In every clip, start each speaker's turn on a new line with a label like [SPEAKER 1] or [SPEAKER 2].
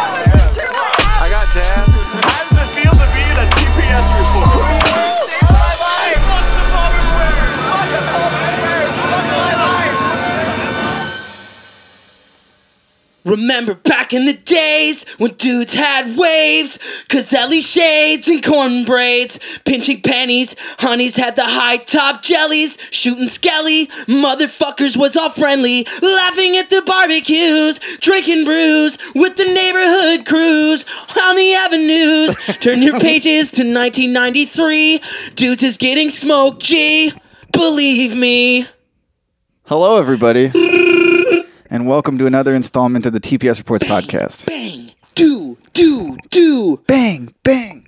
[SPEAKER 1] I got dad.
[SPEAKER 2] How does it feel to be in a GPS report?
[SPEAKER 3] Remember back in the days when dudes had waves, Cazelli shades and corn braids, pinching pennies, honeys had the high top jellies, shooting skelly, motherfuckers was all friendly, laughing at the barbecues, drinking brews with the neighborhood crews on the avenues. Turn your pages to 1993, dudes is getting smoked, G, believe me.
[SPEAKER 4] Hello, everybody, and welcome to another installment of the TPS Reports podcast.
[SPEAKER 3] Bang, do, do, do.
[SPEAKER 4] Bang, bang.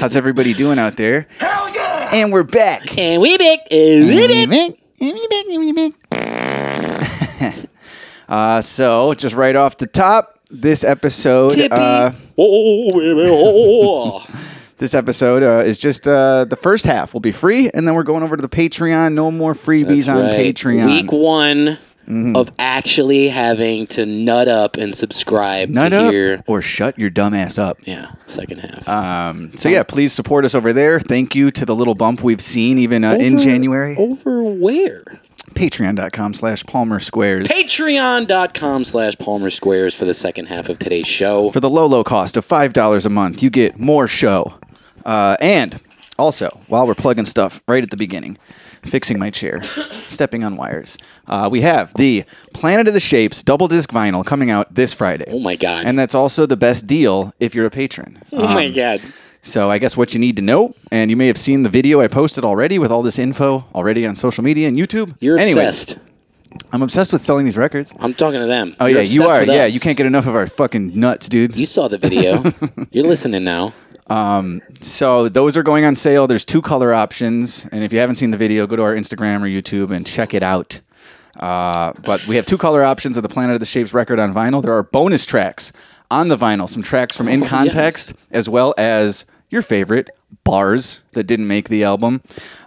[SPEAKER 4] How's everybody doing out there? Hell yeah! And we're back.
[SPEAKER 3] And we back, and we back.
[SPEAKER 4] Uh, so, just right off the top, this episode,
[SPEAKER 3] Tippy.
[SPEAKER 4] uh,
[SPEAKER 3] Oh, baby, oh.
[SPEAKER 4] this episode uh, is just uh, the first half will be free, and then we're going over to the Patreon. No more freebies on Patreon. Mm-hmm.
[SPEAKER 3] Week one of actually having to nut up and subscribe
[SPEAKER 4] Nut
[SPEAKER 3] to
[SPEAKER 4] up Ah.
[SPEAKER 3] hear.
[SPEAKER 4] or shut your dumb ass up.
[SPEAKER 3] Yeah, second half.
[SPEAKER 4] So yeah, please support us over there. Thank you to the little bump we've seen even uh, in
[SPEAKER 3] Over- oh.
[SPEAKER 4] January.
[SPEAKER 3] Over where?
[SPEAKER 4] Patreon.com slash Palmer Squares
[SPEAKER 3] Patreon.com slash Palmer Squares for the second half of today's show.
[SPEAKER 4] for the low low cost of five dollars a month. You get more show, uh, and also while we're plugging stuff right at the beginning, fixing my chair, stepping on wires. Uh, we have the Planet of the Shapes double disc vinyl coming out this Friday.
[SPEAKER 3] Oh my God.
[SPEAKER 4] And um, that's also the best deal if you're a patron.
[SPEAKER 3] oh my God.
[SPEAKER 4] So I guess what you need to know, and you may have seen the video I posted already with all this info already on social media and YouTube.
[SPEAKER 3] You're
[SPEAKER 4] Anyways,
[SPEAKER 3] obsessed.
[SPEAKER 4] I'm obsessed with selling these records.
[SPEAKER 3] I'm talking to them.
[SPEAKER 4] Oh
[SPEAKER 3] You're
[SPEAKER 4] yeah, you
[SPEAKER 3] obsessed
[SPEAKER 4] are.
[SPEAKER 3] with
[SPEAKER 4] Yeah,
[SPEAKER 3] us.
[SPEAKER 4] you can't get enough of our fucking nuts, dude.
[SPEAKER 3] You saw the video. You're listening now.
[SPEAKER 4] So those are going on sale. There's two color options, and if you haven't seen the video, go to our Instagram or YouTube and check it out. Uh, but we have two color options of the Planet of the Shapes record on vinyl. There are bonus tracks on the vinyl, some tracks
[SPEAKER 3] Oh,
[SPEAKER 4] from In Context, as well as your favorite bars that didn't make the album.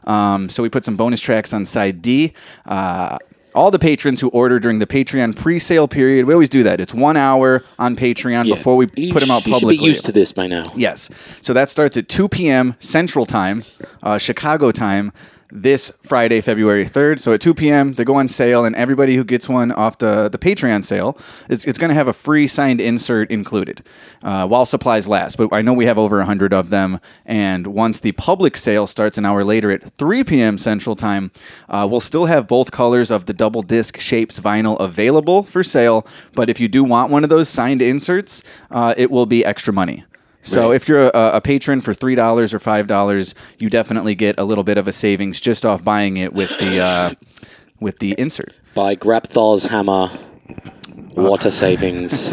[SPEAKER 4] Um, so we put some bonus tracks on side D. Uh, all the patrons who order during the Patreon pre-sale period, we always do that. It's one hour on Patreon
[SPEAKER 3] Yeah.
[SPEAKER 4] before we
[SPEAKER 3] You
[SPEAKER 4] put them out
[SPEAKER 3] sh- you
[SPEAKER 4] publicly.
[SPEAKER 3] should be used to this by now.
[SPEAKER 4] Yes. So that starts at 2 p.m. Central Time, uh, Chicago time, this Friday, February 3rd. So at 2 p.m., they go on sale, and everybody who gets one off the, the Patreon sale, it's, it's going to have a free signed insert included uh, while supplies last. But I know we have over 100 of them. And once the public sale starts an hour later at 3 p.m. Central Time, uh, we'll still have both colors of the double disc shapes vinyl available for sale. But if you do want one of those signed inserts, uh, it will be extra money. So if you're a, a patron for three dollars or five dollars, you definitely get a little bit of a savings just off buying it with the uh, with the insert.
[SPEAKER 3] by Grapthal's Hammer
[SPEAKER 4] Uh,
[SPEAKER 3] Water Savings.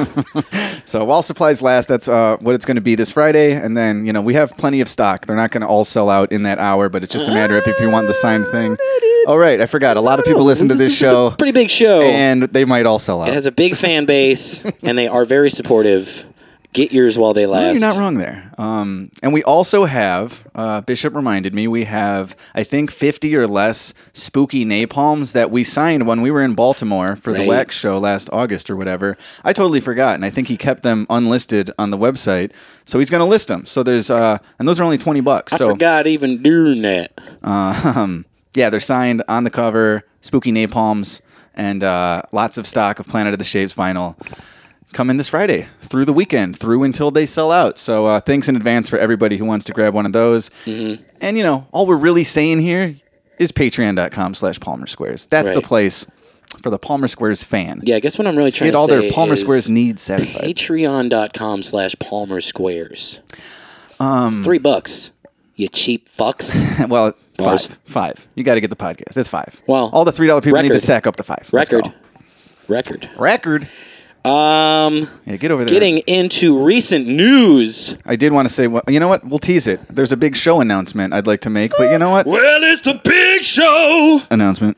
[SPEAKER 4] So while supplies last, that's uh, what it's going to be this Friday. And then you know we have plenty of stock. They're not going to all sell out in that hour, but it's just a matter of if you want the signed thing. All right, I forgot. A lot of people listen to this
[SPEAKER 3] is a
[SPEAKER 4] show,
[SPEAKER 3] pretty big show.
[SPEAKER 4] and they might all sell out.
[SPEAKER 3] it has a big fan base, and they are very supportive. Get yours while they
[SPEAKER 4] No,
[SPEAKER 3] last.
[SPEAKER 4] You're not wrong there. Um, and we also have, uh, Bishop reminded me, we have, I think, 50 or less spooky napalms that we signed when we were in Baltimore for the
[SPEAKER 3] Right.
[SPEAKER 4] Wax show last August or whatever. I totally forgot. And I think he kept them unlisted on the website. So he's going to list them. So there's, uh, and those are only 20 bucks.
[SPEAKER 3] I
[SPEAKER 4] so
[SPEAKER 3] forgot even doing that.
[SPEAKER 4] yeah, they're signed on the cover, spooky napalms, and uh, lots of stock of Planet of the Shapes vinyl coming this Friday through the weekend, through until they sell out. So uh, thanks in advance for everybody who wants to grab one of those.
[SPEAKER 3] Mm-hmm.
[SPEAKER 4] And you know, all we're really saying here is patreon.com slash Palmer Squares. That's the
[SPEAKER 3] Right.
[SPEAKER 4] place for the Palmer Squares fan.
[SPEAKER 3] Yeah, I guess what I'm really trying
[SPEAKER 4] Get
[SPEAKER 3] to
[SPEAKER 4] all
[SPEAKER 3] say
[SPEAKER 4] their Palmer
[SPEAKER 3] is
[SPEAKER 4] Squares needs satisfied.
[SPEAKER 3] Patreon.com slash Palmer Squares. Um, it's three bucks. You cheap fucks.
[SPEAKER 4] well,
[SPEAKER 3] Bars.
[SPEAKER 4] five. Five. You got to get the podcast. It's five.
[SPEAKER 3] Well,
[SPEAKER 4] all the $3 people need to
[SPEAKER 3] record.
[SPEAKER 4] sack up the five. Let's
[SPEAKER 3] Record.
[SPEAKER 4] go.
[SPEAKER 3] Record.
[SPEAKER 4] Record.
[SPEAKER 3] Um,
[SPEAKER 4] Yeah, get over there.
[SPEAKER 3] getting into recent news.
[SPEAKER 4] I did want to say, well, you know what? We'll tease it. There's a big show announcement I'd like to make, but you know what?
[SPEAKER 3] Well, it's the big show.
[SPEAKER 4] Announcement.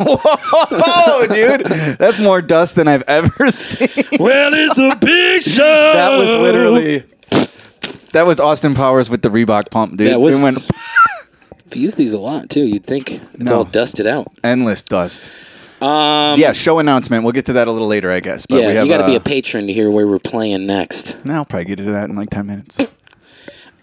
[SPEAKER 4] Whoa, dude, that's more dust than I've ever seen.
[SPEAKER 3] Well, it's a big show.
[SPEAKER 4] That was literally. That was Austin Powers with the Reebok pump, dude.
[SPEAKER 3] That was.
[SPEAKER 4] It went
[SPEAKER 3] we use these a lot too. You'd think it's
[SPEAKER 4] No.
[SPEAKER 3] all dusted out.
[SPEAKER 4] endless dust. Um, yeah, show announcement. We'll get to that a little later, I guess. But we
[SPEAKER 3] yeah,
[SPEAKER 4] have,
[SPEAKER 3] you got to be
[SPEAKER 4] uh,
[SPEAKER 3] a patron to hear where we're playing next.
[SPEAKER 4] Nah, I'll probably get to that in like ten minutes.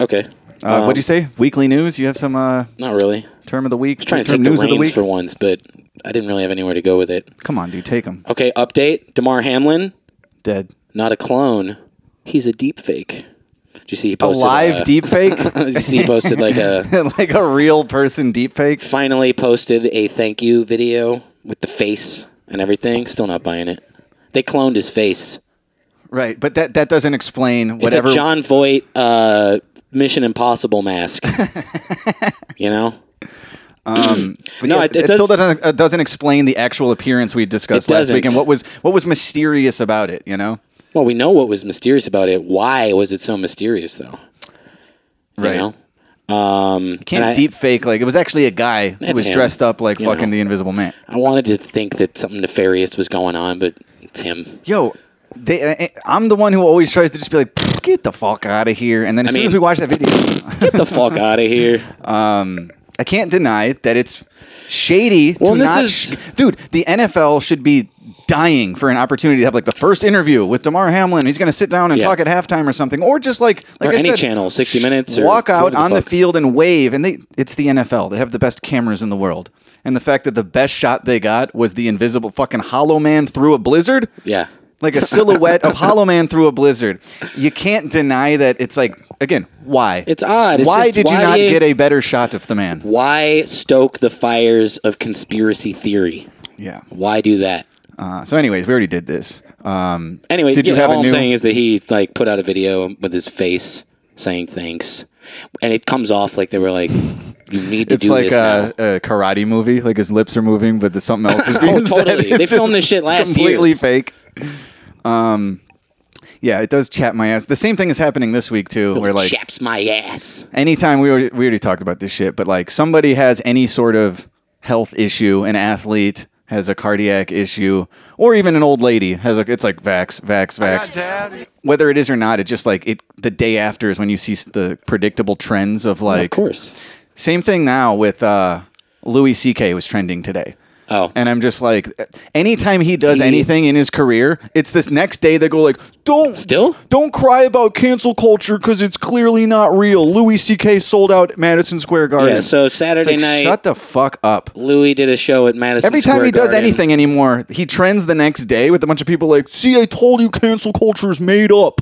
[SPEAKER 3] Okay.
[SPEAKER 4] Uh, what do you say? Weekly news. You have some uh,
[SPEAKER 3] Not really.
[SPEAKER 4] term of the week.
[SPEAKER 3] Trying to
[SPEAKER 4] term
[SPEAKER 3] take the
[SPEAKER 4] news of the
[SPEAKER 3] reins
[SPEAKER 4] week.
[SPEAKER 3] for once, but I didn't really have anywhere to go with it.
[SPEAKER 4] Come on, dude, take them.
[SPEAKER 3] Okay, update. Damar Hamlin,
[SPEAKER 4] Dead.
[SPEAKER 3] not a clone. He's a deep fake. Did you see he
[SPEAKER 4] A
[SPEAKER 3] posted
[SPEAKER 4] Oh, live
[SPEAKER 3] uh,
[SPEAKER 4] deep fake,
[SPEAKER 3] Did you see he posted like a
[SPEAKER 4] like a real person deep fake.
[SPEAKER 3] finally posted a thank you video with the face and everything. Still not buying it. They cloned his face.
[SPEAKER 4] Right, but that that doesn't explain whatever.
[SPEAKER 3] It's a John Voight uh, Mission Impossible mask. you know, no,
[SPEAKER 4] Um, Yeah,
[SPEAKER 3] it- it does-
[SPEAKER 4] still doesn't, uh, doesn't explain the actual appearance we discussed
[SPEAKER 3] It
[SPEAKER 4] last week
[SPEAKER 3] doesn't.
[SPEAKER 4] and what was what was mysterious about it. You know,
[SPEAKER 3] well, we know what was mysterious about it. Why was it so mysterious though?
[SPEAKER 4] right?
[SPEAKER 3] You know? Um,
[SPEAKER 4] You can't
[SPEAKER 3] and I-
[SPEAKER 4] deep fake like it was actually a guy who
[SPEAKER 3] It's
[SPEAKER 4] was
[SPEAKER 3] him,
[SPEAKER 4] dressed up like
[SPEAKER 3] you
[SPEAKER 4] fucking
[SPEAKER 3] know.
[SPEAKER 4] the Invisible Man.
[SPEAKER 3] I wanted to think that something nefarious was going on, but it's him.
[SPEAKER 4] Yo, they, uh, uh, I'm the one who always tries to just be like, "Pfft, get the fuck out of here. And then as
[SPEAKER 3] I
[SPEAKER 4] soon
[SPEAKER 3] mean-
[SPEAKER 4] as we watch that video,
[SPEAKER 3] Get the fuck out of here.
[SPEAKER 4] I can't deny that it's shady
[SPEAKER 3] Well,
[SPEAKER 4] to
[SPEAKER 3] this
[SPEAKER 4] not.
[SPEAKER 3] is-
[SPEAKER 4] sh- Dude, the NFL should be dying for an opportunity to have like the first interview with Damar Hamlin. He's going to sit down and
[SPEAKER 3] Yeah.
[SPEAKER 4] talk at halftime or something, or just like like
[SPEAKER 3] Or
[SPEAKER 4] I
[SPEAKER 3] any
[SPEAKER 4] said,
[SPEAKER 3] channel, 60 Minutes or
[SPEAKER 4] walk out
[SPEAKER 3] whatever the
[SPEAKER 4] on the
[SPEAKER 3] fuck.
[SPEAKER 4] field and wave. And they, it's the NFL. They have the best cameras in the world. And the fact that the best shot they got was the invisible fucking Hollow Man through a blizzard.
[SPEAKER 3] Yeah.
[SPEAKER 4] Like a silhouette of Hollow Man through a blizzard. You can't deny that it's like again, why?
[SPEAKER 3] It's odd. It's
[SPEAKER 4] why
[SPEAKER 3] just,
[SPEAKER 4] did you
[SPEAKER 3] why
[SPEAKER 4] not
[SPEAKER 3] do you-
[SPEAKER 4] get a better shot of the man?
[SPEAKER 3] Why stoke the fires of conspiracy theory?
[SPEAKER 4] Yeah.
[SPEAKER 3] Why do that?
[SPEAKER 4] Uh, so, anyways, we already did this. Um,
[SPEAKER 3] Anyway,
[SPEAKER 4] Did
[SPEAKER 3] you
[SPEAKER 4] you
[SPEAKER 3] know,
[SPEAKER 4] have a
[SPEAKER 3] all
[SPEAKER 4] new-
[SPEAKER 3] I'm saying is that he like put out a video with his face saying thanks, and it comes off like they were like, "You need to
[SPEAKER 4] it's
[SPEAKER 3] do
[SPEAKER 4] like uh,
[SPEAKER 3] this
[SPEAKER 4] a,
[SPEAKER 3] now."
[SPEAKER 4] a karate movie. Like his lips are moving, but there's something else is being
[SPEAKER 3] Oh,
[SPEAKER 4] said.
[SPEAKER 3] totally.
[SPEAKER 4] It's
[SPEAKER 3] They filmed
[SPEAKER 4] just
[SPEAKER 3] this shit last
[SPEAKER 4] completely
[SPEAKER 3] year.
[SPEAKER 4] fake. Um, yeah, it does chap my ass. The same thing is happening this week too. Where like
[SPEAKER 3] Chaps my ass.
[SPEAKER 4] anytime we already, we already talked about this shit, but like somebody has any sort of health issue, an athlete has a cardiac issue, or even an old lady has a. It's like vax, vax, vax.
[SPEAKER 5] Dad.
[SPEAKER 4] Whether it is or not, it just like it. The day after is when you see s- the predictable trends of like.
[SPEAKER 3] of course.
[SPEAKER 4] Same thing now with uh, Louis C.K. was trending today.
[SPEAKER 3] Oh.
[SPEAKER 4] And I'm just like, anytime he does
[SPEAKER 3] He-
[SPEAKER 4] anything in his career, it's this next day they go like, don't
[SPEAKER 3] Still?
[SPEAKER 4] don't cry about cancel culture because it's clearly not real. Louis C.K. sold out Madison Square Garden.
[SPEAKER 3] Yeah. So
[SPEAKER 4] It's
[SPEAKER 3] Saturday
[SPEAKER 4] like,
[SPEAKER 3] night,
[SPEAKER 4] shut the fuck up.
[SPEAKER 3] Louis did a show at Madison.
[SPEAKER 4] Every time
[SPEAKER 3] Square
[SPEAKER 4] he does
[SPEAKER 3] Garden.
[SPEAKER 4] anything anymore, he trends the next day with a bunch of people like, see, I told you cancel culture is made up.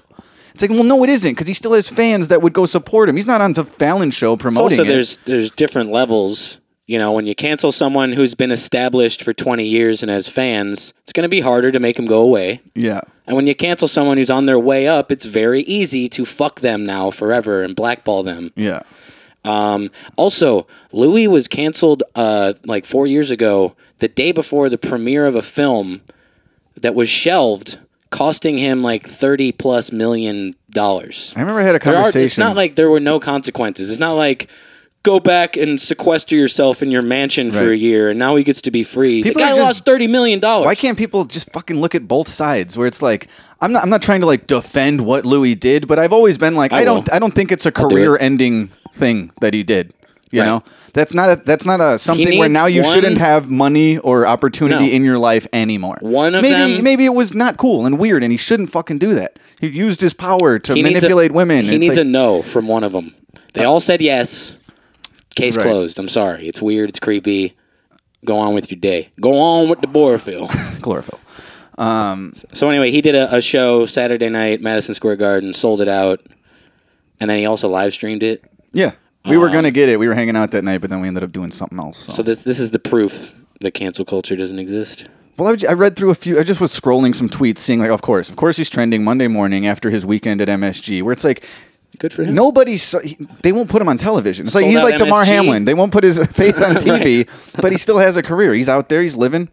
[SPEAKER 4] It's like, well, no, it isn't because he still has fans that would go support him. He's not on the Fallon show promoting
[SPEAKER 3] also
[SPEAKER 4] it.
[SPEAKER 3] there's there's different levels you know when you cancel someone who's been established for 20 years and has fans it's going to be harder to make them go away
[SPEAKER 4] yeah.
[SPEAKER 3] and when you cancel someone who's on their way up it's very easy to fuck them now forever and blackball them
[SPEAKER 4] Yeah.
[SPEAKER 3] also louis was canceled uh, like four years ago the day before the premiere of a film that was shelved costing him like 30 plus million dollars
[SPEAKER 4] I remember I had a
[SPEAKER 3] There are-
[SPEAKER 4] conversation.
[SPEAKER 3] it's not like there were no consequences. It's not like go back and sequester yourself in your mansion for a
[SPEAKER 4] Right.
[SPEAKER 3] year and now he gets to be free.
[SPEAKER 4] People
[SPEAKER 3] the
[SPEAKER 4] are
[SPEAKER 3] guy
[SPEAKER 4] just-
[SPEAKER 3] lost thirty million dollars.
[SPEAKER 4] why can't people just fucking look at both sides? Where it's like, I'm not, I'm not trying to like defend what Louis did, but I've always been like, I, don't,
[SPEAKER 3] will.
[SPEAKER 4] I don't think it's a
[SPEAKER 3] do it.
[SPEAKER 4] career-ending thing that he did. You
[SPEAKER 3] Right.
[SPEAKER 4] know, that's not a, that's not a something where
[SPEAKER 3] needs
[SPEAKER 4] now you
[SPEAKER 3] one-
[SPEAKER 4] shouldn't have money or opportunity
[SPEAKER 3] No.
[SPEAKER 4] in your life anymore.
[SPEAKER 3] One of
[SPEAKER 4] maybe,
[SPEAKER 3] them-
[SPEAKER 4] maybe it was not cool and weird, and he shouldn't fucking do that. He used his power to
[SPEAKER 3] He needs a-
[SPEAKER 4] manipulate women.
[SPEAKER 3] He
[SPEAKER 4] It's
[SPEAKER 3] needs
[SPEAKER 4] like- Uh,
[SPEAKER 3] a no from one of them. They all said yes. Case
[SPEAKER 4] Right.
[SPEAKER 3] closed. I'm sorry. It's weird. It's creepy. Go on with your day. Go on with the Borafil.
[SPEAKER 4] chlorophyll.
[SPEAKER 3] so anyway, he did a, a show Saturday night, Madison Square Garden, sold it out, and then he also live streamed it.
[SPEAKER 4] Yeah, we
[SPEAKER 3] Um,
[SPEAKER 4] were gonna get it. We were hanging out that night, but then we ended up doing something else.
[SPEAKER 3] So this this is the proof that cancel culture doesn't exist.
[SPEAKER 4] Well, I, would- I read through a few. I just was scrolling some tweets, seeing like, of course, of course, he's trending Monday morning after his weekend at MSG, where it's like.
[SPEAKER 3] Good for him.
[SPEAKER 4] Nobody, so, he- they won't put him on television. It's like
[SPEAKER 3] Sold
[SPEAKER 4] he's
[SPEAKER 3] out
[SPEAKER 4] like Damar
[SPEAKER 3] MSG.
[SPEAKER 4] Hamlin. They won't put his face on TV, but he still has a career. He's out there. He's living.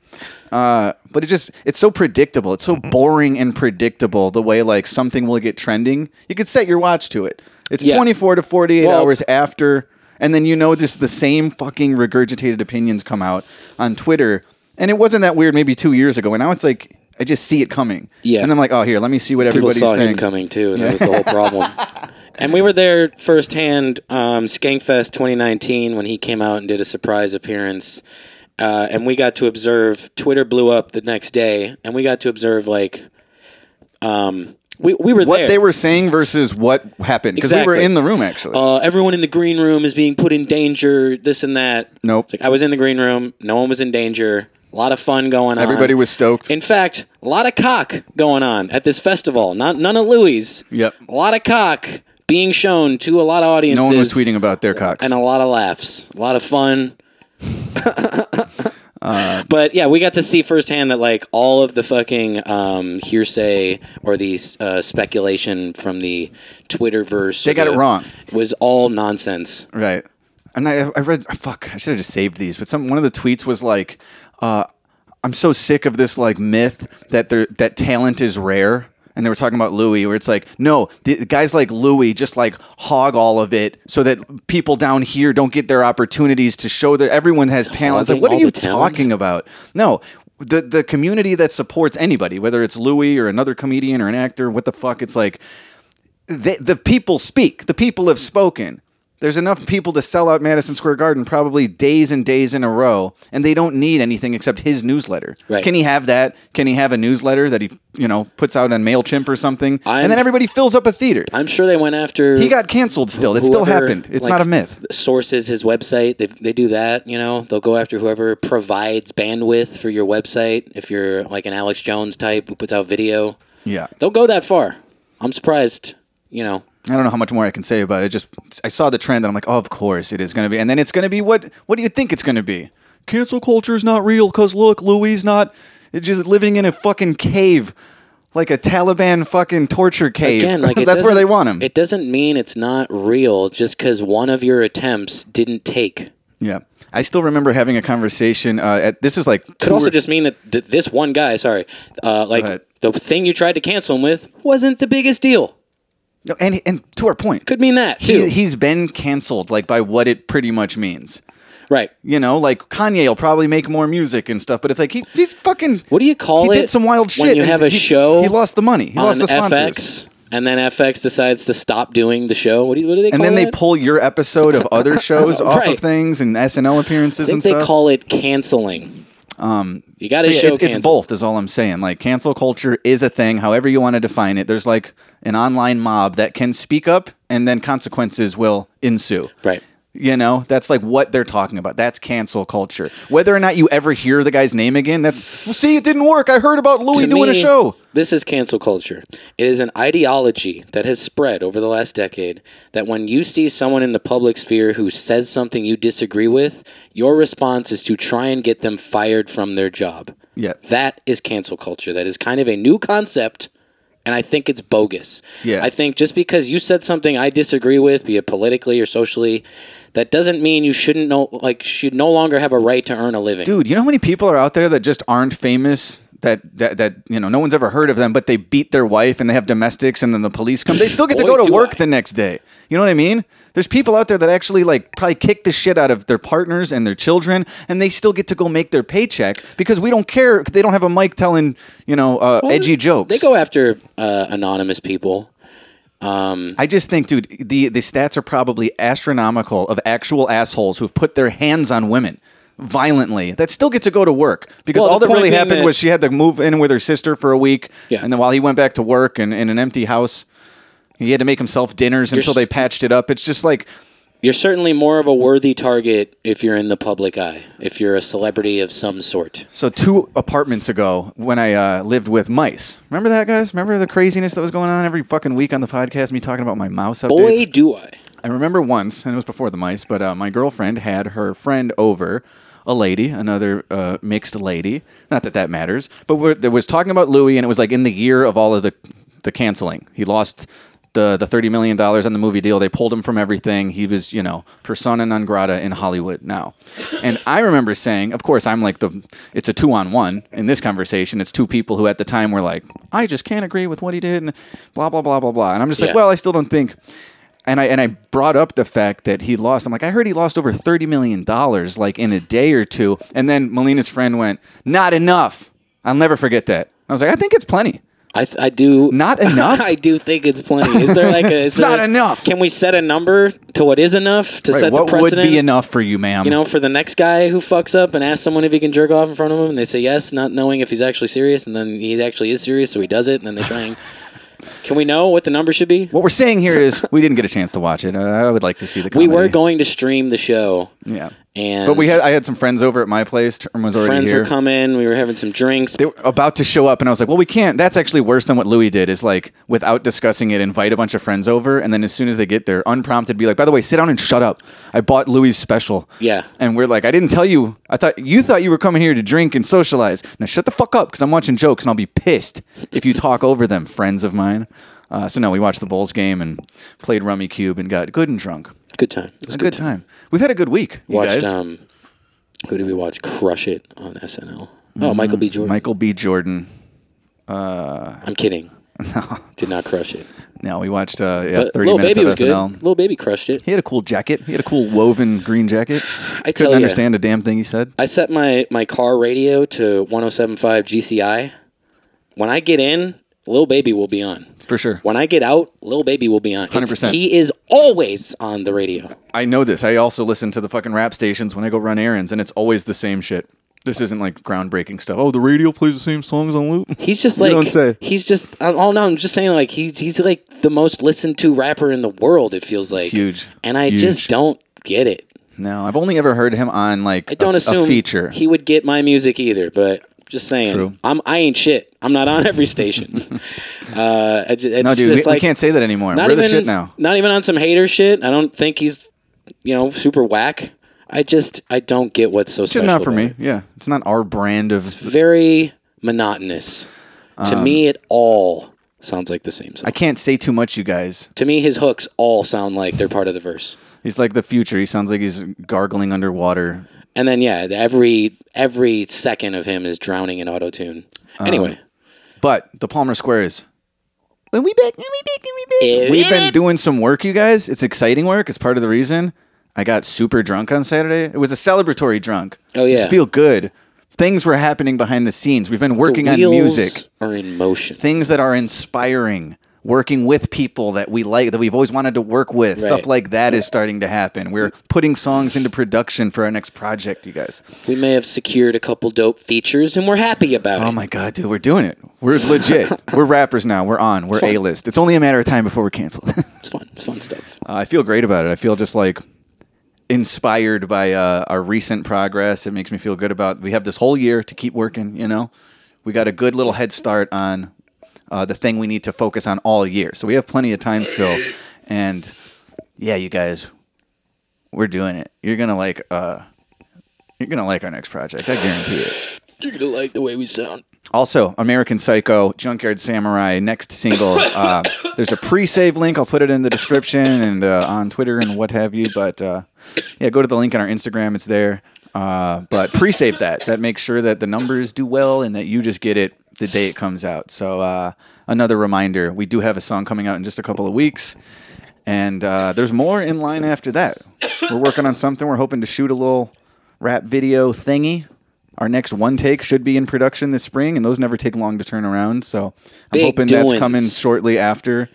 [SPEAKER 4] Uh, but it just, it's so predictable. It's so
[SPEAKER 3] Mm-hmm.
[SPEAKER 4] boring and predictable the way like something will get trending. You could set your watch to it. It's
[SPEAKER 3] Yeah.
[SPEAKER 4] 24 to 48
[SPEAKER 3] Well-
[SPEAKER 4] hours after and then you know just the same fucking regurgitated opinions come out on Twitter. And it wasn't that weird maybe two years ago, and now it's like I just see it coming.
[SPEAKER 6] Yeah.
[SPEAKER 4] and I'm like, oh, here, let me see what
[SPEAKER 3] People
[SPEAKER 4] everybody's
[SPEAKER 3] saw
[SPEAKER 4] saying.
[SPEAKER 3] him coming too, and that was the whole problem. and we were there firsthand, um, Skankfest 2019, when he came out and did a surprise appearance, uh, and we got to observe. Twitter blew up the next day, and we got to observe like, um, we we were
[SPEAKER 4] What
[SPEAKER 3] there.
[SPEAKER 4] they were saying versus what happened because we were
[SPEAKER 3] Exactly.
[SPEAKER 4] in the room actually.
[SPEAKER 3] uh, everyone in the green room is being put in danger. This and that.
[SPEAKER 4] Nope.
[SPEAKER 3] It's like I was in the green room. No one was in danger. A lot of fun going on.
[SPEAKER 4] Everybody was stoked.
[SPEAKER 3] In fact, a lot of cock going on at this festival. Not none of Louis.
[SPEAKER 4] Yep.
[SPEAKER 3] A lot of cock being shown to a lot of audiences.
[SPEAKER 4] no one was tweeting about their cocks.
[SPEAKER 3] and a lot of laughs, a lot of fun.
[SPEAKER 4] Uh,
[SPEAKER 3] but yeah, we got to see firsthand that like all of the fucking um, hearsay or the uh, speculation from the Twitterverse
[SPEAKER 4] They got
[SPEAKER 3] or the-
[SPEAKER 4] it wrong.
[SPEAKER 3] was all nonsense.
[SPEAKER 4] Right. And I, I read, fuck, I should have just saved these. But some one of the tweets was like, uh, "I'm so sick of this like myth that there that talent is rare." And they were talking about Louis, where it's like, no, the guys like Louis just like hog all of it, so that people down here don't get their opportunities to show that everyone has talent. It's like,
[SPEAKER 3] Hogging
[SPEAKER 4] what are
[SPEAKER 3] all
[SPEAKER 4] you
[SPEAKER 3] the talent?
[SPEAKER 4] talking about? No, the the community that supports anybody, whether it's Louis or another comedian or an actor, what the fuck? It's like the, the people speak. The people have spoken. There's enough people to sell out Madison Square Garden probably days and days in a row, and they don't need anything except his newsletter.
[SPEAKER 3] Right.
[SPEAKER 4] Can he have that? Can he have a newsletter that he you know puts out on Mailchimp or something,
[SPEAKER 3] I'm-
[SPEAKER 4] and then everybody fills up a theater?
[SPEAKER 3] I'm sure they went after.
[SPEAKER 4] he got canceled. Still, it still
[SPEAKER 3] whoever,
[SPEAKER 4] happened. It's
[SPEAKER 3] like,
[SPEAKER 4] not a myth.
[SPEAKER 3] Sources his website. They, they do that. You know, they'll go after whoever provides bandwidth for your website. If you're like an Alex Jones type who puts out video,
[SPEAKER 4] Yeah,
[SPEAKER 3] they'll go that far. I'm surprised. You know,
[SPEAKER 4] I don't know how much more I can say about it. Just I saw the trend, and I'm like, oh, of course it is going to be. And then it's going to be what? What do you think it's going to be? Cancel culture is not real because look, Louis not it's just living in a fucking cave, like a Taliban fucking torture cave.
[SPEAKER 3] again, like it
[SPEAKER 4] that's where
[SPEAKER 3] doesn't-
[SPEAKER 4] they want him.
[SPEAKER 3] It doesn't mean it's not real just because one of your attempts didn't take.
[SPEAKER 4] yeah, I still remember having a conversation. Uh, at this is like
[SPEAKER 3] Could
[SPEAKER 4] two
[SPEAKER 3] also
[SPEAKER 4] or-
[SPEAKER 3] just mean that th- this one guy, sorry, uh, like
[SPEAKER 4] ahead.
[SPEAKER 3] the thing you tried to cancel him with wasn't the biggest deal.
[SPEAKER 4] No, and and to our point,
[SPEAKER 3] Could mean that too,
[SPEAKER 4] he, he's been canceled like by what it pretty much means.
[SPEAKER 3] right?
[SPEAKER 4] You know, like Kanye will probably make more music and stuff, but it's like he, he's fucking.
[SPEAKER 3] What do you call
[SPEAKER 4] he
[SPEAKER 3] it?
[SPEAKER 4] did some wild shit.
[SPEAKER 3] When you
[SPEAKER 4] and
[SPEAKER 3] have a
[SPEAKER 4] he-
[SPEAKER 3] show
[SPEAKER 4] He lost the money. He
[SPEAKER 3] on
[SPEAKER 4] lost the sponsors.
[SPEAKER 3] FX, and then FX decides to stop doing the show. What do, you, what do they
[SPEAKER 4] And
[SPEAKER 3] call
[SPEAKER 4] then they
[SPEAKER 3] that?
[SPEAKER 4] pull your episode of other shows off of
[SPEAKER 3] Right.
[SPEAKER 4] things and SNL appearances
[SPEAKER 3] I think
[SPEAKER 4] and
[SPEAKER 3] they
[SPEAKER 4] stuff.
[SPEAKER 3] call it canceling. Um, you got
[SPEAKER 4] So,
[SPEAKER 3] to
[SPEAKER 4] yeah,
[SPEAKER 3] show
[SPEAKER 4] it's, it's
[SPEAKER 3] cancel.
[SPEAKER 4] both, is all I'm saying. Like cancel culture is a thing, however you want to define it. There's like an online mob that can speak up, and then consequences will ensue.
[SPEAKER 3] Right.
[SPEAKER 4] You know, that's like what they're talking about. That's cancel culture. Whether or not you ever hear the guy's name again, that's well, see, it didn't work. I heard about Louis
[SPEAKER 3] To
[SPEAKER 4] doing a
[SPEAKER 3] me,
[SPEAKER 4] show.
[SPEAKER 3] This is cancel culture. It is an ideology that has spread over the last decade that when you see someone in the public sphere who says something you disagree with, your response is to try and get them fired from their job.
[SPEAKER 4] Yeah.
[SPEAKER 3] That is cancel culture. That is kind of a new concept. And I think it's bogus.
[SPEAKER 4] Yeah.
[SPEAKER 3] I think just because you said something I disagree with, be it politically or socially, that doesn't mean you shouldn't know like should no longer have a right to earn a living.
[SPEAKER 4] dude you know how many people are out there that just aren't famous that that, that you know no one's ever heard of them but they beat their wife and they have domestics and then the police come they still get to
[SPEAKER 3] Boy,
[SPEAKER 4] go to
[SPEAKER 3] do
[SPEAKER 4] work
[SPEAKER 3] I.
[SPEAKER 4] the next day you know what i mean there's people out there that actually like probably kick the shit out of their partners and their children and they still get to go make their paycheck because we don't care they don't have a mic telling you know uh, edgy jokes
[SPEAKER 3] They go after uh, anonymous people.
[SPEAKER 4] I just think, dude, the the stats are probably astronomical of actual assholes who've put their hands on women violently that still get to go to work because
[SPEAKER 3] Well, the
[SPEAKER 4] all that
[SPEAKER 3] point
[SPEAKER 4] really
[SPEAKER 3] being
[SPEAKER 4] happened
[SPEAKER 3] that-
[SPEAKER 4] was she had to move in with her sister for a week,
[SPEAKER 3] Yeah.
[SPEAKER 4] and then while he went back to work and in an empty house, he had to make himself dinners until
[SPEAKER 3] s-
[SPEAKER 4] they patched it up. It's just like,
[SPEAKER 3] You're certainly more of a worthy target if you're in the public eye, if you're a celebrity of some sort.
[SPEAKER 4] So two apartments ago, when I uh, lived with mice, remember that guys? Remember the craziness that was going on every fucking week on the podcast? Me talking about my mouse updates.
[SPEAKER 3] Boy, do I.
[SPEAKER 4] I remember once, and it was before the mice, but uh, my girlfriend had her friend over, a lady, another uh, mixed lady. Not that that matters, but we're, there was talking about Louis, and it was like in the year of all of the the canceling. He lost the the thirty million dollars on the movie deal. They pulled him from everything. He was, you know, persona non grata in Hollywood now. And I remember saying, of course, I'm like the it's a two on one in this conversation. It's two people who at the time were like, I just can't agree with what he did, and blah blah blah blah blah. And I'm just like,
[SPEAKER 3] Yeah.
[SPEAKER 4] well, I still don't think. I And I and I brought up the fact that he lost. I'm like, I heard he lost over thirty million dollars like in a day or two. And then Molina's friend went, "Not enough." I'll never forget that. I was like, I think it's plenty.
[SPEAKER 3] I, th- I do
[SPEAKER 4] Not enough?
[SPEAKER 3] I do think it's plenty. Is there like a? Is
[SPEAKER 4] It's
[SPEAKER 3] there-
[SPEAKER 4] not enough.
[SPEAKER 3] Can we set a number to what is enough to
[SPEAKER 4] Right,
[SPEAKER 3] set
[SPEAKER 4] what
[SPEAKER 3] the precedent?
[SPEAKER 4] would be enough for you, ma'am?
[SPEAKER 3] You know, for the next guy who fucks up and asks someone if he can jerk off in front of him, and they say yes, not knowing if he's actually serious, and then he actually is serious, so he does it, and then they try and. Can we know what the number should be?
[SPEAKER 4] what we're saying here is we didn't get a chance to watch it. Uh, I would like to see the.
[SPEAKER 3] We
[SPEAKER 4] Comedy.
[SPEAKER 3] were going to stream the show,
[SPEAKER 4] yeah.
[SPEAKER 3] and
[SPEAKER 4] But we had I had some friends over at my place. Term was already
[SPEAKER 3] friends
[SPEAKER 4] here.
[SPEAKER 3] were coming. We were having some drinks.
[SPEAKER 4] they were about to show up and I was like, "Well, we can't. That's actually worse than what Louis did. Is like without discussing it, invite a bunch of friends over, and then as soon as they get there, unprompted, be like, "By the way, sit down and shut up. I bought Louis' special."
[SPEAKER 3] Yeah.
[SPEAKER 4] And we're like, "I didn't tell you. I thought you thought you were coming here to drink and socialize. Now shut the fuck up, because I'm watching jokes, and I'll be pissed if you talk over them, friends of mine." Uh, so no, we watched the Bulls game and played Rummy Cube and got good and drunk.
[SPEAKER 3] good time. It
[SPEAKER 4] It was
[SPEAKER 3] was
[SPEAKER 4] a good time. We've had a good week. You
[SPEAKER 3] watched
[SPEAKER 4] guys.
[SPEAKER 3] um, who did we watch? Crush it on SNL.
[SPEAKER 4] Mm-hmm.
[SPEAKER 3] Oh, Michael B. Jordan.
[SPEAKER 4] Michael B. Jordan.
[SPEAKER 3] I'm kidding. Did not crush it.
[SPEAKER 4] No, we watched uh, yeah,
[SPEAKER 3] But
[SPEAKER 4] 30
[SPEAKER 3] Little
[SPEAKER 4] minutes
[SPEAKER 3] Baby
[SPEAKER 4] of
[SPEAKER 3] was
[SPEAKER 4] SNL.
[SPEAKER 3] good. Little Baby crushed it.
[SPEAKER 4] He had a cool jacket. He had a cool woven green jacket.
[SPEAKER 3] I tell
[SPEAKER 4] Couldn't
[SPEAKER 3] ya.
[SPEAKER 4] understand a damn thing he said.
[SPEAKER 3] I set my, my car radio to 107.5 GCI. When I get in, Lil Baby will be on.
[SPEAKER 4] For sure.
[SPEAKER 3] When I get out, Lil Baby will be on. It's-
[SPEAKER 4] 100%.
[SPEAKER 3] He is always on the radio.
[SPEAKER 4] I know this. I also listen to the fucking rap stations when I go run errands, and it's always the same shit. This isn't like groundbreaking stuff. Oh, the radio plays the same songs on loop.
[SPEAKER 3] He's just
[SPEAKER 4] You
[SPEAKER 3] like
[SPEAKER 4] don't say.
[SPEAKER 3] he's just. I don't know. I'm just saying like he's he's like the most listened to rapper in the world. It feels like
[SPEAKER 4] huge.
[SPEAKER 3] and I
[SPEAKER 4] Huge.
[SPEAKER 3] just don't get it.
[SPEAKER 4] No, I've only ever heard him on like
[SPEAKER 3] I don't
[SPEAKER 4] a,
[SPEAKER 3] assume
[SPEAKER 4] a feature.
[SPEAKER 3] he would get my music either, but just saying,
[SPEAKER 4] True.
[SPEAKER 3] I'm I ain't shit. I'm not on every station. uh, I ju- it's,
[SPEAKER 4] no, dude, we,
[SPEAKER 3] it's
[SPEAKER 4] we
[SPEAKER 3] like-
[SPEAKER 4] can't say that anymore. We're the shit now.
[SPEAKER 3] Not even on some hater shit. I don't think he's, you know, super whack. I just I don't get what's so
[SPEAKER 4] It's
[SPEAKER 3] special.
[SPEAKER 4] just not for
[SPEAKER 3] about it.
[SPEAKER 4] me. Yeah, it's not our brand of.
[SPEAKER 3] Very monotonous. to me, it all sounds like the same song.
[SPEAKER 4] Um, I can't say too much, you guys.
[SPEAKER 3] to me, his hooks all sound like they're part of the verse.
[SPEAKER 4] He's like the future. He sounds like he's gargling underwater.
[SPEAKER 3] And then yeah, every every second of him is drowning in auto tune.
[SPEAKER 4] Um,
[SPEAKER 3] Anyway,
[SPEAKER 4] But the Palmer Squares. When we back, when we back, when we back. We've been doing some work, you guys. It's exciting work. It's part of the reason I got super drunk on Saturday. It was a celebratory drunk.
[SPEAKER 3] Oh, yeah.
[SPEAKER 4] just feel good. Things were happening behind the scenes. We've been working
[SPEAKER 3] the
[SPEAKER 4] on
[SPEAKER 3] wheels
[SPEAKER 4] music,
[SPEAKER 3] are in motion.
[SPEAKER 4] things that are inspiring. Working with people that we like, that we've always wanted to work with,
[SPEAKER 3] Right.
[SPEAKER 4] stuff like that is starting to happen. We're putting songs into production for our next project, you guys.
[SPEAKER 3] We may have secured a couple dope features, and we're happy about
[SPEAKER 4] Oh
[SPEAKER 3] it.
[SPEAKER 4] my god, dude, we're doing it. We're legit. we're rappers now. We're on. We're
[SPEAKER 3] fun.
[SPEAKER 4] A list. It's only a matter of time before we're canceled. uh,
[SPEAKER 3] It's fun. It's fun stuff.
[SPEAKER 4] I feel great about it. I feel just like inspired by uh, our recent progress. It makes me feel good about. We have this whole year to keep working. You know, we got a good little head start on uh, the thing we need to focus on all year. So we have plenty of time still. And yeah, you guys, we're doing it. You're gonna like. Uh, you're gonna like our next project. I guarantee it.
[SPEAKER 3] You're gonna like the way we sound.
[SPEAKER 4] Also, American Psycho, Junkyard Samurai, next single. Uh, there's a pre-save link. I'll put it in the description and uh, on Twitter and what have you. But uh, yeah, go to the link on our Instagram. It's there. Uh, but pre-save that. That makes sure that the numbers do well and that you just get it the day it comes out. So uh, another reminder: we do have a song coming out in just a couple of weeks, and uh, there's more in line after that. We're working on something. We're hoping to shoot a little rap video thingy. Our next one take should be in production this spring, and those never take long to turn around. So I'm
[SPEAKER 3] Big
[SPEAKER 4] hoping
[SPEAKER 3] doings.
[SPEAKER 4] that's coming shortly after.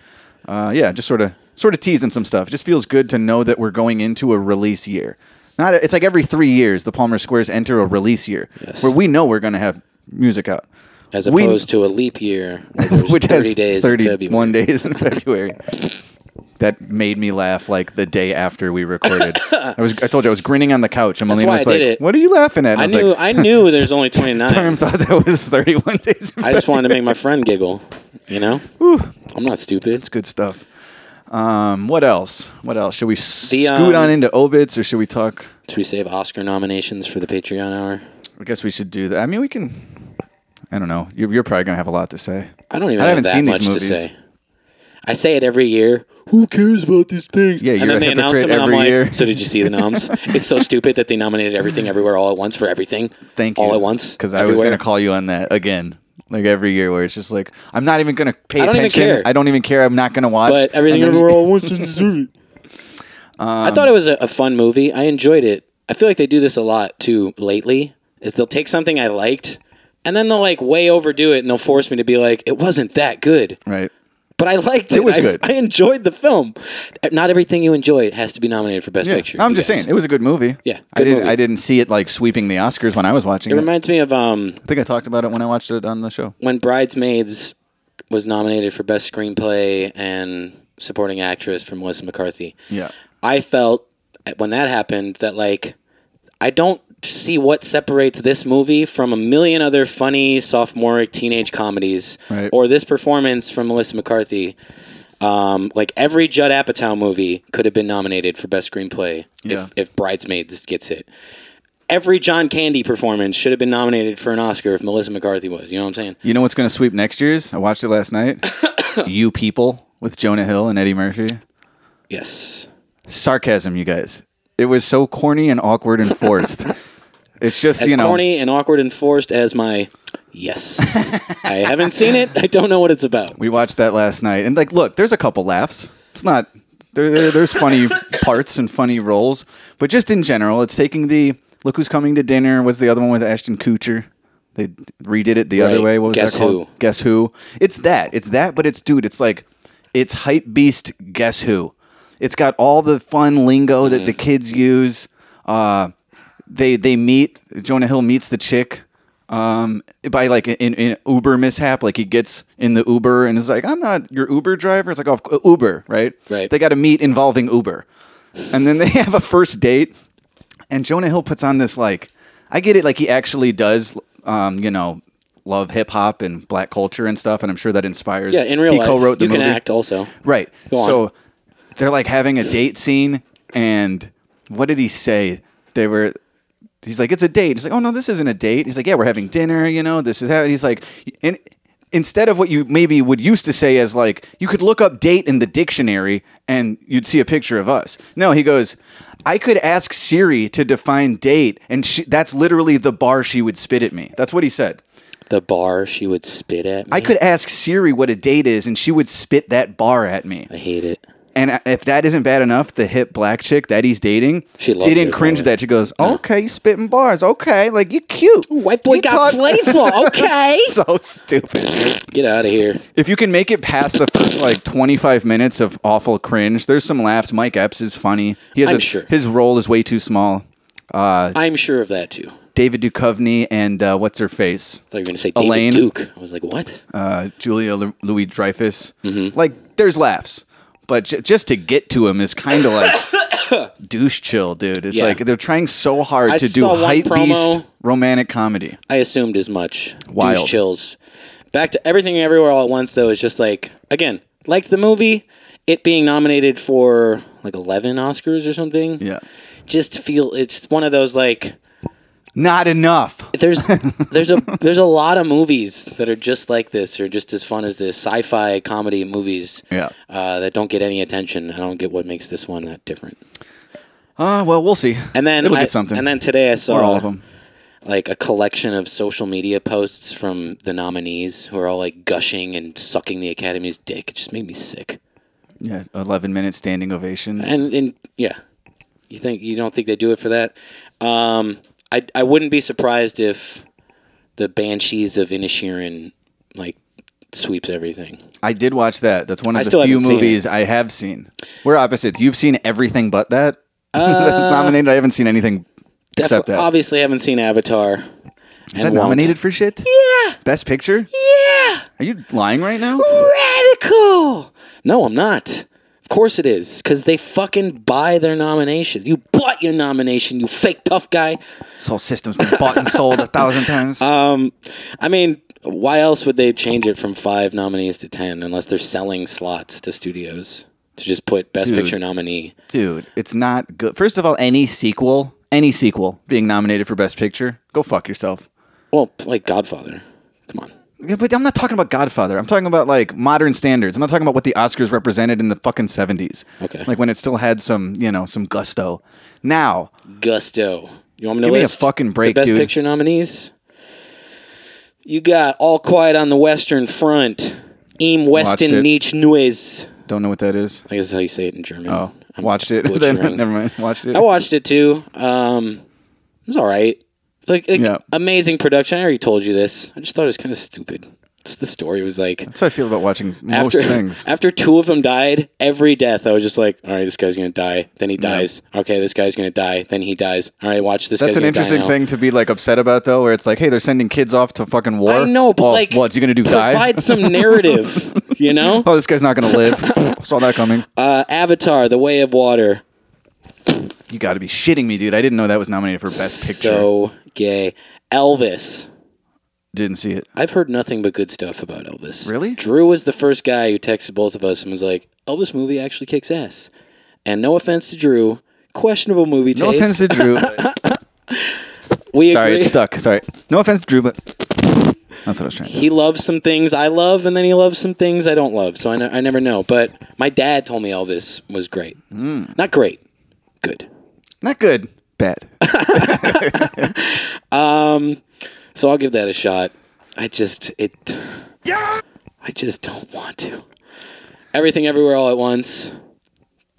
[SPEAKER 4] Uh, yeah, just sort of sort of teasing some stuff. It just feels good to know that we're going into a release year. Not it's like every three years the Palmer Squares enter a release year
[SPEAKER 3] Yes.
[SPEAKER 4] where we know we're going to have music out,
[SPEAKER 3] As
[SPEAKER 4] We-
[SPEAKER 3] opposed to a leap year, where there's
[SPEAKER 4] which
[SPEAKER 3] 30
[SPEAKER 4] has
[SPEAKER 3] days in February.
[SPEAKER 4] 31 days in February. That made me laugh like the day after we recorded. I was I told you I was grinning on the couch and Melina
[SPEAKER 3] why
[SPEAKER 4] was
[SPEAKER 3] I
[SPEAKER 4] like,
[SPEAKER 3] did it.
[SPEAKER 4] "What are you laughing at?" And
[SPEAKER 3] I
[SPEAKER 4] was
[SPEAKER 3] knew.
[SPEAKER 4] like,
[SPEAKER 3] I knew there's only 29.
[SPEAKER 4] Term thought that was 31 days. in
[SPEAKER 3] I just wanted to make my friend giggle. You know, I'm not stupid.
[SPEAKER 4] It's good stuff. Um, what else? What else? Should we
[SPEAKER 3] The,
[SPEAKER 4] scoot
[SPEAKER 3] um,
[SPEAKER 4] on into Obits or should we talk?
[SPEAKER 3] Should we save Oscar nominations for the Patreon hour?
[SPEAKER 4] I guess we should do that. I mean, we can. I don't know. You're, you're probably gonna have a lot to say.
[SPEAKER 3] I don't even.
[SPEAKER 4] I
[SPEAKER 3] have
[SPEAKER 4] haven't
[SPEAKER 3] that
[SPEAKER 4] seen these
[SPEAKER 3] much
[SPEAKER 4] movies.
[SPEAKER 3] to say. I say it every year. Who cares about these things?
[SPEAKER 4] Yeah,
[SPEAKER 3] and
[SPEAKER 4] you're
[SPEAKER 3] then
[SPEAKER 4] a
[SPEAKER 3] they announce them,
[SPEAKER 4] hypocrite
[SPEAKER 3] and I'm
[SPEAKER 4] every
[SPEAKER 3] like,
[SPEAKER 4] year.
[SPEAKER 3] "So did you see the noms? it's so stupid that they nominated everything, everywhere, all at once for everything.
[SPEAKER 4] Thank you.
[SPEAKER 3] All at once
[SPEAKER 4] because I was
[SPEAKER 3] everywhere.
[SPEAKER 4] gonna call you on that again, like every year, where it's just like I'm not even gonna pay
[SPEAKER 3] I don't even
[SPEAKER 4] attention.
[SPEAKER 3] care.
[SPEAKER 4] I don't even care. I'm not gonna watch.
[SPEAKER 3] But everything
[SPEAKER 4] And then
[SPEAKER 3] everywhere
[SPEAKER 4] Um, you-
[SPEAKER 3] all at once is deserved. I thought it was a, a fun movie. I enjoyed it. I feel like they do this a lot too lately. Is they'll take something I liked and then they'll like way overdo it and they'll force me to be like, it wasn't that good.
[SPEAKER 4] Right.
[SPEAKER 3] But I liked it.
[SPEAKER 4] was
[SPEAKER 3] I,
[SPEAKER 4] good.
[SPEAKER 3] I enjoyed the film. Not everything you enjoy has to be nominated for best
[SPEAKER 4] Yeah.
[SPEAKER 3] picture.
[SPEAKER 4] I'm
[SPEAKER 3] you
[SPEAKER 4] just
[SPEAKER 3] guys.
[SPEAKER 4] saying it was a good movie.
[SPEAKER 3] Yeah,
[SPEAKER 4] I
[SPEAKER 3] good
[SPEAKER 4] didn't.
[SPEAKER 3] movie.
[SPEAKER 4] I didn't see it like sweeping the Oscars when I was watching
[SPEAKER 3] It
[SPEAKER 4] it.
[SPEAKER 3] reminds me of um
[SPEAKER 4] I think I talked about it when I watched it on the show.
[SPEAKER 3] when Bridesmaids was nominated for Best Screenplay and Supporting Actress for Melissa McCarthy.
[SPEAKER 4] Yeah.
[SPEAKER 3] I felt when that happened that like I don't see what separates this movie from a million other funny sophomoric teenage comedies
[SPEAKER 4] Right.
[SPEAKER 3] or this performance from Melissa McCarthy. Um, like every Judd Apatow movie could have been nominated for best screenplay
[SPEAKER 4] Yeah.
[SPEAKER 3] if, if Bridesmaids gets it. Every John Candy performance should have been nominated for an Oscar if Melissa McCarthy was. You know what I'm saying?
[SPEAKER 4] You know what's going to sweep next year's? I watched it last night. you people with Jonah Hill and Eddie Murphy.
[SPEAKER 3] Yes.
[SPEAKER 4] Sarcasm, you guys. It was so corny and awkward and forced. it's just
[SPEAKER 3] As
[SPEAKER 4] you know.
[SPEAKER 3] corny and awkward and forced as my yes. I haven't seen it. I don't know what it's about.
[SPEAKER 4] We watched that last night, and like, look, there's a couple laughs. It's not there. there there's funny parts and funny roles, but just in general, it's taking the look who's coming to dinner. Was the other one with Ashton Kutcher? They redid it the other
[SPEAKER 3] Right.
[SPEAKER 4] way. What was
[SPEAKER 3] Guess
[SPEAKER 4] that called?
[SPEAKER 3] Who.
[SPEAKER 4] Guess who? It's that. It's that. But it's dude. It's like it's hype beast. Guess who? It's got all the fun lingo
[SPEAKER 3] Mm-hmm.
[SPEAKER 4] that the kids use. Uh, they they meet Jonah Hill meets the chick um by like in in Uber mishap like he gets in the Uber and is like I'm not your Uber driver it's like off Uber right
[SPEAKER 3] Right.
[SPEAKER 4] they got to meet involving Uber and then they have a first date and Jonah Hill puts on this like I get it like he actually does um you know love hip hop and black culture and stuff and I'm sure that inspires
[SPEAKER 3] Yeah, in real
[SPEAKER 4] he
[SPEAKER 3] life,
[SPEAKER 4] co-wrote the
[SPEAKER 3] you can
[SPEAKER 4] movie.
[SPEAKER 3] act also.
[SPEAKER 4] Right.
[SPEAKER 3] Go on.
[SPEAKER 4] So they're like having a date scene, and what did he say? They were. He's like, it's a date. He's like, oh no, this isn't a date. He's like, yeah, we're having dinner. You know, this is how. And he's like, and instead of what you maybe would used to say as like, you could look up date in the dictionary and you'd see a picture of us. No, he goes, I could ask Siri to define date, and she, that's literally the bar she would spit at me. That's what he said.
[SPEAKER 3] The bar she would spit at me.
[SPEAKER 4] I could ask Siri what a date is, and she would spit that bar at me.
[SPEAKER 3] I hate it.
[SPEAKER 4] And if that isn't bad enough, the hip black chick that he's dating,
[SPEAKER 3] She loves
[SPEAKER 4] didn't
[SPEAKER 3] it,
[SPEAKER 4] cringe
[SPEAKER 3] probably.
[SPEAKER 4] that. She goes, "Okay, you spitting bars. Okay, like you cute.
[SPEAKER 3] White boy
[SPEAKER 4] You
[SPEAKER 3] got
[SPEAKER 4] talk-
[SPEAKER 3] playful. Okay.
[SPEAKER 4] so stupid.
[SPEAKER 3] Get out of here.
[SPEAKER 4] If you can make it past the first like twenty five minutes of awful cringe, there's some laughs. Mike Epps is funny. He has
[SPEAKER 3] I'm
[SPEAKER 4] a,
[SPEAKER 3] sure.
[SPEAKER 4] his role is way too small.
[SPEAKER 3] I'm sure of that too. I
[SPEAKER 4] David Duchovny and uh, what's her face,
[SPEAKER 3] thought you were going to say David
[SPEAKER 4] Elaine.
[SPEAKER 3] Duke. I was like, what?
[SPEAKER 4] uh, Julia Lu- Louis Dreyfus.
[SPEAKER 3] Mm-hmm.
[SPEAKER 4] Like there's laughs, but j- just to get to him is kind of like douche chill, dude. It's
[SPEAKER 3] Yeah.
[SPEAKER 4] like they're trying so hard
[SPEAKER 3] I
[SPEAKER 4] to do
[SPEAKER 3] saw one
[SPEAKER 4] hype beast
[SPEAKER 3] promo.
[SPEAKER 4] romantic comedy.
[SPEAKER 3] I assumed as much.
[SPEAKER 4] Wild.
[SPEAKER 3] Douche chills. Back to everything everywhere all at once though is just like again, like the movie, it being nominated for like 11 Oscars or something.
[SPEAKER 4] Yeah,
[SPEAKER 3] Just feel it's one of those like
[SPEAKER 4] not enough.
[SPEAKER 3] there's there's a there's a lot of movies that are just like this or just as fun as this sci-fi comedy movies
[SPEAKER 4] Yeah.
[SPEAKER 3] uh, that don't get any attention. I don't get what makes this one that different.
[SPEAKER 4] Uh, well, we'll see.
[SPEAKER 3] And then
[SPEAKER 4] it'll
[SPEAKER 3] I-
[SPEAKER 4] get something.
[SPEAKER 3] And then uh, today I saw
[SPEAKER 4] or all of them.
[SPEAKER 3] like a collection of social media posts from the nominees who are all like gushing and sucking the Academy's dick. It just made me sick.
[SPEAKER 4] Yeah, eleven minute standing ovations.
[SPEAKER 3] And and yeah, you think you don't think they do it for that? Um, I I wouldn't be surprised if the Banshees of Inisherin like sweeps everything.
[SPEAKER 4] I did watch that. That's one of
[SPEAKER 3] I still
[SPEAKER 4] the few
[SPEAKER 3] haven't seen
[SPEAKER 4] movies I have seen. We're opposites. You've seen everything but that.
[SPEAKER 3] Uh,
[SPEAKER 4] That's nominated. I haven't seen anything except
[SPEAKER 3] Defi-
[SPEAKER 4] that.
[SPEAKER 3] Obviously, haven't seen Avatar.
[SPEAKER 4] Is that nominated for shit? Yeah. Best picture?
[SPEAKER 3] Yeah,
[SPEAKER 4] Are you lying right now?
[SPEAKER 3] radical. No, I'm not. Of course it is, because they fucking buy their nominations. You bought your nomination, you fake tough guy.
[SPEAKER 4] This whole system's been bought and sold a thousand times.
[SPEAKER 3] Uh, I mean, why else would they change it from five nominees to ten unless they're selling slots to studios to just put best
[SPEAKER 4] Dude.
[SPEAKER 3] picture nominee?
[SPEAKER 4] Dude, it's not good. First of all, any sequel, any sequel being nominated for Best Picture, go fuck yourself.
[SPEAKER 3] Well, like Godfather. Come on.
[SPEAKER 4] Yeah, but I'm not talking about Godfather. I'm talking about like modern standards. I'm not talking about what the Oscars represented in the fucking 70s.
[SPEAKER 3] Okay.
[SPEAKER 4] Like when it still had some, you know, some gusto. Now,
[SPEAKER 3] Gusto. You want me to
[SPEAKER 4] Give me a
[SPEAKER 3] list
[SPEAKER 4] fucking
[SPEAKER 3] the
[SPEAKER 4] break,
[SPEAKER 3] best
[SPEAKER 4] dude.
[SPEAKER 3] picture nominees? You got All Quiet on the Western Front, Im
[SPEAKER 4] it.
[SPEAKER 3] Weston Niche Nuez.
[SPEAKER 4] don't know what that is.
[SPEAKER 3] I guess that's how you say it in German.
[SPEAKER 4] Oh. Watched it.
[SPEAKER 3] butchering.
[SPEAKER 4] then, never mind. Watched it.
[SPEAKER 3] I watched it too. Um, it was all right. It's like, like
[SPEAKER 4] Yeah.
[SPEAKER 3] amazing production. I already told you this. I just thought it was kind of stupid. Just the story was like
[SPEAKER 4] That's how I feel about watching most
[SPEAKER 3] after
[SPEAKER 4] things.
[SPEAKER 3] after two of them died, every death I was just like, all right, this guy's gonna die. Then he dies. Okay, this guy's gonna die. Then he dies. All right, watch this.
[SPEAKER 4] That's
[SPEAKER 3] guy's
[SPEAKER 4] an
[SPEAKER 3] gonna die
[SPEAKER 4] interesting
[SPEAKER 3] now.
[SPEAKER 4] thing to be like upset about though, where it's like, hey, they're sending kids off to fucking war.
[SPEAKER 3] I know, but
[SPEAKER 4] Well,
[SPEAKER 3] like,
[SPEAKER 4] what's oh, he gonna do? Die?
[SPEAKER 3] Provide some narrative, you know.
[SPEAKER 4] Oh, this guy's not gonna live. Saw that coming.
[SPEAKER 3] Uh, Avatar: The Way of Water.
[SPEAKER 4] You got to be shitting me, dude. I didn't know that was nominated for best picture.
[SPEAKER 3] So gay. Elvis.
[SPEAKER 4] didn't see it.
[SPEAKER 3] I've heard nothing but good stuff about Elvis.
[SPEAKER 4] Really?
[SPEAKER 3] Drew was the first guy who texted both of us and was like, "Elvis movie actually kicks ass." And no offense to Drew, questionable movie
[SPEAKER 4] No
[SPEAKER 3] taste.
[SPEAKER 4] offense to Drew. but-
[SPEAKER 3] we
[SPEAKER 4] Sorry,
[SPEAKER 3] agree.
[SPEAKER 4] it's stuck. Sorry. No offense to Drew, but that's what I was trying. to
[SPEAKER 3] He loves some things I love, and then he loves some things I don't love. So I, ne- I never know. But my dad told me Elvis was great.
[SPEAKER 4] Hmm.
[SPEAKER 3] Not great, good.
[SPEAKER 4] Not good. Bad.
[SPEAKER 3] So I'll give that a shot. I just it. I just don't want to. Everything, everywhere, all at once.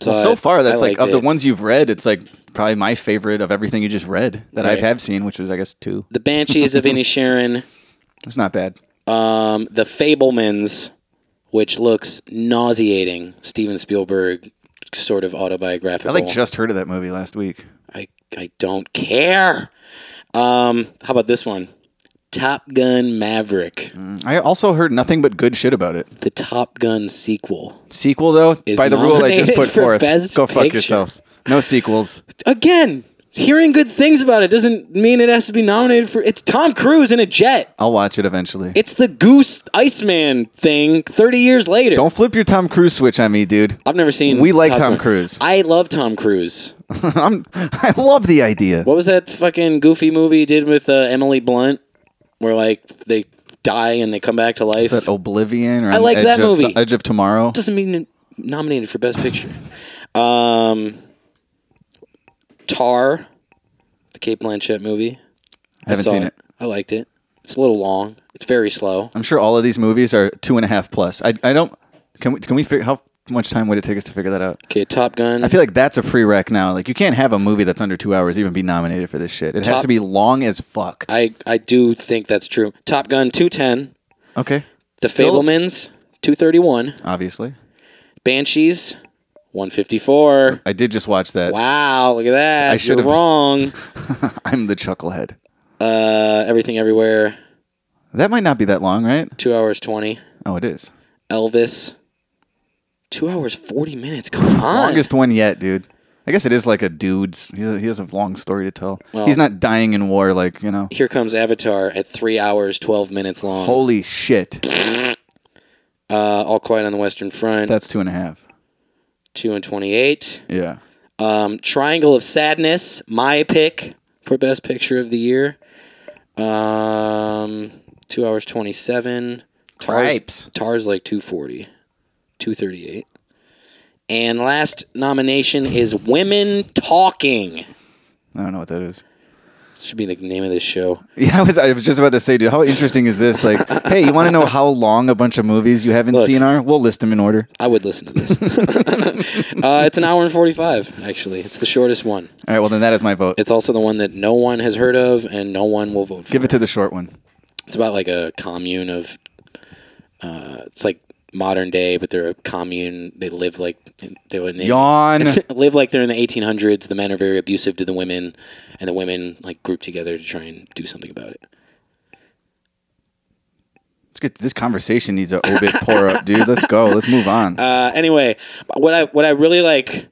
[SPEAKER 3] So,
[SPEAKER 4] so far, that's like of the
[SPEAKER 3] one.
[SPEAKER 4] ones you've read, it's like probably my favorite of everything you just read that I
[SPEAKER 3] Right.
[SPEAKER 4] have seen, which was I guess two.
[SPEAKER 3] The Banshees of Inisherin,
[SPEAKER 4] It's not bad.
[SPEAKER 3] um, The Fablemans, which looks nauseating. Steven Spielberg, sort of autobiographical.
[SPEAKER 4] I like just heard of that movie last week.
[SPEAKER 3] I, I don't care. Um, how about this one? Top Gun Maverick,
[SPEAKER 4] I also heard nothing but good shit about it.
[SPEAKER 3] the Top Gun sequel.
[SPEAKER 4] Sequel though,
[SPEAKER 3] Is
[SPEAKER 4] by the rule I just
[SPEAKER 3] nominated
[SPEAKER 4] put
[SPEAKER 3] for
[SPEAKER 4] forth,
[SPEAKER 3] Best
[SPEAKER 4] go fuck
[SPEAKER 3] Picture.
[SPEAKER 4] yourself. No sequels.
[SPEAKER 3] Again, hearing good things about it doesn't mean it has to be nominated for. It's Tom Cruise in a jet.
[SPEAKER 4] I'll watch it eventually.
[SPEAKER 3] It's the Goose Iceman thing 30 years later.
[SPEAKER 4] Don't flip your Tom Cruise switch on me, dude.
[SPEAKER 3] I've never seen.
[SPEAKER 4] We like
[SPEAKER 3] Top
[SPEAKER 4] Tom
[SPEAKER 3] Gun.
[SPEAKER 4] Cruise.
[SPEAKER 3] I love Tom Cruise.
[SPEAKER 4] I'm, I love the idea.
[SPEAKER 3] What was that fucking goofy movie he did with uh, Emily Blunt, where like they die and they come back to life?
[SPEAKER 4] Is that Oblivion or I
[SPEAKER 3] like that movie.
[SPEAKER 4] Edge of Tomorrow.
[SPEAKER 3] doesn't mean it- nominated for Best Picture. Um, Tar, the Kate Blanchett movie.
[SPEAKER 4] I haven't
[SPEAKER 3] saw
[SPEAKER 4] seen it.
[SPEAKER 3] I liked it. It's a little long. It's very slow.
[SPEAKER 4] I'm sure all of these movies are two and a half plus. I, I don't. Can we? Can we figure how much time would it take us to figure that out?
[SPEAKER 3] Okay, Top Gun.
[SPEAKER 4] I feel like that's a prereq now. Like you can't have a movie that's under two hours even be nominated for this shit. It has
[SPEAKER 3] Top-
[SPEAKER 4] to be long as fuck.
[SPEAKER 3] I I do think that's true. Top Gun two ten.
[SPEAKER 4] Okay,
[SPEAKER 3] The
[SPEAKER 4] Still-
[SPEAKER 3] Fablemans two thirty one.
[SPEAKER 4] obviously.
[SPEAKER 3] Banshees one fifty four.
[SPEAKER 4] I did just watch that.
[SPEAKER 3] Wow, look at that.
[SPEAKER 4] I
[SPEAKER 3] You're
[SPEAKER 4] should've-
[SPEAKER 3] wrong.
[SPEAKER 4] I'm the chucklehead.
[SPEAKER 3] Uh, everything everywhere.
[SPEAKER 4] That might not be that long, right?
[SPEAKER 3] Two hours twenty.
[SPEAKER 4] Oh, it is.
[SPEAKER 3] Elvis. Two hours forty minutes. Come on.
[SPEAKER 4] Longest one yet, dude. I guess it is like a dude's. He he has a long story to tell. He's not dying in war, like you know.
[SPEAKER 3] Here comes Avatar at three hours twelve minutes long.
[SPEAKER 4] Holy shit!
[SPEAKER 3] Uh, All Quiet on the Western Front.
[SPEAKER 4] That's two and a half.
[SPEAKER 3] two and twenty eight.
[SPEAKER 4] Yeah.
[SPEAKER 3] Um, Triangle of Sadness. My pick for best picture of the year. Um, two hours twenty seven.
[SPEAKER 4] Cripes.
[SPEAKER 3] Tars, Tars like 240, 238. And last nomination is Women Talking.
[SPEAKER 4] I don't know what that is.
[SPEAKER 3] This should be the name of this show.
[SPEAKER 4] Yeah, I was, I was just about to say, dude, how interesting is this? Like, hey, you want to know how long a bunch of movies you haven't
[SPEAKER 3] Look.
[SPEAKER 4] seen are? We'll list them in order.
[SPEAKER 3] I would listen to this. uh, it's an hour and 45, actually. It's the shortest one.
[SPEAKER 4] All right, well, then that is my vote.
[SPEAKER 3] It's also the one that no one has heard of and no one will vote for.
[SPEAKER 4] Give it to the short one.
[SPEAKER 3] It's about like a commune of. Uh, it's like modern day, but they're a commune. They live like they were in the,
[SPEAKER 4] Yawn.
[SPEAKER 3] live like they're in the 1800s. The men are very abusive to the women, and the women like group together to try and do something about it.
[SPEAKER 4] Let's get, this conversation needs a obit pour up, dude. Let's go. Let's move on.
[SPEAKER 3] Uh, anyway, what I what I really like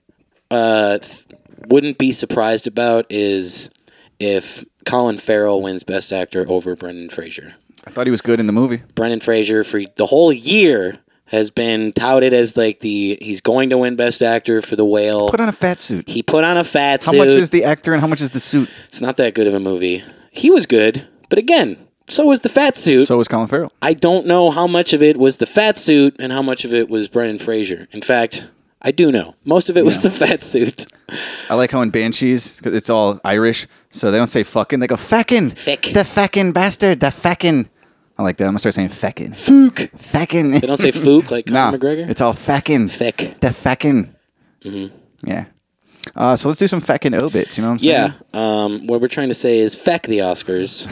[SPEAKER 3] uh, th- wouldn't be surprised about is if Colin Farrell wins Best Actor over Brendan Fraser.
[SPEAKER 4] I thought he was good in the movie.
[SPEAKER 3] Brendan Fraser for the whole year has been touted as like the he's going to win Best Actor for The Whale.
[SPEAKER 4] Put on a fat suit.
[SPEAKER 3] he put on a fat
[SPEAKER 4] How
[SPEAKER 3] suit.
[SPEAKER 4] much is the actor and how much is the suit?
[SPEAKER 3] it's not that good of a movie. He was good, but again, so was the fat suit.
[SPEAKER 4] So is Colin Farrell.
[SPEAKER 3] I don't know how much of it was the fat suit and how much of it was Brendan Fraser. In fact, I do know. Most of it was the fat suit.
[SPEAKER 4] I like how in Banshees, 'cause it's all Irish, so they don't say fucking. They go, feckin'.
[SPEAKER 3] Feck.
[SPEAKER 4] The feckin' bastard. The feckin'. I like that. I'm going to start saying feckin'.
[SPEAKER 3] Fook.
[SPEAKER 4] Feckin'.
[SPEAKER 3] They don't say fook like Conor McGregor. Mm-hmm.
[SPEAKER 4] It's all feckin'.
[SPEAKER 3] Feck.
[SPEAKER 4] The feckin'. Yeah. Uh, so let's do some feckin' obits. You know what I'm saying?
[SPEAKER 3] Yeah. Um, what we're trying to say is feck the Oscars.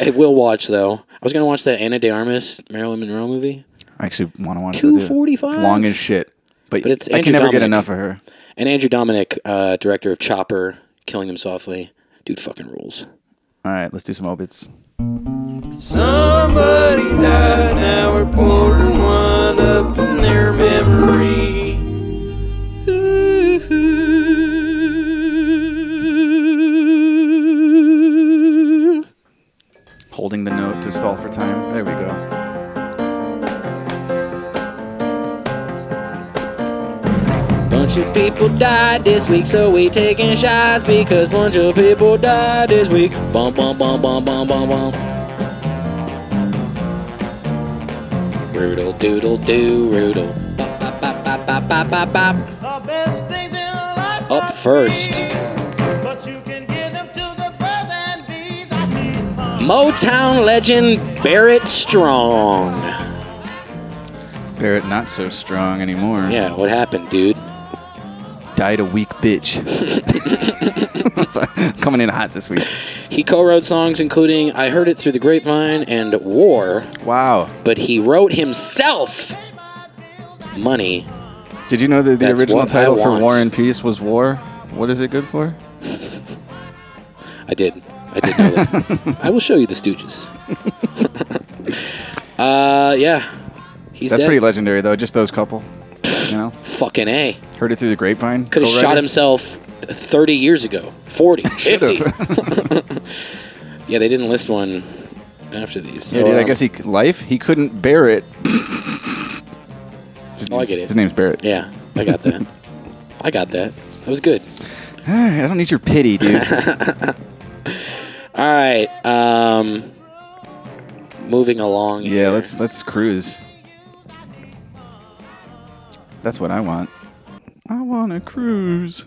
[SPEAKER 3] I will watch though. I was gonna watch that Anna De Armas Marilyn Monroe movie,
[SPEAKER 4] I actually want to watch that, dude.
[SPEAKER 3] 245?
[SPEAKER 4] Long as shit. But,
[SPEAKER 3] But it's
[SPEAKER 4] I
[SPEAKER 3] Andrew
[SPEAKER 4] can never get
[SPEAKER 3] Dominik.
[SPEAKER 4] enough of her.
[SPEAKER 3] and Andrew Dominic, uh, director of Chopper, Killing Them Softly. Dude, fucking rules.
[SPEAKER 4] All right, let's do some obits.
[SPEAKER 7] Somebody died, now we're pouring one up in their memory.
[SPEAKER 4] Holding the note to solve for time. There we go.
[SPEAKER 3] Bunch of people died this week, so we taking shots because bunch of people died this week. Bum bum bum bum bum bum bum. Roodle doodle doo roodle. Bop bop bop bop bop bop bop bop.
[SPEAKER 7] The best things in life
[SPEAKER 3] Up first,
[SPEAKER 7] but you can give them to the birds and bees. I see
[SPEAKER 3] Motown legend Barrett Strong.
[SPEAKER 4] Barrett, not so strong anymore.
[SPEAKER 3] Yeah, what happened, dude?
[SPEAKER 4] Died a weak bitch. Coming in hot this week.
[SPEAKER 3] He co-wrote songs including "I Heard It Through the Grapevine" and "War."
[SPEAKER 4] Wow.
[SPEAKER 3] but he wrote himself money.
[SPEAKER 4] Did you know that the
[SPEAKER 3] That's
[SPEAKER 4] original
[SPEAKER 3] what I
[SPEAKER 4] title for
[SPEAKER 3] want.
[SPEAKER 4] War and Peace was War? What is it good for?
[SPEAKER 3] I did. I did know that. I will show you the Stooges. uh, yeah. He's
[SPEAKER 4] That's
[SPEAKER 3] dead.
[SPEAKER 4] pretty legendary, though. Just those couple. You know,
[SPEAKER 3] Fucking A.
[SPEAKER 4] heard it through the grapevine.
[SPEAKER 3] Could have
[SPEAKER 4] Co-writer?
[SPEAKER 3] shot himself 30 years ago. 40, 50. yeah, they didn't list one after these. So,
[SPEAKER 4] Yeah, dude, I
[SPEAKER 3] um,
[SPEAKER 4] guess he c- life. He couldn't bear it. His
[SPEAKER 3] Oh, I
[SPEAKER 4] name's-
[SPEAKER 3] get it.
[SPEAKER 4] His name's Barrett.
[SPEAKER 3] Yeah, I got that. I got that. That was good.
[SPEAKER 4] I don't need your pity, dude.
[SPEAKER 3] All right. Um, moving along.
[SPEAKER 4] yeah, let's let's cruise. That's what I want. I want to cruise.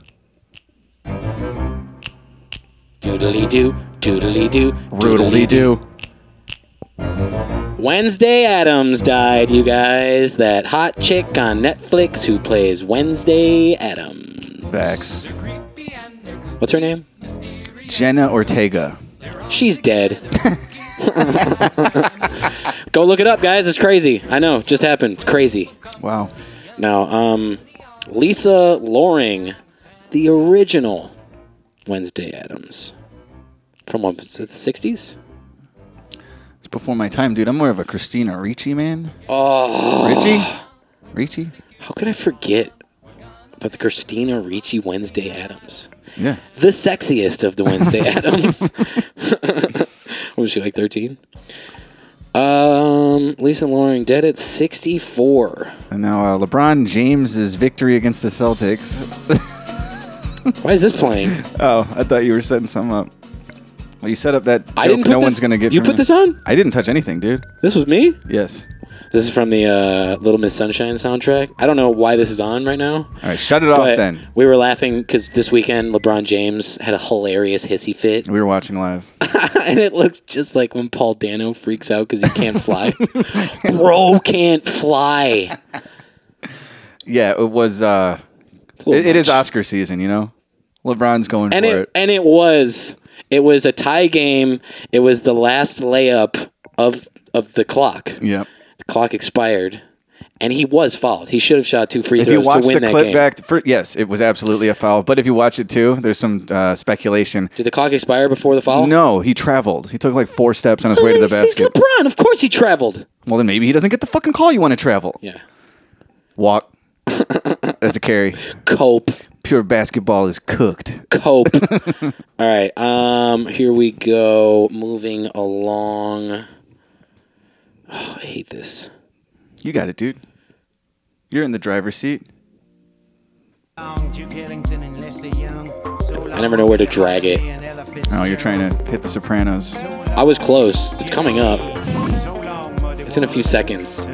[SPEAKER 3] Doodly doo, doodly doo,
[SPEAKER 4] Roodly do.
[SPEAKER 3] Wednesday Adams died, you guys. That hot chick on Netflix who plays Wednesday Adams.
[SPEAKER 4] Facts.
[SPEAKER 3] What's her name?
[SPEAKER 4] Jenna Ortega.
[SPEAKER 3] She's dead. Go look it up, guys. It's crazy. I know. Just happened. It's crazy.
[SPEAKER 4] Wow.
[SPEAKER 3] Now, um, Lisa Loring, the original Wednesday Adams from what, was it, the 60s?
[SPEAKER 4] It's before my time, dude. I'm more of a Christina Ricci man. Oh. Ricci? Ricci?
[SPEAKER 3] How could I forget about the Christina Ricci Wednesday Adams?
[SPEAKER 4] Yeah.
[SPEAKER 3] the sexiest of the Wednesday Adams. what was she like, thirteen? Um, Lisa Loring dead at sixty-four.
[SPEAKER 4] And now uh, LeBron James's victory against the Celtics.
[SPEAKER 3] Why is this playing?
[SPEAKER 4] Oh, I thought you were setting something up. Well, you set up that joke
[SPEAKER 3] I didn't. Put
[SPEAKER 4] no
[SPEAKER 3] this,
[SPEAKER 4] one's gonna get.
[SPEAKER 3] You
[SPEAKER 4] from
[SPEAKER 3] put
[SPEAKER 4] me.
[SPEAKER 3] this on.
[SPEAKER 4] I didn't touch anything, dude.
[SPEAKER 3] This was me.
[SPEAKER 4] Yes.
[SPEAKER 3] This is from the uh, Little Miss Sunshine soundtrack. I don't know why this is on right now.
[SPEAKER 4] All right, shut it off.
[SPEAKER 3] but
[SPEAKER 4] Then
[SPEAKER 3] we were laughing because this weekend LeBron James had a hilarious hissy fit,
[SPEAKER 4] we were watching live.
[SPEAKER 3] and it looks just like when Paul Dano freaks out because he can't fly. Bro can't fly.
[SPEAKER 4] yeah, it was. uh
[SPEAKER 3] It's a little
[SPEAKER 4] it- it is
[SPEAKER 3] much.
[SPEAKER 4] Oscar season, you know. LeBron's going
[SPEAKER 3] and
[SPEAKER 4] for
[SPEAKER 3] it,
[SPEAKER 4] it.
[SPEAKER 3] and it was it was a tie game. It was the last layup of of the clock. The
[SPEAKER 4] Yep.
[SPEAKER 3] clock expired, and he was fouled. He should have shot two free
[SPEAKER 4] If you
[SPEAKER 3] throws to
[SPEAKER 4] watch
[SPEAKER 3] win
[SPEAKER 4] the
[SPEAKER 3] that
[SPEAKER 4] clip
[SPEAKER 3] game.
[SPEAKER 4] back, for, yes, it was absolutely a foul. But if you watch it too, there's some uh, speculation.
[SPEAKER 3] Did the clock expire before the foul?
[SPEAKER 4] No, he traveled. He took like four steps on his way to the
[SPEAKER 3] He's- he's
[SPEAKER 4] basket.
[SPEAKER 3] LeBron. Of course he traveled.
[SPEAKER 4] Well, then maybe he doesn't get the fucking call. You want to travel?
[SPEAKER 3] Yeah.
[SPEAKER 4] Walk. That's a carry.
[SPEAKER 3] Cope.
[SPEAKER 4] Pure basketball is cooked.
[SPEAKER 3] Cope. All right. Um. Here we go. Moving along. Oh, I hate this.
[SPEAKER 4] You got it, dude. You're in the driver's seat.
[SPEAKER 3] I never know where to drag it.
[SPEAKER 4] Oh, you're trying to hit the Sopranos.
[SPEAKER 3] I was close. It's coming up. It's in a few seconds.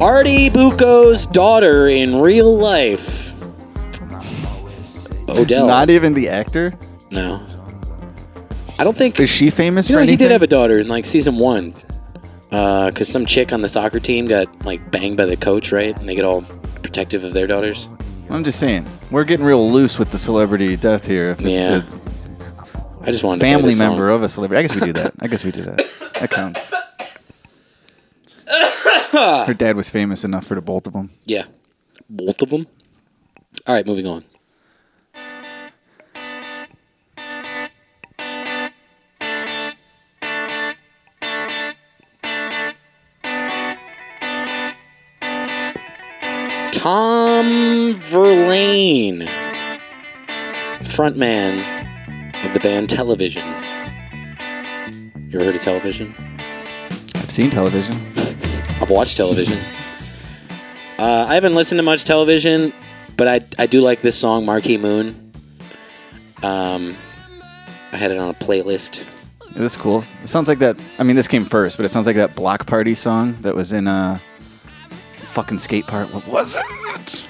[SPEAKER 3] Artie Bucco's daughter in real life. Odell.
[SPEAKER 4] Not even the actor.
[SPEAKER 3] no. I don't think.
[SPEAKER 4] Is she famous
[SPEAKER 3] you
[SPEAKER 4] for
[SPEAKER 3] know, he
[SPEAKER 4] anything?
[SPEAKER 3] did have a daughter in like season one. because some chick on the soccer team got like banged by the coach, right? And they get all protective of their daughters.
[SPEAKER 4] I'm just saying, we're getting real loose with the celebrity death here. If it's
[SPEAKER 3] Yeah.
[SPEAKER 4] the
[SPEAKER 3] I just wanted to play
[SPEAKER 4] family
[SPEAKER 3] this song.
[SPEAKER 4] member of a celebrity, I guess we do that. I guess we do that. That counts. Her dad was famous enough for the both of them.
[SPEAKER 3] Yeah, both of them. All right, moving on. Tom Verlaine, frontman of the band Television. You ever heard of Television?
[SPEAKER 4] I've seen television.
[SPEAKER 3] I've watched television. Uh, I haven't listened to much television, but I, I do like this song, Marquee Moon. Um, I had it on a playlist.
[SPEAKER 4] Yeah, that's cool. It sounds like that. I mean, this came first, but it sounds like that block party song that was in a fucking skate park. What was it?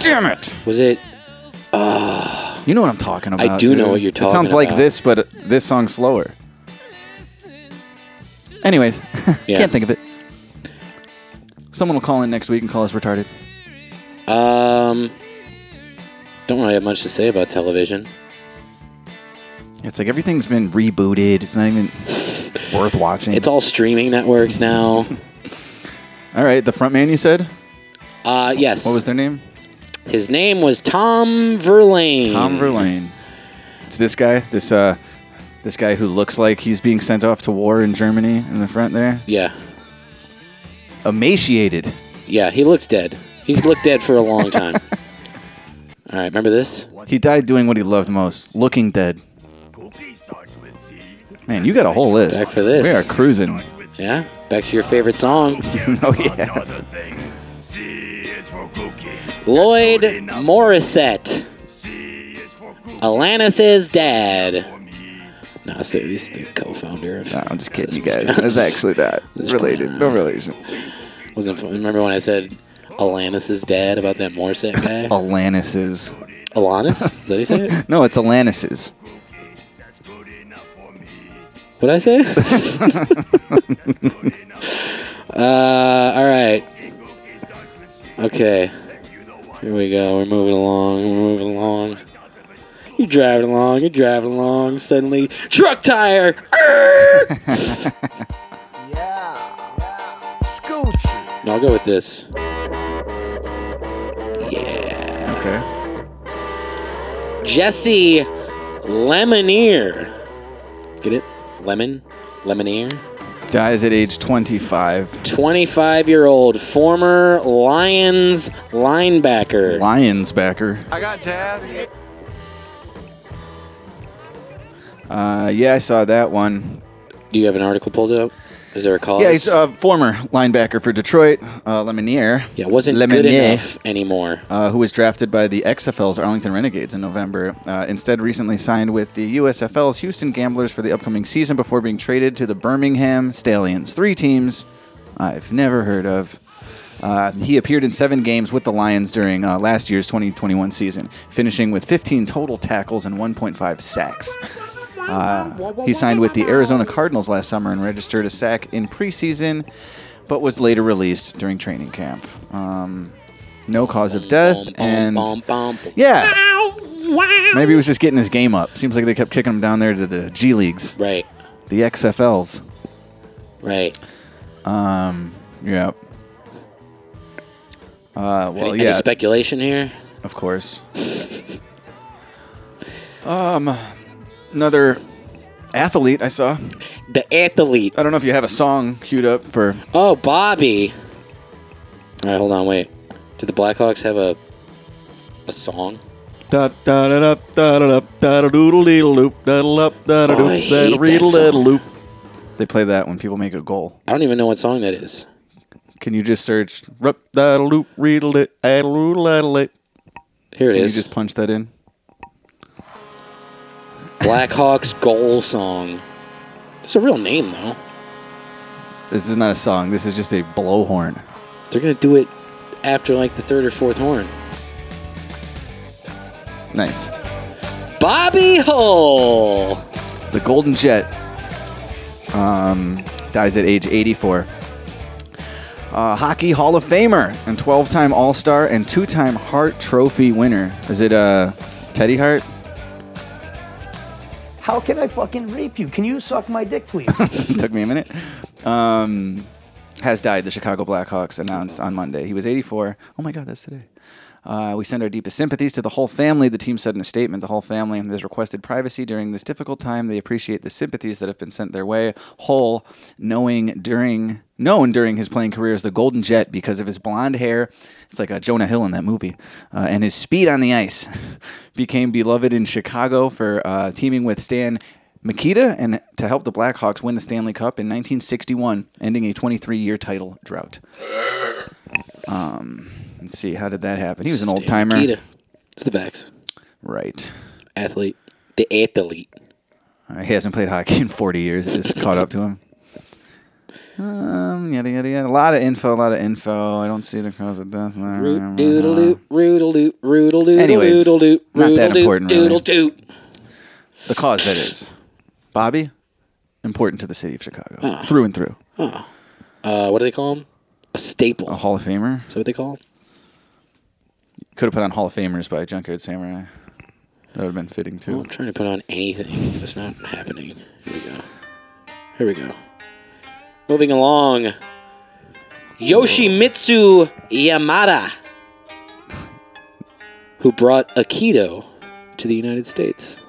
[SPEAKER 4] Damn it!
[SPEAKER 3] Was it?
[SPEAKER 4] You know what I'm talking about.
[SPEAKER 3] do know
[SPEAKER 4] dude.
[SPEAKER 3] what you're
[SPEAKER 4] It sounds
[SPEAKER 3] talking
[SPEAKER 4] like
[SPEAKER 3] about.
[SPEAKER 4] this, but this song slower. Anyways,
[SPEAKER 3] Yeah.
[SPEAKER 4] can't think of it. Someone will call in next week and call us retarded.
[SPEAKER 3] Um, don't really have much to say about television.
[SPEAKER 4] It's like everything's been rebooted. It's not even worth watching.
[SPEAKER 3] It's all streaming networks now.
[SPEAKER 4] all right. The front man you said.
[SPEAKER 3] Uh, yes.
[SPEAKER 4] What was their name?
[SPEAKER 3] His name was Tom Verlaine.
[SPEAKER 4] Tom Verlaine. It's this guy. This uh, this guy who looks like he's being sent off to war in Germany in the front there.
[SPEAKER 3] Yeah,
[SPEAKER 4] Emaciated.
[SPEAKER 3] yeah. He looks dead. He's looked dead for a long time. All right, remember this?
[SPEAKER 4] He died doing what he loved most, looking dead. Man, you got a whole list.
[SPEAKER 3] Back for this.
[SPEAKER 4] We are cruising.
[SPEAKER 3] Yeah. Back to your favorite song.
[SPEAKER 4] oh yeah.
[SPEAKER 8] Other things. C is for cookie.
[SPEAKER 3] Lloyd Morissette,
[SPEAKER 8] D is for cookie.
[SPEAKER 3] Alanis' dad. No, so he's the co-founder of.
[SPEAKER 4] Nah, I'm just kidding, you guys. That's actually that related. No relation.
[SPEAKER 3] Wasn't remember when I said Alanis' dad about that Morissette guy?
[SPEAKER 4] Oh. Alanis's.
[SPEAKER 3] Alanis? Is that how you say it?
[SPEAKER 4] No, it's Alanis's.
[SPEAKER 3] What I say? uh, Uh, all right. Okay. Here we go. We're moving along. We're moving along. You're driving along. You're driving along. Suddenly, truck tire. Err! no, I'll go with this.
[SPEAKER 4] Okay.
[SPEAKER 3] Jesse Lemoneer. Get it? Lemon? Lemoneer?
[SPEAKER 4] Dies at age 25.
[SPEAKER 3] 25 year old former Lions linebacker.
[SPEAKER 4] Lions backer.
[SPEAKER 9] I got tabs.
[SPEAKER 4] Uh, yeah, I saw that one.
[SPEAKER 3] Do you have an article pulled up? Is there a cause?
[SPEAKER 4] Yeah, uh, he's a former linebacker for Detroit, uh, Lemonnier.
[SPEAKER 3] Yeah, it wasn't good
[SPEAKER 4] Lemonnier.
[SPEAKER 3] enough anymore.
[SPEAKER 4] uh, who was drafted by the XFL's Arlington Renegades in November, uh, instead recently signed with the USFL's Houston Gamblers for the upcoming season before being traded to the Birmingham Stallions. Three teams I've never heard of. Uh, he appeared in seven games with the Lions during uh, last year's 2021 season, finishing with 15 total tackles and 1.5 sacks. Uh, he signed with the Arizona Cardinals last summer and registered a sack in preseason, but was later released during training camp. Um, no cause of death,
[SPEAKER 3] Bum, bum,
[SPEAKER 4] and
[SPEAKER 3] bum, bum, bum.
[SPEAKER 4] yeah, maybe he was just getting his game up. Seems like they kept kicking him down there to the G leagues,
[SPEAKER 3] Right,
[SPEAKER 4] the XFLs.
[SPEAKER 3] right.
[SPEAKER 4] Yeah. Uh, well,
[SPEAKER 3] Any
[SPEAKER 4] yeah,
[SPEAKER 3] speculation here?
[SPEAKER 4] of course. um, another athlete I saw.
[SPEAKER 3] The athlete.
[SPEAKER 4] I don't know if you have a song queued up for
[SPEAKER 3] Oh, Bobby. All right, hold on, wait. Do the Blackhawks have a a song?
[SPEAKER 4] Da da da da da da da da da doodle deedle loop da da up da da
[SPEAKER 3] Oh, I
[SPEAKER 4] doop da
[SPEAKER 3] hate
[SPEAKER 4] da
[SPEAKER 3] that
[SPEAKER 4] reedle da da
[SPEAKER 3] song.
[SPEAKER 4] loop. They play that when people make a goal.
[SPEAKER 3] I don't even know what song that is.
[SPEAKER 4] Can you just search rup da da loop reedle it da doodle da da lit?
[SPEAKER 3] Here it
[SPEAKER 4] Can you
[SPEAKER 3] is.
[SPEAKER 4] just punch that in?
[SPEAKER 3] Blackhawks goal song. It's a real name though.
[SPEAKER 4] This is not a song. This is just a blowhorn.
[SPEAKER 3] They're gonna do it after like the third or fourth horn.
[SPEAKER 4] Nice.
[SPEAKER 3] Bobby Hull.
[SPEAKER 4] The Golden Jet. Um, dies at age 84. Uh, Hockey Hall of Famer and 12 time All Star and two time Hart Trophy winner. Is it uh, Teddy Hart?
[SPEAKER 10] How can I fucking rape you? Can you suck my dick, please?
[SPEAKER 4] took me a minute. Um, has died. The Chicago Blackhawks announced on Monday. He was 84. Oh my God, that's today. Uh, we send our deepest sympathies to the whole family. The team said in a statement, the whole family has requested privacy during this difficult time. They appreciate the sympathies that have been sent their way. Hull, knowing during known during his playing career as the Golden Jet because of his blonde hair, it's like a Jonah Hill in that movie, uh, and his speed on the ice, became beloved in Chicago for uh, teaming with Stan Makita and to help the Blackhawks win the Stanley Cup in 1961, ending a 23-year title drought. Um, let's see, how did that happen? He was an old timer,
[SPEAKER 3] Nikita. It's the Vax.
[SPEAKER 4] right?
[SPEAKER 3] Athlete. The athlete.
[SPEAKER 4] Uh, he hasn't played hockey in 40 years. It just caught up to him. Um, yada yada yada. A lot of info. A lot of info. I don't see the cause of death.
[SPEAKER 3] Root doodle doot, roodle doot, roodle doot,
[SPEAKER 4] Anyways,
[SPEAKER 3] roodle doot,
[SPEAKER 4] not that
[SPEAKER 3] roodle doot,
[SPEAKER 4] important, really.
[SPEAKER 3] doodle doot.
[SPEAKER 4] The cause that is, Bobby, important to the city of Chicago
[SPEAKER 3] Ah.
[SPEAKER 4] through and through.
[SPEAKER 3] Uh, what do they call him? A staple.
[SPEAKER 4] A Hall of Famer.
[SPEAKER 3] Is that what they call him?
[SPEAKER 4] Could have put on Hall of Famers by Junkyard Samurai. That would have been fitting too.
[SPEAKER 3] I'm trying to put on anything. That's not happening. Here we go. Here we go. Moving along. Yoshimitsu Yamada, who brought Aikido to the United States,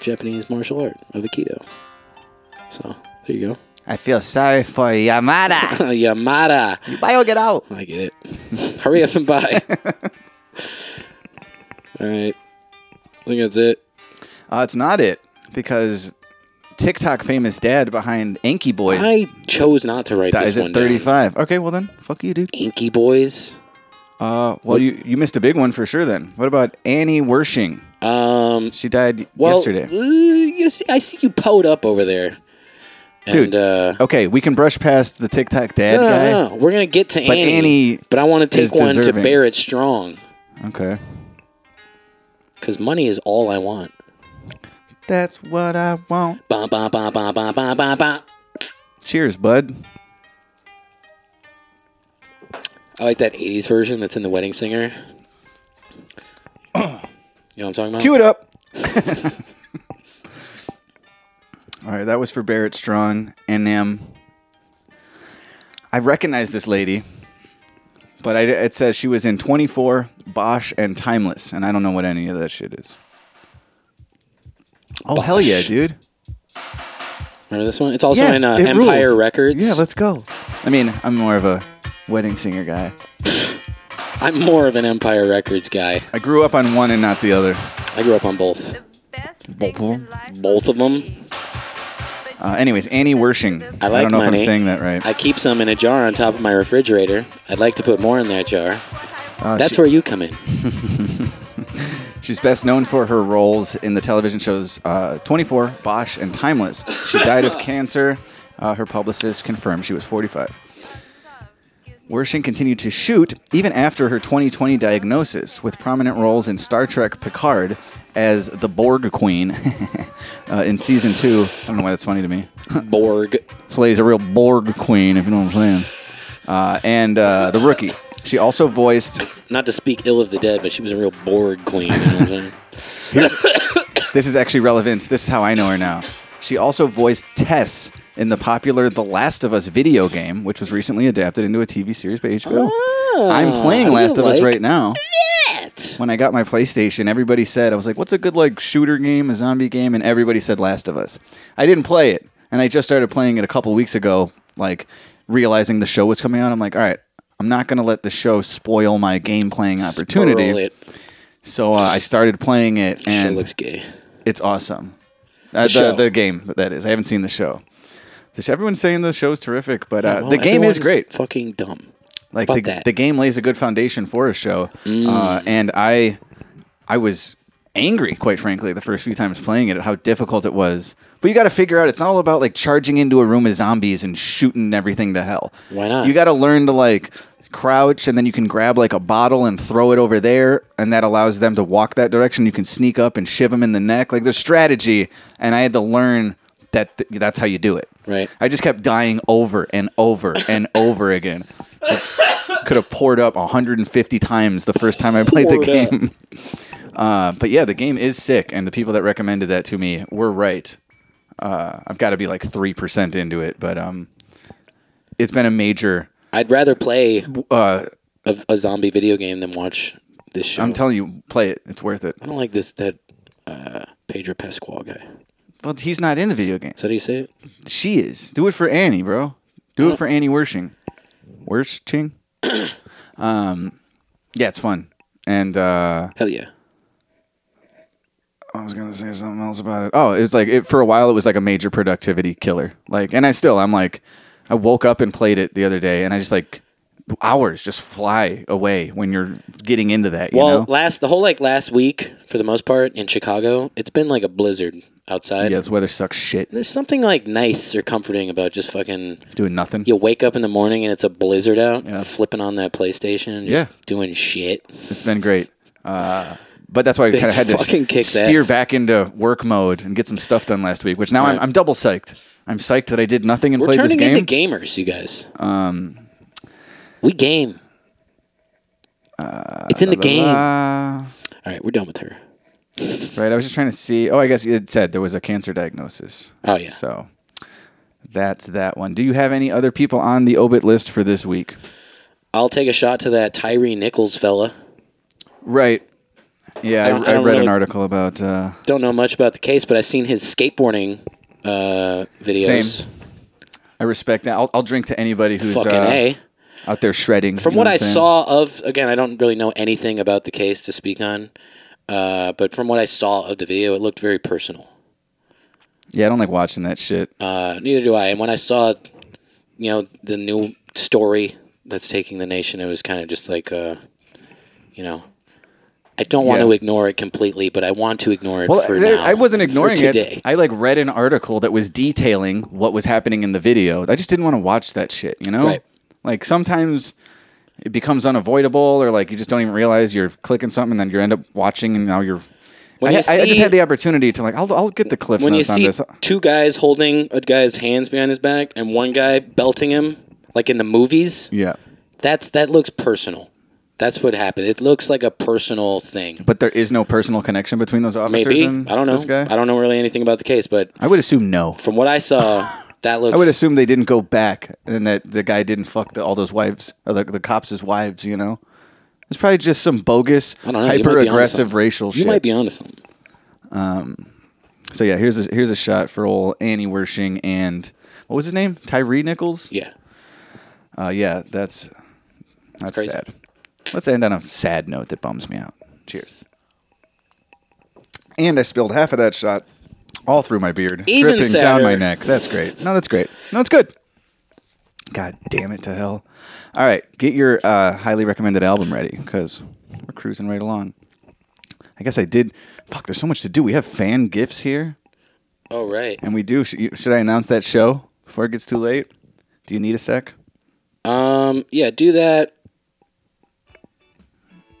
[SPEAKER 3] Japanese martial art of Aikido. So there you
[SPEAKER 4] I feel sorry for Yamada.
[SPEAKER 3] go. Yamada.
[SPEAKER 4] Bio, get out.
[SPEAKER 3] I get it. Hurry up and buy. All right. I think that's it.
[SPEAKER 4] Uh, it's not it because TikTok famous dad behind Anki Boys
[SPEAKER 3] I chose not to write
[SPEAKER 4] That
[SPEAKER 3] this
[SPEAKER 4] is
[SPEAKER 3] one.
[SPEAKER 4] at
[SPEAKER 3] down.
[SPEAKER 4] 35. Okay, well then, fuck you, dude.
[SPEAKER 3] Inky Boys.
[SPEAKER 4] Uh, well, you, you missed a big one for sure then. What about Annie Wershing?
[SPEAKER 3] Um,
[SPEAKER 4] She died
[SPEAKER 3] well,
[SPEAKER 4] yesterday.
[SPEAKER 3] uh, you see- I see you poed up over there. And,
[SPEAKER 4] Dude,
[SPEAKER 3] uh,
[SPEAKER 4] okay, we can brush past the TikTok dad
[SPEAKER 3] no, no,
[SPEAKER 4] guy.
[SPEAKER 3] no, no. We're going to get to
[SPEAKER 4] But
[SPEAKER 3] Annie,
[SPEAKER 4] Annie
[SPEAKER 3] But I want to
[SPEAKER 4] is
[SPEAKER 3] take one to
[SPEAKER 4] deserving.
[SPEAKER 3] Barrett Strong
[SPEAKER 4] Okay.
[SPEAKER 3] because money is all I want.
[SPEAKER 4] That's what I want.
[SPEAKER 3] Ba, ba, ba, ba, ba, ba, ba, ba.
[SPEAKER 4] Cheers, bud.
[SPEAKER 3] I like that 80s version that's in The Wedding Singer. You know what I'm talking about?
[SPEAKER 4] Cue it up. All right, that was for Barrett Strong and um, I recognize this lady, but I, it says she was in 24, Bosch, and Timeless, and I don't know what any of that shit is. Oh hell yeah,
[SPEAKER 3] Bosch.
[SPEAKER 4] dude!
[SPEAKER 3] Remember this one? It's also in uh,
[SPEAKER 4] it
[SPEAKER 3] Empire
[SPEAKER 4] rules.
[SPEAKER 3] Records.
[SPEAKER 4] Yeah, let's go. I mean, I'm more of a wedding singer guy.
[SPEAKER 3] I'm more of an Empire Records guy.
[SPEAKER 4] I grew up on one and not the other.
[SPEAKER 3] I grew up on both.
[SPEAKER 4] Both of 'em?
[SPEAKER 3] Both of 'em?
[SPEAKER 4] Uh, anyways, Annie Wershing.
[SPEAKER 3] I like
[SPEAKER 4] I don't know if
[SPEAKER 3] money.
[SPEAKER 4] I'm saying that right.
[SPEAKER 3] I keep some in a jar on top of my refrigerator. I'd like to put more in that jar.
[SPEAKER 4] Uh,
[SPEAKER 3] That's
[SPEAKER 4] she-
[SPEAKER 3] where you come in.
[SPEAKER 4] She's best known for her roles in the television shows uh, 24, Bosch, and Timeless. She died of cancer. Uh, her publicist confirmed she was 45. Wershing continued to shoot even after her 2020 diagnosis, with prominent roles in Star Trek Picard as the Borg Queen uh, in season two. I don't know why that's funny to me.
[SPEAKER 3] Borg.
[SPEAKER 4] This lady's a real Borg Queen, if you know what I'm saying. Uh, and uh, The Rookie. She also voiced
[SPEAKER 3] Not to speak ill of the dead, but she was a real Borg queen. You know what I'm saying?
[SPEAKER 4] This is actually relevant. This is how I know her now. She also voiced Tess in the popular The Last of Us video game, which was recently adapted into a TV series by HBO.
[SPEAKER 3] Ah,
[SPEAKER 4] I'm playing
[SPEAKER 3] I
[SPEAKER 4] Last of Us
[SPEAKER 3] like
[SPEAKER 4] right now.
[SPEAKER 3] That.
[SPEAKER 4] When I got my PlayStation, everybody said I was like, "What's a good like shooter game, a zombie game?" And everybody said Last of Us. I didn't play it, and I just started playing it a couple weeks ago. Like realizing the show was coming out, I'm like, "All right, I'm not gonna let the show spoil my game playing opportunity."
[SPEAKER 3] Swirl It.
[SPEAKER 4] So uh, I started playing it,
[SPEAKER 3] She
[SPEAKER 4] and
[SPEAKER 3] looks gay.
[SPEAKER 4] it's awesome. Uh, the,
[SPEAKER 3] show.
[SPEAKER 4] the, game that is. I haven't seen the show. The sh- everyone's saying the show's terrific, but uh,
[SPEAKER 3] Well,
[SPEAKER 4] the game
[SPEAKER 3] everyone's
[SPEAKER 4] is great.
[SPEAKER 3] Fucking dumb.
[SPEAKER 4] Like
[SPEAKER 3] fuck
[SPEAKER 4] the,
[SPEAKER 3] that. Mm.
[SPEAKER 4] the game lays a good foundation for a show, uh, and I, I was angry, quite frankly, the first few times playing it at how difficult it was. But you got to figure out it's not all about like charging into a room of zombies and shooting everything to hell.
[SPEAKER 3] Why not?
[SPEAKER 4] You got to learn to like crouch and then you can grab like a bottle and throw it over there and that allows them to walk that direction you can sneak up and shiv them in the neck like there's strategy and i had to learn that th- that's how you do it.
[SPEAKER 3] Right.
[SPEAKER 4] I just kept dying over and over and over again. Could have poured up 150 times the first time I played the
[SPEAKER 3] Poured up.
[SPEAKER 4] game. Uh, but yeah, the game is sick, and the people that recommended that to me were right. Uh, I've got to be like three percent into it, but um, it's been a major.
[SPEAKER 3] I'd rather play
[SPEAKER 4] Uh,
[SPEAKER 3] a, a zombie video game than watch this show.
[SPEAKER 4] I'm telling you, play it. It's worth it.
[SPEAKER 3] I don't like this that uh, Pedro Pascal guy. Is
[SPEAKER 4] Well, he's not in the video game.
[SPEAKER 3] that how you say it?
[SPEAKER 4] She is. Do it for Annie, bro. Do it for Annie Wershing. Wershing? um, yeah, it's fun. And uh,
[SPEAKER 3] Hell yeah.
[SPEAKER 4] I was gonna say something else about it. Oh, it was like it for a while. It was like a major productivity killer. Like, and I still, I'm like, I woke up and played it the other day, and I just like hours just fly away when you're getting into that. You
[SPEAKER 3] Well,
[SPEAKER 4] know?
[SPEAKER 3] last the whole like last week for the most part in Chicago, it's been like a blizzard outside.
[SPEAKER 4] yeah, this weather sucks shit.
[SPEAKER 3] There's something like nice or comforting about just fucking
[SPEAKER 4] Doing nothing.
[SPEAKER 3] you wake up in the morning and it's a blizzard out, flipping on that PlayStation and just
[SPEAKER 4] Yeah.
[SPEAKER 3] doing shit.
[SPEAKER 4] It's been great. Uh, but that's why I kind of had to
[SPEAKER 3] fucking kicked
[SPEAKER 4] steer
[SPEAKER 3] ass.
[SPEAKER 4] back into work mode and get some stuff done last week, which now I'm, I'm double psyched. I'm psyched that I did nothing and
[SPEAKER 3] We're
[SPEAKER 4] played this
[SPEAKER 3] turning
[SPEAKER 4] game.
[SPEAKER 3] into gamers, you guys. Um, we game. it's in the game.
[SPEAKER 4] Uh,
[SPEAKER 3] All right, we're done with her.
[SPEAKER 4] right. I was just trying to see. Oh, I guess it said there was a cancer diagnosis.
[SPEAKER 3] Oh, yeah.
[SPEAKER 4] So that's that one. Do you have any other people on the obit list for this week?
[SPEAKER 3] I'll take a shot to that Tyree Nichols fella.
[SPEAKER 4] Right. Yeah, I,
[SPEAKER 3] don't- I
[SPEAKER 4] I
[SPEAKER 3] don't
[SPEAKER 4] read an
[SPEAKER 3] know-
[SPEAKER 4] article about. Uh,
[SPEAKER 3] Don't know much about the case, but I seen his skateboarding uh, videos.
[SPEAKER 4] Same. I respect that. I'll, I'll drink to anybody who's
[SPEAKER 3] Fucking
[SPEAKER 4] uh,
[SPEAKER 3] a.
[SPEAKER 4] out there shredding.
[SPEAKER 3] From
[SPEAKER 4] you know
[SPEAKER 3] what
[SPEAKER 4] I'm
[SPEAKER 3] I
[SPEAKER 4] saying?
[SPEAKER 3] saw of, again, I don't really know anything about the case to speak on, uh, but from what I saw of the video, it looked very personal.
[SPEAKER 4] Yeah, I don't like watching that shit.
[SPEAKER 3] Uh, neither do I. And when I saw, you know, the new story that's taking the nation, it was kind of just like, uh, you know, I don't want
[SPEAKER 4] Yeah.
[SPEAKER 3] to ignore it completely, but I want to ignore it
[SPEAKER 4] Well,
[SPEAKER 3] for
[SPEAKER 4] there-
[SPEAKER 3] now.
[SPEAKER 4] I wasn't
[SPEAKER 3] for
[SPEAKER 4] ignoring
[SPEAKER 3] today.
[SPEAKER 4] it. I like read an article that was detailing what was happening in the video. I just didn't want to watch that shit, you know?
[SPEAKER 3] Right.
[SPEAKER 4] Like sometimes it becomes unavoidable or like you just don't even realize you're clicking something and then you end up watching and now you're
[SPEAKER 3] When
[SPEAKER 4] I,
[SPEAKER 3] you
[SPEAKER 4] I- I just
[SPEAKER 3] see-
[SPEAKER 4] had the opportunity to like I'll, I'll get the cliff
[SPEAKER 3] when you
[SPEAKER 4] notes on
[SPEAKER 3] see
[SPEAKER 4] this.
[SPEAKER 3] two guys holding a guy's hands behind his back and one guy belting him, like in the movies,
[SPEAKER 4] Yeah.
[SPEAKER 3] that's that looks personal. That's what happened. It looks like a personal thing.
[SPEAKER 4] But there is no personal connection between those officers
[SPEAKER 3] Maybe
[SPEAKER 4] and
[SPEAKER 3] I don't know.
[SPEAKER 4] this guy?
[SPEAKER 3] I don't know really anything about the case, but
[SPEAKER 4] I would assume no.
[SPEAKER 3] from what I saw, that looks.
[SPEAKER 4] I would assume they didn't go back and that the guy didn't fuck the, all those wives, or the, the cops' wives, you know? It's probably just some bogus,
[SPEAKER 3] I don't know. You might be onto
[SPEAKER 4] hyper aggressive
[SPEAKER 3] something.
[SPEAKER 4] racial
[SPEAKER 3] You
[SPEAKER 4] shit.
[SPEAKER 3] might be onto something.
[SPEAKER 4] So yeah, here's a, here's a shot for old Annie Wershing and what was his name? Tyree Nichols.
[SPEAKER 3] Yeah.
[SPEAKER 4] Uh, yeah, that's that's
[SPEAKER 3] crazy.
[SPEAKER 4] sad. Let's end on a sad note that bums me out. Cheers. And I spilled half of that shot all through my beard,
[SPEAKER 3] Even
[SPEAKER 4] dripping down my
[SPEAKER 3] sadder.
[SPEAKER 4] neck. That's great. No, that's great. No, that's good. God damn it to hell! All right, get your uh, highly recommended album ready because we're cruising right along. I guess I did. Fuck, there's so much to do. We have fan gifts here.
[SPEAKER 3] Oh right.
[SPEAKER 4] And we do. Sh- you- Should I announce that show before it gets too late? Do you need a sec?
[SPEAKER 3] Um. Yeah. Do that.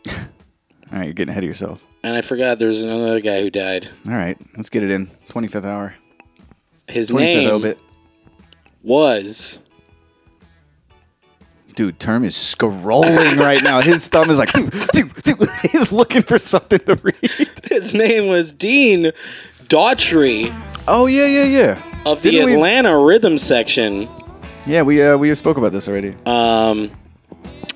[SPEAKER 4] All right, you're getting ahead of yourself.
[SPEAKER 3] And I forgot there's another guy who died.
[SPEAKER 4] All right, let's get it in. 25th hour.
[SPEAKER 3] His
[SPEAKER 4] 25th
[SPEAKER 3] name
[SPEAKER 4] obit.
[SPEAKER 3] was
[SPEAKER 4] Dude, term is scrolling right now. His thumb is like, "Doo, doo, doo." he's looking for something to read.
[SPEAKER 3] his name was Dean Daughtry
[SPEAKER 4] Oh yeah, yeah, yeah.
[SPEAKER 3] of the
[SPEAKER 4] Didn't we-
[SPEAKER 3] Atlanta Rhythm section.
[SPEAKER 4] Yeah, we uh, we spoke about this already.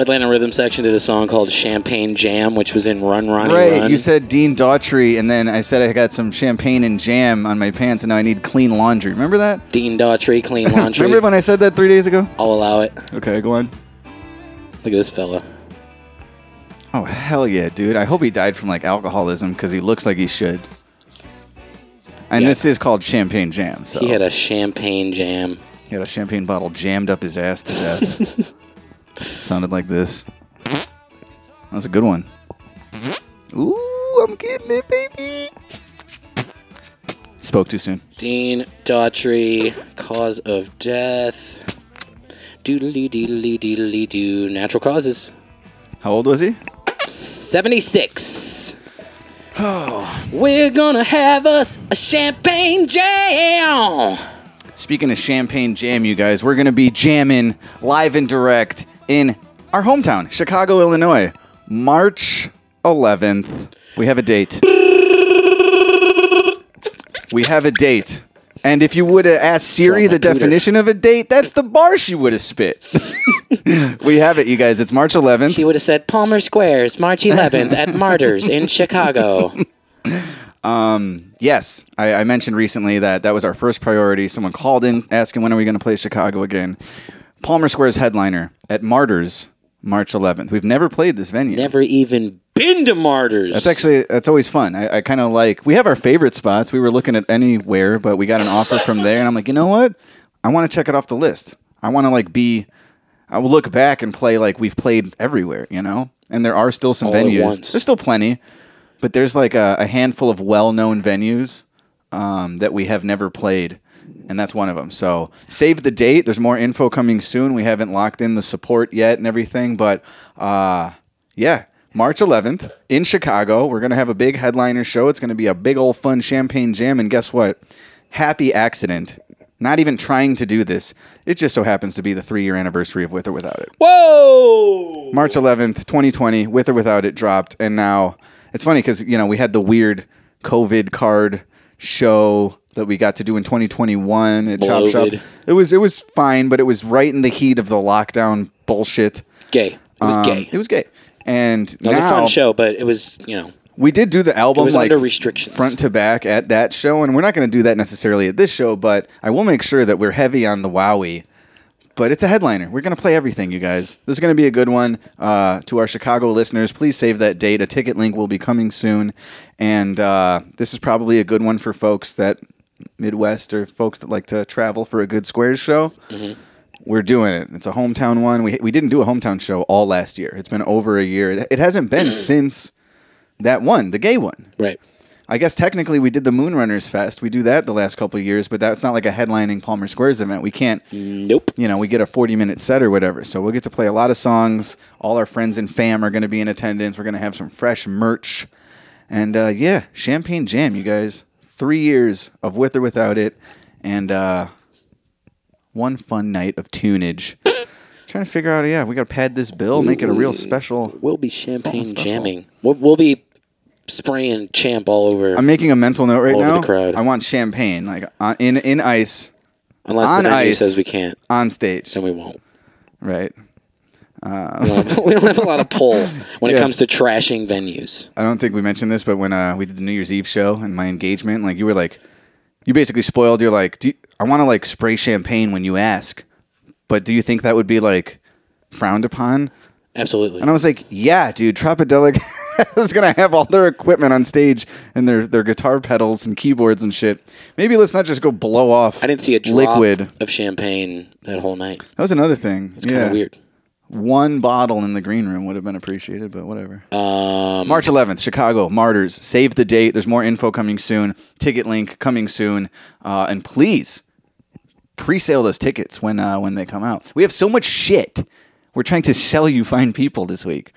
[SPEAKER 3] Atlanta Rhythm section did a song called Champagne Jam, which was in Run Ronnie
[SPEAKER 4] right,
[SPEAKER 3] Run.
[SPEAKER 4] you said Dean Daughtry, and then I said I got some champagne and jam on my pants, and now I need clean laundry. Remember that?
[SPEAKER 3] Dean Daughtry, Clean Laundry.
[SPEAKER 4] Remember when I said that three days ago?
[SPEAKER 3] I'll allow it.
[SPEAKER 4] Okay, go on.
[SPEAKER 3] Look at this fella.
[SPEAKER 4] Oh hell yeah, dude! I hope he died from like alcoholism because he looks like he should. And
[SPEAKER 3] Yeah.
[SPEAKER 4] this is called Champagne Jam. So
[SPEAKER 3] He had a champagne jam.
[SPEAKER 4] He had a champagne bottle jammed up his ass to death. Sounded like this. That's a good one. Ooh, I'm getting it, baby. Spoke too soon.
[SPEAKER 3] Dean Daughtry, cause of death. Doodly doodly doodly doo. Natural causes.
[SPEAKER 4] How old was he?
[SPEAKER 3] 76. We're gonna have us a champagne jam.
[SPEAKER 4] Speaking of Champagne Jam, you guys, we're going to be jamming live and direct in our hometown, Chicago, Illinois, March 11th. We have a date. We have a date. And if you would have asked Siri the definition of a date, that's the bar she would have spit. we have it, you guys. It's March 11th.
[SPEAKER 3] She would have said Palmer Squares, March 11th at Martyrs in Chicago.
[SPEAKER 4] Yes, I, I mentioned recently that that was our first priority. Someone called in asking when are we going to play Chicago again. Palmer Square's headliner at Martyrs, March 11th. We've never played this venue.
[SPEAKER 3] Never even been to Martyrs.
[SPEAKER 4] That's actually that's always fun. I, I kind of like we have our favorite spots. We were looking at anywhere, but we got an offer from there, and I'm like, you know what? I want to check it off the list. I want to like be. I will look back and play like we've played everywhere, you know. And there are still some
[SPEAKER 3] All at
[SPEAKER 4] venues.
[SPEAKER 3] once.
[SPEAKER 4] There's still plenty, but there's like a, a handful of well-known venues um, that we have never played, and that's one of them. So save the date. There's more info coming soon. We haven't locked in the support yet and everything, but uh, yeah, March 11th in Chicago, we're gonna have a big headliner show. It's gonna be a big old fun champagne jam, and guess what? Happy accident. Not even trying to do this. It just so happens to be the three year anniversary of With or Without It.
[SPEAKER 3] Whoa!
[SPEAKER 4] March 11th, 2020, with or without it dropped. And now it's funny because, you know, we had the weird COVID card show that we got to do in 2021 at Chop Shop.
[SPEAKER 3] Bloated.
[SPEAKER 4] It was, it was fine, but it was right in the heat of the lockdown bullshit.
[SPEAKER 3] Gay. It was
[SPEAKER 4] Um,
[SPEAKER 3] gay.
[SPEAKER 4] It was gay. And
[SPEAKER 3] It was
[SPEAKER 4] now,
[SPEAKER 3] a fun show, but it was, you know,
[SPEAKER 4] we did do the album
[SPEAKER 3] It was
[SPEAKER 4] like
[SPEAKER 3] under restrictions.
[SPEAKER 4] front to back at that show, and we're not going to do that necessarily at this show. But I will make sure that we're heavy on the Wowie. But it's a headliner. We're going to play everything, you guys. This is going to be a good one. Uh, to our Chicago listeners, please save that date. A ticket link will be coming soon, and uh, this is probably a good one for folks that Midwest or folks that like to travel for a good squares show.
[SPEAKER 3] Mm-hmm.
[SPEAKER 4] We're doing it. It's a hometown one. We we didn't do a hometown show all last year. It's been over a year. It- It hasn't been
[SPEAKER 3] Mm.
[SPEAKER 4] since that one, the gay one.
[SPEAKER 3] right.
[SPEAKER 4] I guess technically we did the Moonrunners Fest. We do that the last couple of years, but that's not like a headlining Palmer Squares event. We can't, you
[SPEAKER 3] Nope.
[SPEAKER 4] know, we get a 40 minute set or whatever. So we'll get to play a lot of songs. All our friends and fam are going to be in attendance. We're going to have some fresh merch. And uh, yeah, Champagne Jam, you guys. Three years of with or without it. And uh, one fun night of tunage. Trying to figure out, yeah, we got to pad this bill, make it a real special.
[SPEAKER 3] We'll be champagne
[SPEAKER 4] Something special.
[SPEAKER 3] jamming. We'll, we'll be spraying champ all over.
[SPEAKER 4] I'm making a mental note right
[SPEAKER 3] Over
[SPEAKER 4] now.
[SPEAKER 3] the crowd.
[SPEAKER 4] I want champagne, like uh, in in ice
[SPEAKER 3] unless
[SPEAKER 4] on
[SPEAKER 3] the venue
[SPEAKER 4] ice.
[SPEAKER 3] says we can't,
[SPEAKER 4] on stage.
[SPEAKER 3] then we won't.
[SPEAKER 4] Right.
[SPEAKER 3] We don't, we don't have a lot of pull when
[SPEAKER 4] Yeah.
[SPEAKER 3] it comes to trashing venues.
[SPEAKER 4] I don't think we mentioned this, but when uh, we did the New Year's Eve show and my engagement, like you were like, you basically spoiled. You're like, do you, I want to like spray champagne when you ask, but do you think that would be like frowned upon?
[SPEAKER 3] Absolutely.
[SPEAKER 4] And I was like, yeah, dude, Tropodelic is gonna have all their equipment on stage and their their guitar pedals and keyboards and shit. Maybe let's not just go blow off.
[SPEAKER 3] I didn't see a drop
[SPEAKER 4] liquid. That
[SPEAKER 3] of champagne that whole night.
[SPEAKER 4] was another thing. It's
[SPEAKER 3] Kind of weird.
[SPEAKER 4] one bottle in the green room would have been appreciated, but whatever. March 11th, Chicago, Martyrs. Save the date. There's more info coming soon. Ticket link coming soon. Uh, and please pre-sale those tickets when uh, when they come out. We have so much shit. We're trying to sell you fine people this week.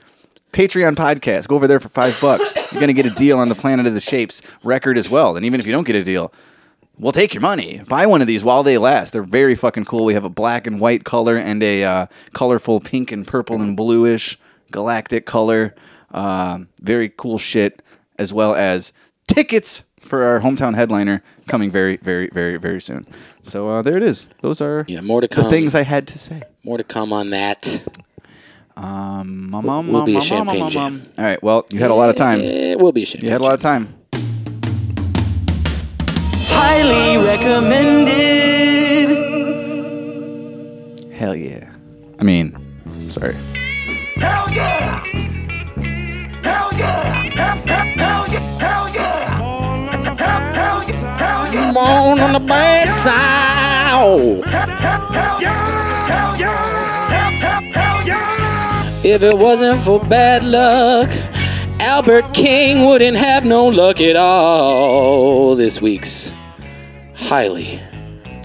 [SPEAKER 4] Patreon podcast. Go over there for five bucks. You're gonna get a deal on the Planet of the Shapes record as well. And even if you don't get a deal, we'll take your money. Buy one of these while they last. They're very fucking cool. We have a black and white color and a uh, colorful pink and purple and bluish galactic color. Um very cool shit, as well as tickets for our hometown headliner coming very, very, very, very soon. So uh, there it is. Those are
[SPEAKER 3] Yeah, more to
[SPEAKER 4] the
[SPEAKER 3] come.
[SPEAKER 4] things I had to say.
[SPEAKER 3] More to come on that.
[SPEAKER 4] Mom, mom,
[SPEAKER 3] We'll
[SPEAKER 4] mom,
[SPEAKER 3] be a
[SPEAKER 4] mom,
[SPEAKER 3] champagne
[SPEAKER 4] mom,
[SPEAKER 3] jam.
[SPEAKER 4] mom. All right. Well, you had a lot of time. You
[SPEAKER 3] It will be a champagne.
[SPEAKER 4] had a lot of time.
[SPEAKER 6] Highly recommended.
[SPEAKER 4] Hell yeah. I mean, sorry.
[SPEAKER 8] Hell yeah! Hell yeah! Hell, hell, hell yeah! Hell yeah! Hell, hell yeah! Hell yeah!
[SPEAKER 3] Come on on the bad side.
[SPEAKER 8] Hell yeah! Hell, hell, hell yeah!
[SPEAKER 3] If it wasn't for bad luck, Albert King wouldn't have no luck at all. This week's highly,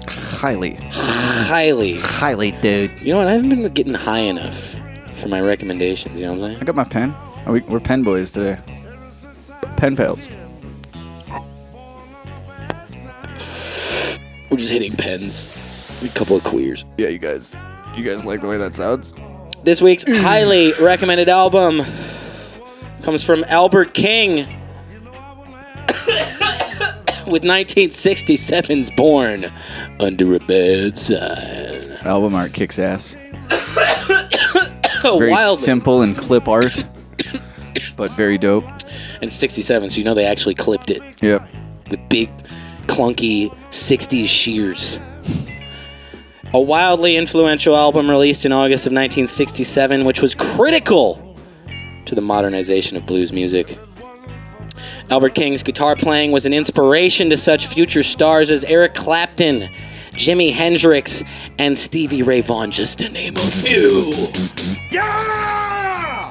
[SPEAKER 4] Highly,
[SPEAKER 3] highly.
[SPEAKER 4] highly, dude.
[SPEAKER 3] You know what? I haven't been getting high enough for my recommendations. You know what I'm
[SPEAKER 4] I
[SPEAKER 3] saying?
[SPEAKER 4] got my pen. Are we, we're pen boys today. Pen pals.
[SPEAKER 3] We're just hitting pens. A couple of queers.
[SPEAKER 4] Yeah, you guys. You guys like the way that sounds?
[SPEAKER 3] This week's highly recommended album comes from Albert King with 1967's Born Under a uh, Bad Sign.
[SPEAKER 4] Album art kicks ass.
[SPEAKER 3] Oh,
[SPEAKER 4] Very
[SPEAKER 3] wild.
[SPEAKER 4] simple and clip art, but very dope.
[SPEAKER 3] and 67, so you know they actually clipped it
[SPEAKER 4] Yep.
[SPEAKER 3] with big, clunky 60s shears. A wildly influential album released in August of 1967, which was critical to the modernization of blues music. Albert King's guitar playing was an inspiration to such future stars as Eric Clapton, Jimi Hendrix, and Stevie Ray Vaughan, just to name a few.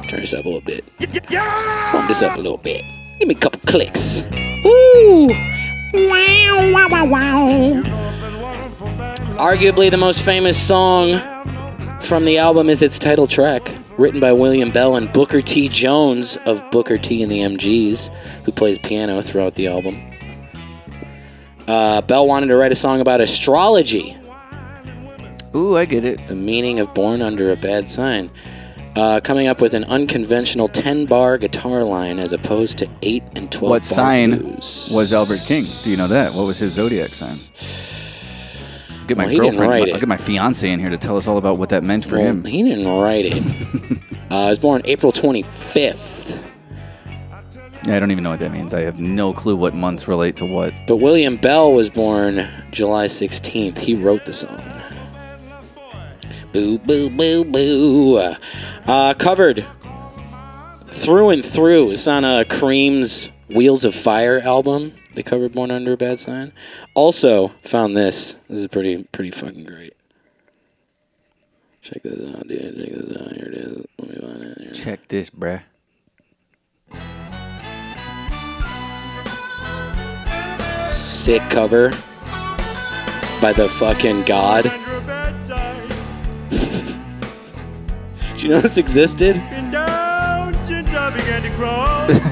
[SPEAKER 3] Turn this up a little bit. Bump this up a little bit. Give me a couple clicks. Woo! Wow, wow, wow, wow. Arguably the most famous song from the album is its title track, written by William Bell and Booker T. Jones of Booker T. and the MGs, who plays piano throughout the album. Uh, Bell wanted to write a song about astrology,
[SPEAKER 4] Ooh, I get it.
[SPEAKER 3] the meaning of born under a bad sign, uh, coming up with an unconventional 10 bar guitar line as opposed to 8 and 12
[SPEAKER 4] What
[SPEAKER 3] bar
[SPEAKER 4] sign
[SPEAKER 3] blues.
[SPEAKER 4] was Albert King? Do you know that? What was his zodiac sign? Get my
[SPEAKER 3] Well, he didn't
[SPEAKER 4] girlfriend.
[SPEAKER 3] write
[SPEAKER 4] I'll
[SPEAKER 3] it.
[SPEAKER 4] get my fiance in here to tell us all about what that meant for
[SPEAKER 3] Well,
[SPEAKER 4] him.
[SPEAKER 3] He didn't write it. uh, I was born April 25th.
[SPEAKER 4] I don't even know what that means. I have no clue what months relate to what.
[SPEAKER 3] But William Bell was born July 16th. He wrote the song. Boo, boo, boo, boo. Uh, covered through and through. It's on uh, Cream's Wheels of Fire album. They covered Born Under a Bad Sign. Also found this. This is pretty, pretty fucking great. Check this out, dude. Check this out. Here it is. Let me find it. Here.
[SPEAKER 4] Check this, bruh.
[SPEAKER 3] sick cover by the fucking god. Did you know this existed?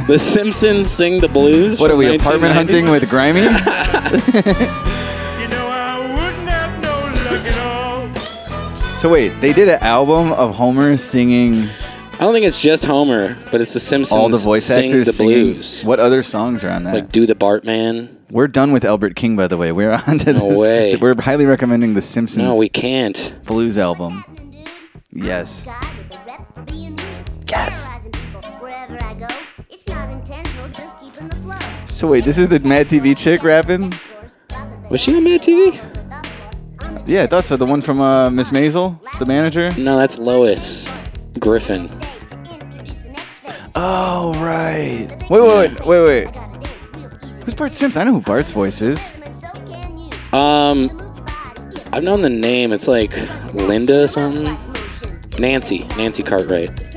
[SPEAKER 3] The Simpsons sing the blues.
[SPEAKER 4] What are
[SPEAKER 3] from
[SPEAKER 4] we apartment
[SPEAKER 3] 1990?
[SPEAKER 4] hunting with Grimy? so wait, they did an album of Homer singing
[SPEAKER 3] I don't think it's just Homer, but it's the Simpsons.
[SPEAKER 4] all the voice
[SPEAKER 3] sing
[SPEAKER 4] actors
[SPEAKER 3] the
[SPEAKER 4] singing-
[SPEAKER 3] blues.
[SPEAKER 4] What other songs are on that?
[SPEAKER 3] Like do the Bartman?
[SPEAKER 4] we're done with Albert King, by the way. We're on to
[SPEAKER 3] No
[SPEAKER 4] this.
[SPEAKER 3] way.
[SPEAKER 4] We're highly recommending the Simpsons
[SPEAKER 3] No, we can't.
[SPEAKER 4] blues album. Yes.
[SPEAKER 11] Yes. Wherever I go, it's not intentional, just keeping the flow.
[SPEAKER 4] So wait, this is the Mad TV chick rapping?
[SPEAKER 3] Was she on Mad TV?
[SPEAKER 4] Yeah, I thought so. The one from uh, Miss Maisel, the manager.
[SPEAKER 3] No, that's Lois Griffin.
[SPEAKER 4] Oh right. Wait, wait, wait, wait, wait. Who's Bart Sims? I know who Bart's voice is.
[SPEAKER 3] Um, I've known the name. It's like Linda something. Nancy, Nancy Cartwright.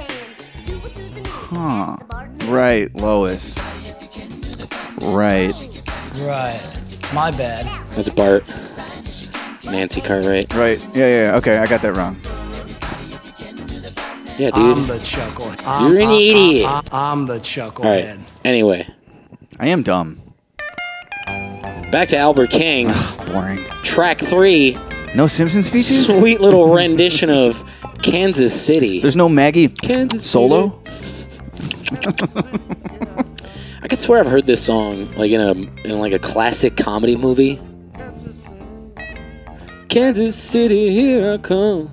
[SPEAKER 4] Huh. Right, Lois. Right.
[SPEAKER 10] Right. My bad.
[SPEAKER 3] That's Bart. Nancy Cartwright.
[SPEAKER 4] Right. Yeah, yeah, yeah. Okay, I got that wrong.
[SPEAKER 3] Yeah, dude.
[SPEAKER 10] I'm the chucklehead.
[SPEAKER 1] Um,
[SPEAKER 10] I'm-
[SPEAKER 3] You're an
[SPEAKER 10] I'm-
[SPEAKER 3] idiot.
[SPEAKER 10] I'm, I'm the
[SPEAKER 3] All right.
[SPEAKER 10] chucklehead.
[SPEAKER 3] Anyway,
[SPEAKER 4] I am dumb.
[SPEAKER 3] back to Albert King.
[SPEAKER 4] Boring.
[SPEAKER 3] Track three.
[SPEAKER 4] No Simpsons features?
[SPEAKER 3] Sweet little rendition of Kansas City.
[SPEAKER 4] There's no Maggie
[SPEAKER 3] Kansas City.
[SPEAKER 4] solo?
[SPEAKER 3] I could swear I've heard this song like in a in like a classic comedy movie. Kansas City, here I come.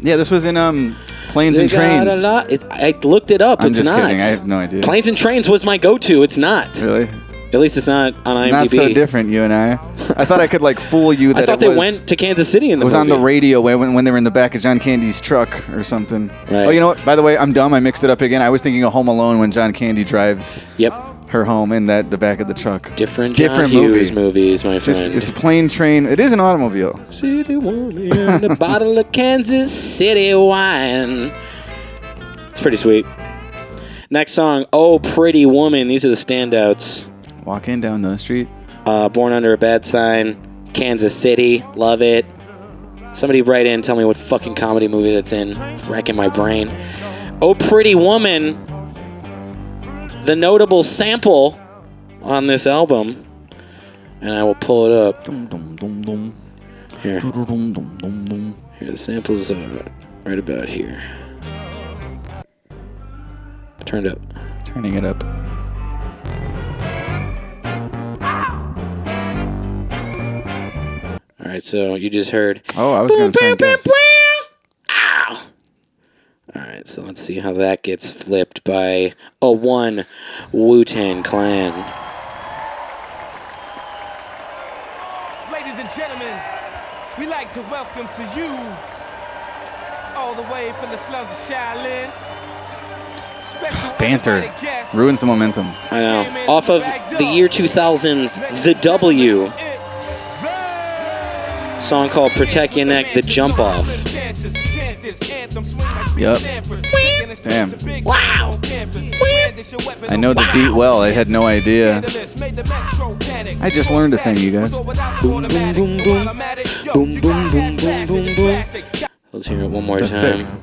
[SPEAKER 4] Yeah, this was in um Planes
[SPEAKER 3] They
[SPEAKER 4] and
[SPEAKER 3] got a
[SPEAKER 4] Trains.
[SPEAKER 3] lot- it- I looked it up.
[SPEAKER 4] I'm
[SPEAKER 3] it's
[SPEAKER 4] just
[SPEAKER 3] not.
[SPEAKER 4] kidding. I have no idea.
[SPEAKER 3] Planes and Trains was my go-to. It's not.
[SPEAKER 4] Really?
[SPEAKER 3] At least it's not on IMDb.
[SPEAKER 4] Not so different, you and I. I thought I could like fool you that
[SPEAKER 3] I thought
[SPEAKER 4] it
[SPEAKER 3] they
[SPEAKER 4] was,
[SPEAKER 3] went to Kansas City in
[SPEAKER 4] it
[SPEAKER 3] the
[SPEAKER 4] was on the
[SPEAKER 3] movie.
[SPEAKER 4] radio when, when they were in the back of John Candy's truck or something.
[SPEAKER 3] Right.
[SPEAKER 4] Oh, you know what? By the way, I'm dumb. I mixed it up again. I was thinking of Home Alone when John Candy drives
[SPEAKER 3] Yep.
[SPEAKER 4] her home in that the back of the truck.
[SPEAKER 3] Different John
[SPEAKER 4] Different
[SPEAKER 3] Hughes
[SPEAKER 4] movie.
[SPEAKER 3] movies, my
[SPEAKER 4] Just,
[SPEAKER 3] friend.
[SPEAKER 4] it's a plane train. It is an automobile.
[SPEAKER 3] City woman and a bottle of Kansas City wine. It's pretty sweet. Next song, Oh Pretty Woman. These are the standouts.
[SPEAKER 4] Walking down the street.
[SPEAKER 3] Uh, Born Under a Bad Sign, Kansas City, love it. Somebody write in, tell me what fucking comedy movie that's in. It's wrecking my brain. Oh Pretty Woman. the notable sample on this album, and I will pull it up. Here, here the sample's uh, right about here. Turned up.
[SPEAKER 4] Turning it up.
[SPEAKER 3] All right, so you just heard.
[SPEAKER 4] Oh, I was going to turn this.
[SPEAKER 3] Ow! All right, so let's see how that gets flipped by a one Wu Tang Clan.
[SPEAKER 12] Ladies and gentlemen, we like to welcome to you, all the way from the slums of Shaolin, special
[SPEAKER 4] Banter
[SPEAKER 12] invited guest.
[SPEAKER 4] ruins the momentum.
[SPEAKER 3] I know. Off of the year 2000's The W,
[SPEAKER 12] It's
[SPEAKER 3] song called Protect Your Neck, The Jump Off.
[SPEAKER 4] Yep. Damn.
[SPEAKER 12] Wow.
[SPEAKER 4] I know the beat well. I had no idea.
[SPEAKER 12] I just learned a thing, you guys. Boom, boom, boom, boom. Boom, boom, boom, boom, boom, boom.
[SPEAKER 3] Let's hear it one more
[SPEAKER 4] That's
[SPEAKER 3] time.
[SPEAKER 4] sick.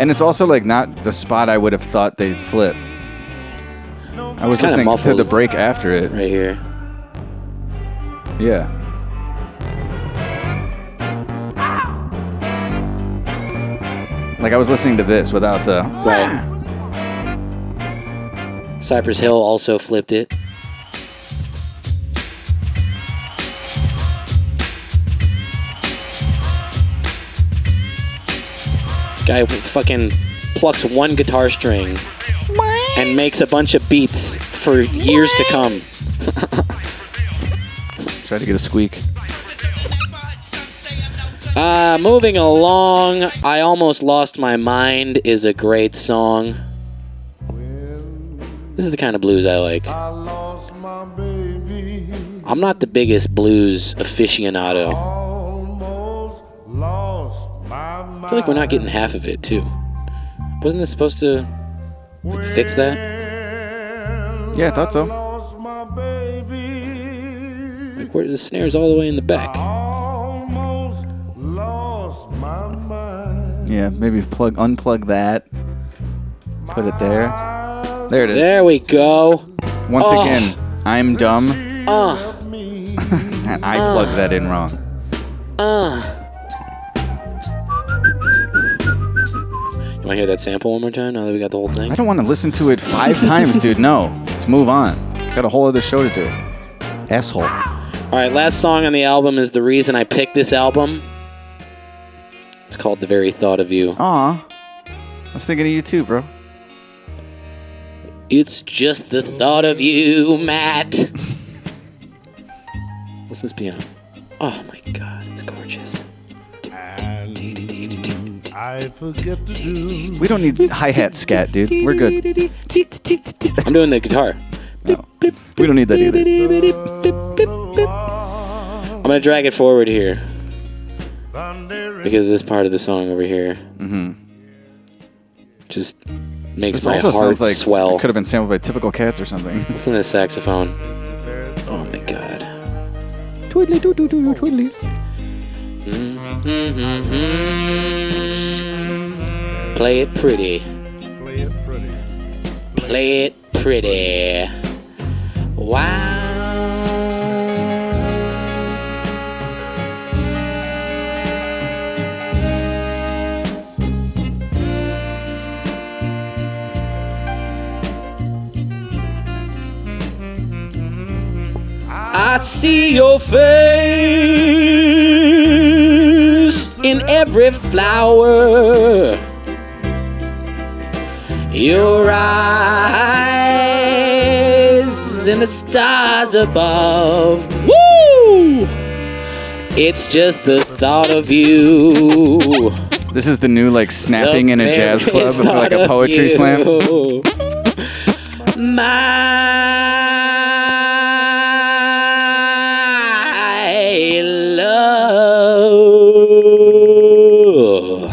[SPEAKER 4] And it's also like not the spot I would have thought they'd flip. I was
[SPEAKER 3] It's kinda
[SPEAKER 4] listening to
[SPEAKER 3] muffled.
[SPEAKER 4] the break after it.
[SPEAKER 3] Right here.
[SPEAKER 4] Yeah. Like I was listening to this without the.
[SPEAKER 3] Right. Cypress Hill also flipped it. Guy fucking plucks one guitar string and makes a bunch of beats for years to come.
[SPEAKER 4] Try to get a squeak.
[SPEAKER 3] Uh, moving along, I Almost Lost My Mind is a great song. This is the kind of blues I like. I'm not the biggest blues aficionado. I feel like we're not getting half of it, too. Wasn't this supposed to like, fix that?
[SPEAKER 4] Yeah, I thought so.
[SPEAKER 3] Like, where the snare's all the way in the back.
[SPEAKER 4] Yeah, maybe plug unplug that. Put it there. There it is.
[SPEAKER 3] There we go. Uh.
[SPEAKER 4] Once
[SPEAKER 3] Oh.
[SPEAKER 4] again, I'm dumb. and
[SPEAKER 3] Uh.
[SPEAKER 4] I plugged that in wrong.
[SPEAKER 3] You want to hear that sample one more time now that we got the whole thing?
[SPEAKER 4] I don't want to listen to it five times, dude. No. Let's move on. Got a whole other show to do. Asshole.
[SPEAKER 3] All right, last song on the album is the reason I picked this album. It's called The Very Thought of You.
[SPEAKER 4] Aw. I was thinking of you too, bro.
[SPEAKER 3] It's just the thought of you, Matt. Listen to this piano. Oh my god, it's gorgeous.
[SPEAKER 4] We don't need hi hat scat, dude. We're good.
[SPEAKER 3] I'm doing the guitar.
[SPEAKER 4] We don't need that either.
[SPEAKER 3] I'm gonna drag it forward here. Because this part of the song over here just makes
[SPEAKER 4] Mm-hmm. This
[SPEAKER 3] my
[SPEAKER 4] also
[SPEAKER 3] heart
[SPEAKER 4] sounds like
[SPEAKER 3] swell.
[SPEAKER 4] it could have been sampled by typical cats or something.
[SPEAKER 3] Listen to the saxophone. Oh my god.
[SPEAKER 4] twiddly doo doo doo twiddly.
[SPEAKER 3] Play it pretty. Play it pretty. Play it pretty. Wow. I see your face in every flower. Your eyes and the stars above. Woo! It's just the thought of you.
[SPEAKER 4] This is the new like snapping
[SPEAKER 3] The
[SPEAKER 4] in a jazz
[SPEAKER 3] very
[SPEAKER 4] club for like
[SPEAKER 3] thought
[SPEAKER 4] a
[SPEAKER 3] of
[SPEAKER 4] poetry slam.
[SPEAKER 3] you. My love.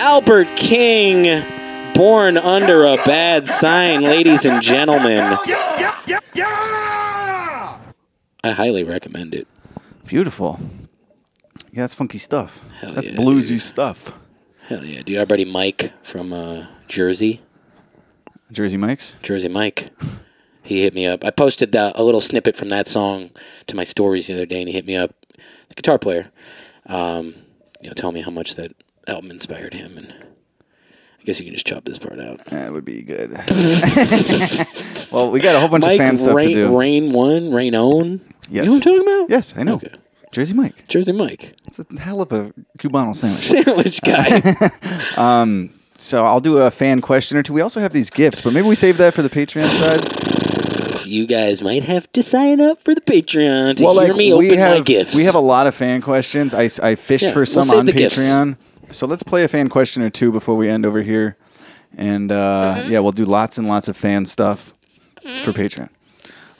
[SPEAKER 3] Albert King, born under a bad sign, ladies and gentlemen. I highly recommend it.
[SPEAKER 4] Beautiful. Yeah, that's funky stuff. that's
[SPEAKER 3] yeah,
[SPEAKER 4] bluesy stuff.
[SPEAKER 3] Hell yeah, dude. Our buddy Mike from uh, Jersey.
[SPEAKER 4] Jersey Mike's.
[SPEAKER 3] Jersey Mike. He hit me up. I posted the, a little snippet from that song to my stories the other day, and he hit me up, the guitar player. Um, you know, tell me how much that album inspired him, and I guess you can just chop this part out.
[SPEAKER 4] That would be good. well, we got a whole bunch
[SPEAKER 3] Mike
[SPEAKER 4] of fan stuff
[SPEAKER 3] Rain,
[SPEAKER 4] to do.
[SPEAKER 3] Rain One, Rain Own. You know
[SPEAKER 4] Yes.
[SPEAKER 3] what I'm talking about?
[SPEAKER 4] Yes, I know.
[SPEAKER 3] Okay.
[SPEAKER 4] Jersey Mike.
[SPEAKER 3] Jersey Mike,
[SPEAKER 4] It's a hell of a Cubano sandwich.
[SPEAKER 3] sandwich guy.
[SPEAKER 4] So I'll do a fan question or two. We also have these gifts, but maybe we save that for the Patreon side.
[SPEAKER 3] you guys might have to sign up for the Patreon to hear me
[SPEAKER 4] we
[SPEAKER 3] open
[SPEAKER 4] have
[SPEAKER 3] my gifts.
[SPEAKER 4] we have a lot of fan questions. I, I fished
[SPEAKER 3] Yeah,
[SPEAKER 4] for
[SPEAKER 3] we'll
[SPEAKER 4] some
[SPEAKER 3] save
[SPEAKER 4] on
[SPEAKER 3] the gifts.
[SPEAKER 4] Patreon. So let's play a fan question or two before we end over here, and uh, yeah, we'll do lots and lots of fan stuff for Patreon.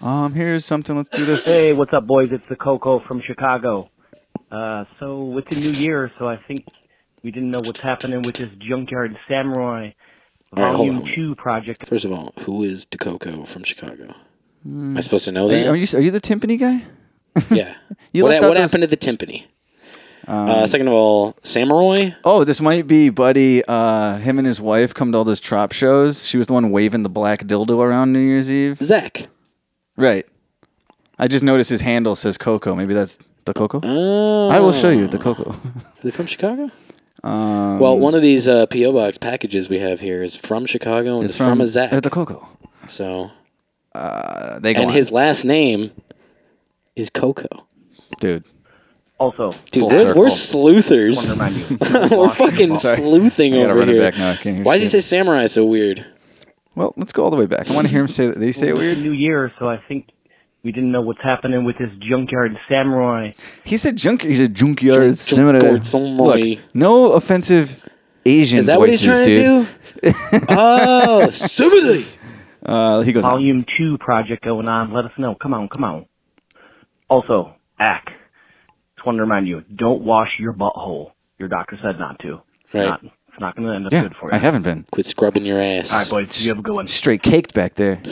[SPEAKER 4] Um, here's something. Let's do this.
[SPEAKER 1] Hey, what's up, boys? It's the Coco from Chicago. Uh, so it's a new year, so I think we didn't know what's happening with this Junkyard Samurai
[SPEAKER 3] All right, hold
[SPEAKER 1] Volume
[SPEAKER 3] on.
[SPEAKER 1] Two project.
[SPEAKER 3] First of all, who is DeCoco from Chicago? Am I supposed to know
[SPEAKER 4] Are you,
[SPEAKER 3] that?
[SPEAKER 4] are you are you the timpani guy?
[SPEAKER 3] yeah.
[SPEAKER 4] You
[SPEAKER 3] what
[SPEAKER 4] left
[SPEAKER 3] ha-
[SPEAKER 4] out
[SPEAKER 3] what
[SPEAKER 4] those-
[SPEAKER 3] happened to the timpani? uh, second of all, Samurai.
[SPEAKER 4] Oh, this might be Buddy. Uh, him and his wife come to all those trop shows. She was the one waving the black dildo around New Year's Eve.
[SPEAKER 3] Zach.
[SPEAKER 4] Right. I just noticed his handle says Coco. Maybe that's the Coco.
[SPEAKER 3] Oh,
[SPEAKER 4] I will show you the Coco.
[SPEAKER 3] Are they from Chicago? well, one of these uh, PO box packages we have here is from Chicago and it's, from, a Zach.
[SPEAKER 4] uh, the Coco.
[SPEAKER 3] so,
[SPEAKER 4] Uh, they go
[SPEAKER 3] and
[SPEAKER 4] on.
[SPEAKER 3] his last name is Coco.
[SPEAKER 4] dude.
[SPEAKER 1] Also,
[SPEAKER 3] Dude,
[SPEAKER 4] Full
[SPEAKER 3] we're,
[SPEAKER 4] circle.
[SPEAKER 3] we're
[SPEAKER 1] want to
[SPEAKER 3] sleuthers.
[SPEAKER 1] remind you,
[SPEAKER 3] we're fucking
[SPEAKER 4] Sorry.
[SPEAKER 3] sleuthing
[SPEAKER 4] I gotta
[SPEAKER 3] over
[SPEAKER 4] run it
[SPEAKER 3] here.
[SPEAKER 4] back now. I can't hear
[SPEAKER 3] Why does he
[SPEAKER 4] shit.
[SPEAKER 3] say Samurai so weird?
[SPEAKER 4] Well, let's go all the way back. I want to hear him say that. They say it
[SPEAKER 1] it's
[SPEAKER 4] weird.
[SPEAKER 1] a new year, so I think we didn't know what's happening with this Junkyard Samurai.
[SPEAKER 4] He said junk. He said junkyard
[SPEAKER 3] Junk-
[SPEAKER 4] samurai.
[SPEAKER 3] junkyard samurai.
[SPEAKER 4] Look, no offensive Asian
[SPEAKER 3] Is that what he's
[SPEAKER 4] voices,
[SPEAKER 3] trying
[SPEAKER 4] dude.
[SPEAKER 3] to do? oh, Samurai.
[SPEAKER 4] Uh, he goes. on.
[SPEAKER 1] Volume Two project going on. Let us know. Come on, come on. Also, Ack. Just want to remind you, don't wash your butthole. Your doctor said not to.
[SPEAKER 3] Right.
[SPEAKER 1] Not, it's not going to end up
[SPEAKER 4] Yeah,
[SPEAKER 1] good for you.
[SPEAKER 4] I haven't been.
[SPEAKER 3] Quit scrubbing your ass.
[SPEAKER 1] All right, boys, you have a good one.
[SPEAKER 4] straight caked back there.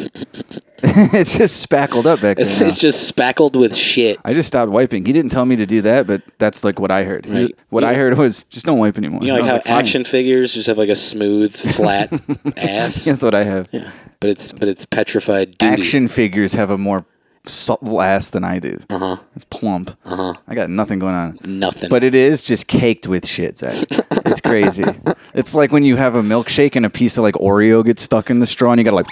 [SPEAKER 4] it's just spackled up back
[SPEAKER 3] It's,
[SPEAKER 4] there. now.
[SPEAKER 3] it's just spackled with shit.
[SPEAKER 4] I just stopped wiping. He didn't tell me to do that, but that's like what I heard. He-
[SPEAKER 3] Right.
[SPEAKER 4] What I
[SPEAKER 3] You-
[SPEAKER 4] heard was just don't wipe anymore.
[SPEAKER 3] You know,
[SPEAKER 4] And
[SPEAKER 3] like
[SPEAKER 4] I
[SPEAKER 3] how
[SPEAKER 4] was fine.
[SPEAKER 3] action figures just have like a smooth, flat ass.
[SPEAKER 4] That's what I have.
[SPEAKER 3] Yeah. But it's but it's petrified duty.
[SPEAKER 4] Action figures have a more supple ass than I do. Uh
[SPEAKER 3] Uh-huh.
[SPEAKER 4] It's plump. Uh huh. I got nothing going on.
[SPEAKER 3] Nothing.
[SPEAKER 4] But it is just caked with shit, Zach. it's crazy. It's like when you have a milkshake and a piece of like Oreo gets stuck in the straw and you gotta like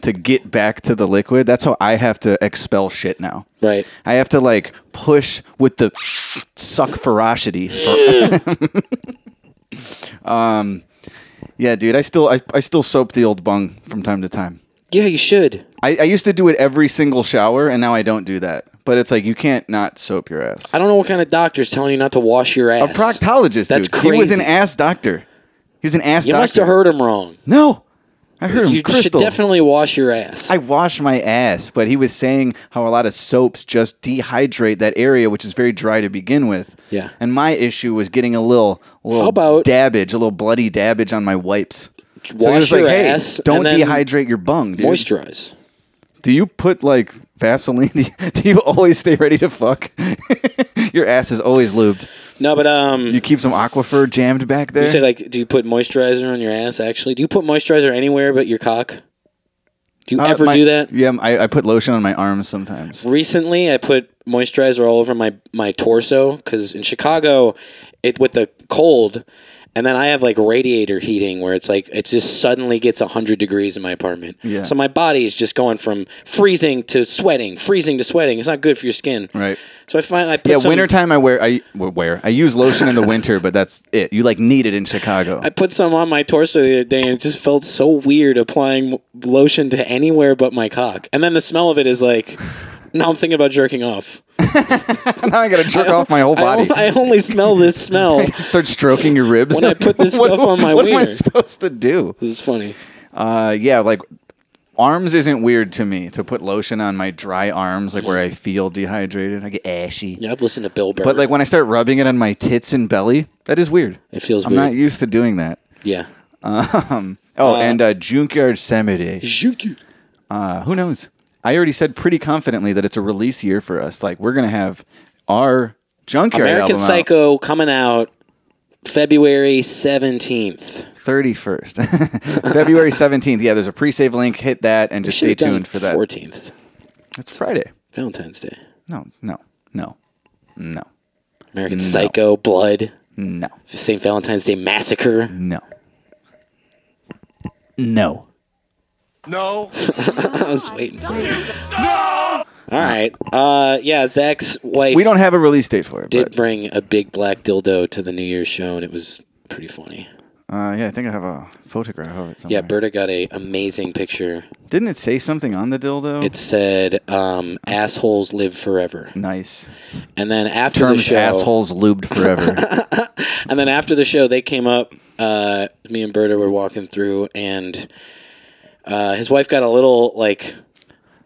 [SPEAKER 4] to get back to the liquid. That's how I have to expel shit now.
[SPEAKER 3] right.
[SPEAKER 4] I have to like push with the suck ferocity. um, yeah, dude, I still I, I still soap the old bung from time to time.
[SPEAKER 3] Yeah, you should.
[SPEAKER 4] I, I used to do it every single shower, and now I don't do that. But it's like you can't not soap your ass.
[SPEAKER 3] I don't know what kind of doctor's telling you not to wash your
[SPEAKER 4] A
[SPEAKER 3] ass.
[SPEAKER 4] proctologist.
[SPEAKER 3] That's
[SPEAKER 4] dude. He was an
[SPEAKER 3] crazy.
[SPEAKER 4] ass doctor. He was an ass.
[SPEAKER 3] You
[SPEAKER 4] doctor.
[SPEAKER 3] must have heard him wrong.
[SPEAKER 4] No, I heard him.
[SPEAKER 3] You should
[SPEAKER 4] Crystal.
[SPEAKER 3] definitely wash your ass.
[SPEAKER 4] I wash my ass, but he was saying how a lot of soaps just dehydrate that area, which is very dry to begin with.
[SPEAKER 3] Yeah.
[SPEAKER 4] And my issue was getting a little, little
[SPEAKER 3] How about-
[SPEAKER 4] dabbage, a little bloody dabbage on my wipes. So he
[SPEAKER 3] Wash
[SPEAKER 4] was like,
[SPEAKER 3] your
[SPEAKER 4] "Hey,
[SPEAKER 3] ass and
[SPEAKER 4] don't
[SPEAKER 3] then
[SPEAKER 4] dehydrate your bung, dude.
[SPEAKER 3] Moisturize.
[SPEAKER 4] Do you put like Vaseline? Do you, do you always stay ready to fuck? your ass is always lubed.
[SPEAKER 3] No, but um
[SPEAKER 4] You
[SPEAKER 3] you,
[SPEAKER 4] keep some aquifer jammed back there.
[SPEAKER 3] say like do you put moisturizer on your ass actually? Do you put moisturizer anywhere but your cock? Do you
[SPEAKER 4] Uh,
[SPEAKER 3] ever
[SPEAKER 4] my-
[SPEAKER 3] do that?
[SPEAKER 4] Yeah, I, I put lotion on my arms sometimes.
[SPEAKER 3] recently I put moisturizer all over my my torso because in Chicago, it with the cold, and then I have like radiator heating where it's like it just suddenly gets hundred degrees in my apartment.
[SPEAKER 4] Yeah.
[SPEAKER 3] So my body is just going from freezing to sweating, freezing to sweating. It's not good for your skin.
[SPEAKER 4] Right.
[SPEAKER 3] So I find I put
[SPEAKER 4] Yeah,
[SPEAKER 3] some,
[SPEAKER 4] wintertime I wear I well, wear I use lotion in the winter, but that's it. You like need it in Chicago.
[SPEAKER 3] I put some on my torso the other day and it just felt so weird applying lotion to anywhere but my cock. And then the smell of it is like, now I'm thinking about jerking off.
[SPEAKER 4] now I gotta jerk off my whole
[SPEAKER 3] I
[SPEAKER 4] body.
[SPEAKER 3] on- I only smell this smell
[SPEAKER 4] Start stroking your ribs.
[SPEAKER 3] When I put this
[SPEAKER 4] What-
[SPEAKER 3] stuff on my
[SPEAKER 4] what am I
[SPEAKER 3] wiener.
[SPEAKER 4] supposed to do?
[SPEAKER 3] This is funny.
[SPEAKER 4] Uh, yeah, like arms isn't weird to me to put lotion on my dry arms, like where I feel dehydrated. I get ashy.
[SPEAKER 3] Mm-hmm. Yeah, I've listened to Bill Burr.
[SPEAKER 4] But like when I start rubbing it on my tits and belly, that is weird.
[SPEAKER 3] it feels
[SPEAKER 4] I'm
[SPEAKER 3] weird.
[SPEAKER 4] not used to doing that.
[SPEAKER 3] yeah.
[SPEAKER 4] Oh, and uh, Junkyard Samedi. Uh, who knows? I already said pretty confidently that it's a release year for us. Like we're gonna have our junkyard
[SPEAKER 3] American
[SPEAKER 4] album out
[SPEAKER 3] Psycho coming out February 17th.
[SPEAKER 4] 31st. February 17th. Yeah, there's a pre save link. Hit that and just
[SPEAKER 3] should
[SPEAKER 4] stay
[SPEAKER 3] have done
[SPEAKER 4] tuned for that.
[SPEAKER 3] 14th.
[SPEAKER 4] That's Friday.
[SPEAKER 3] Valentine's Day.
[SPEAKER 4] No, no, no, no.
[SPEAKER 3] American
[SPEAKER 4] No.
[SPEAKER 3] Psycho, Blood.
[SPEAKER 4] No.
[SPEAKER 3] St. Valentine's Day Massacre.
[SPEAKER 4] No. No.
[SPEAKER 3] No. I was waiting for it. All right. Uh, yeah, Zach's wife.
[SPEAKER 4] We don't have a release date for it.
[SPEAKER 3] Did bring a big black dildo to the New Year's show, and it was pretty funny.
[SPEAKER 4] Uh, yeah, I think I have a photograph of it somewhere.
[SPEAKER 3] Yeah, Berta got a amazing picture.
[SPEAKER 4] Didn't it say something on the dildo?
[SPEAKER 3] It said, um, "Assholes live forever."
[SPEAKER 4] Nice.
[SPEAKER 3] And then after
[SPEAKER 4] Terms
[SPEAKER 3] the show,
[SPEAKER 4] assholes lubed forever.
[SPEAKER 3] And then after the show, they came up. Uh, me and Berta were walking through, and uh, his wife got a little like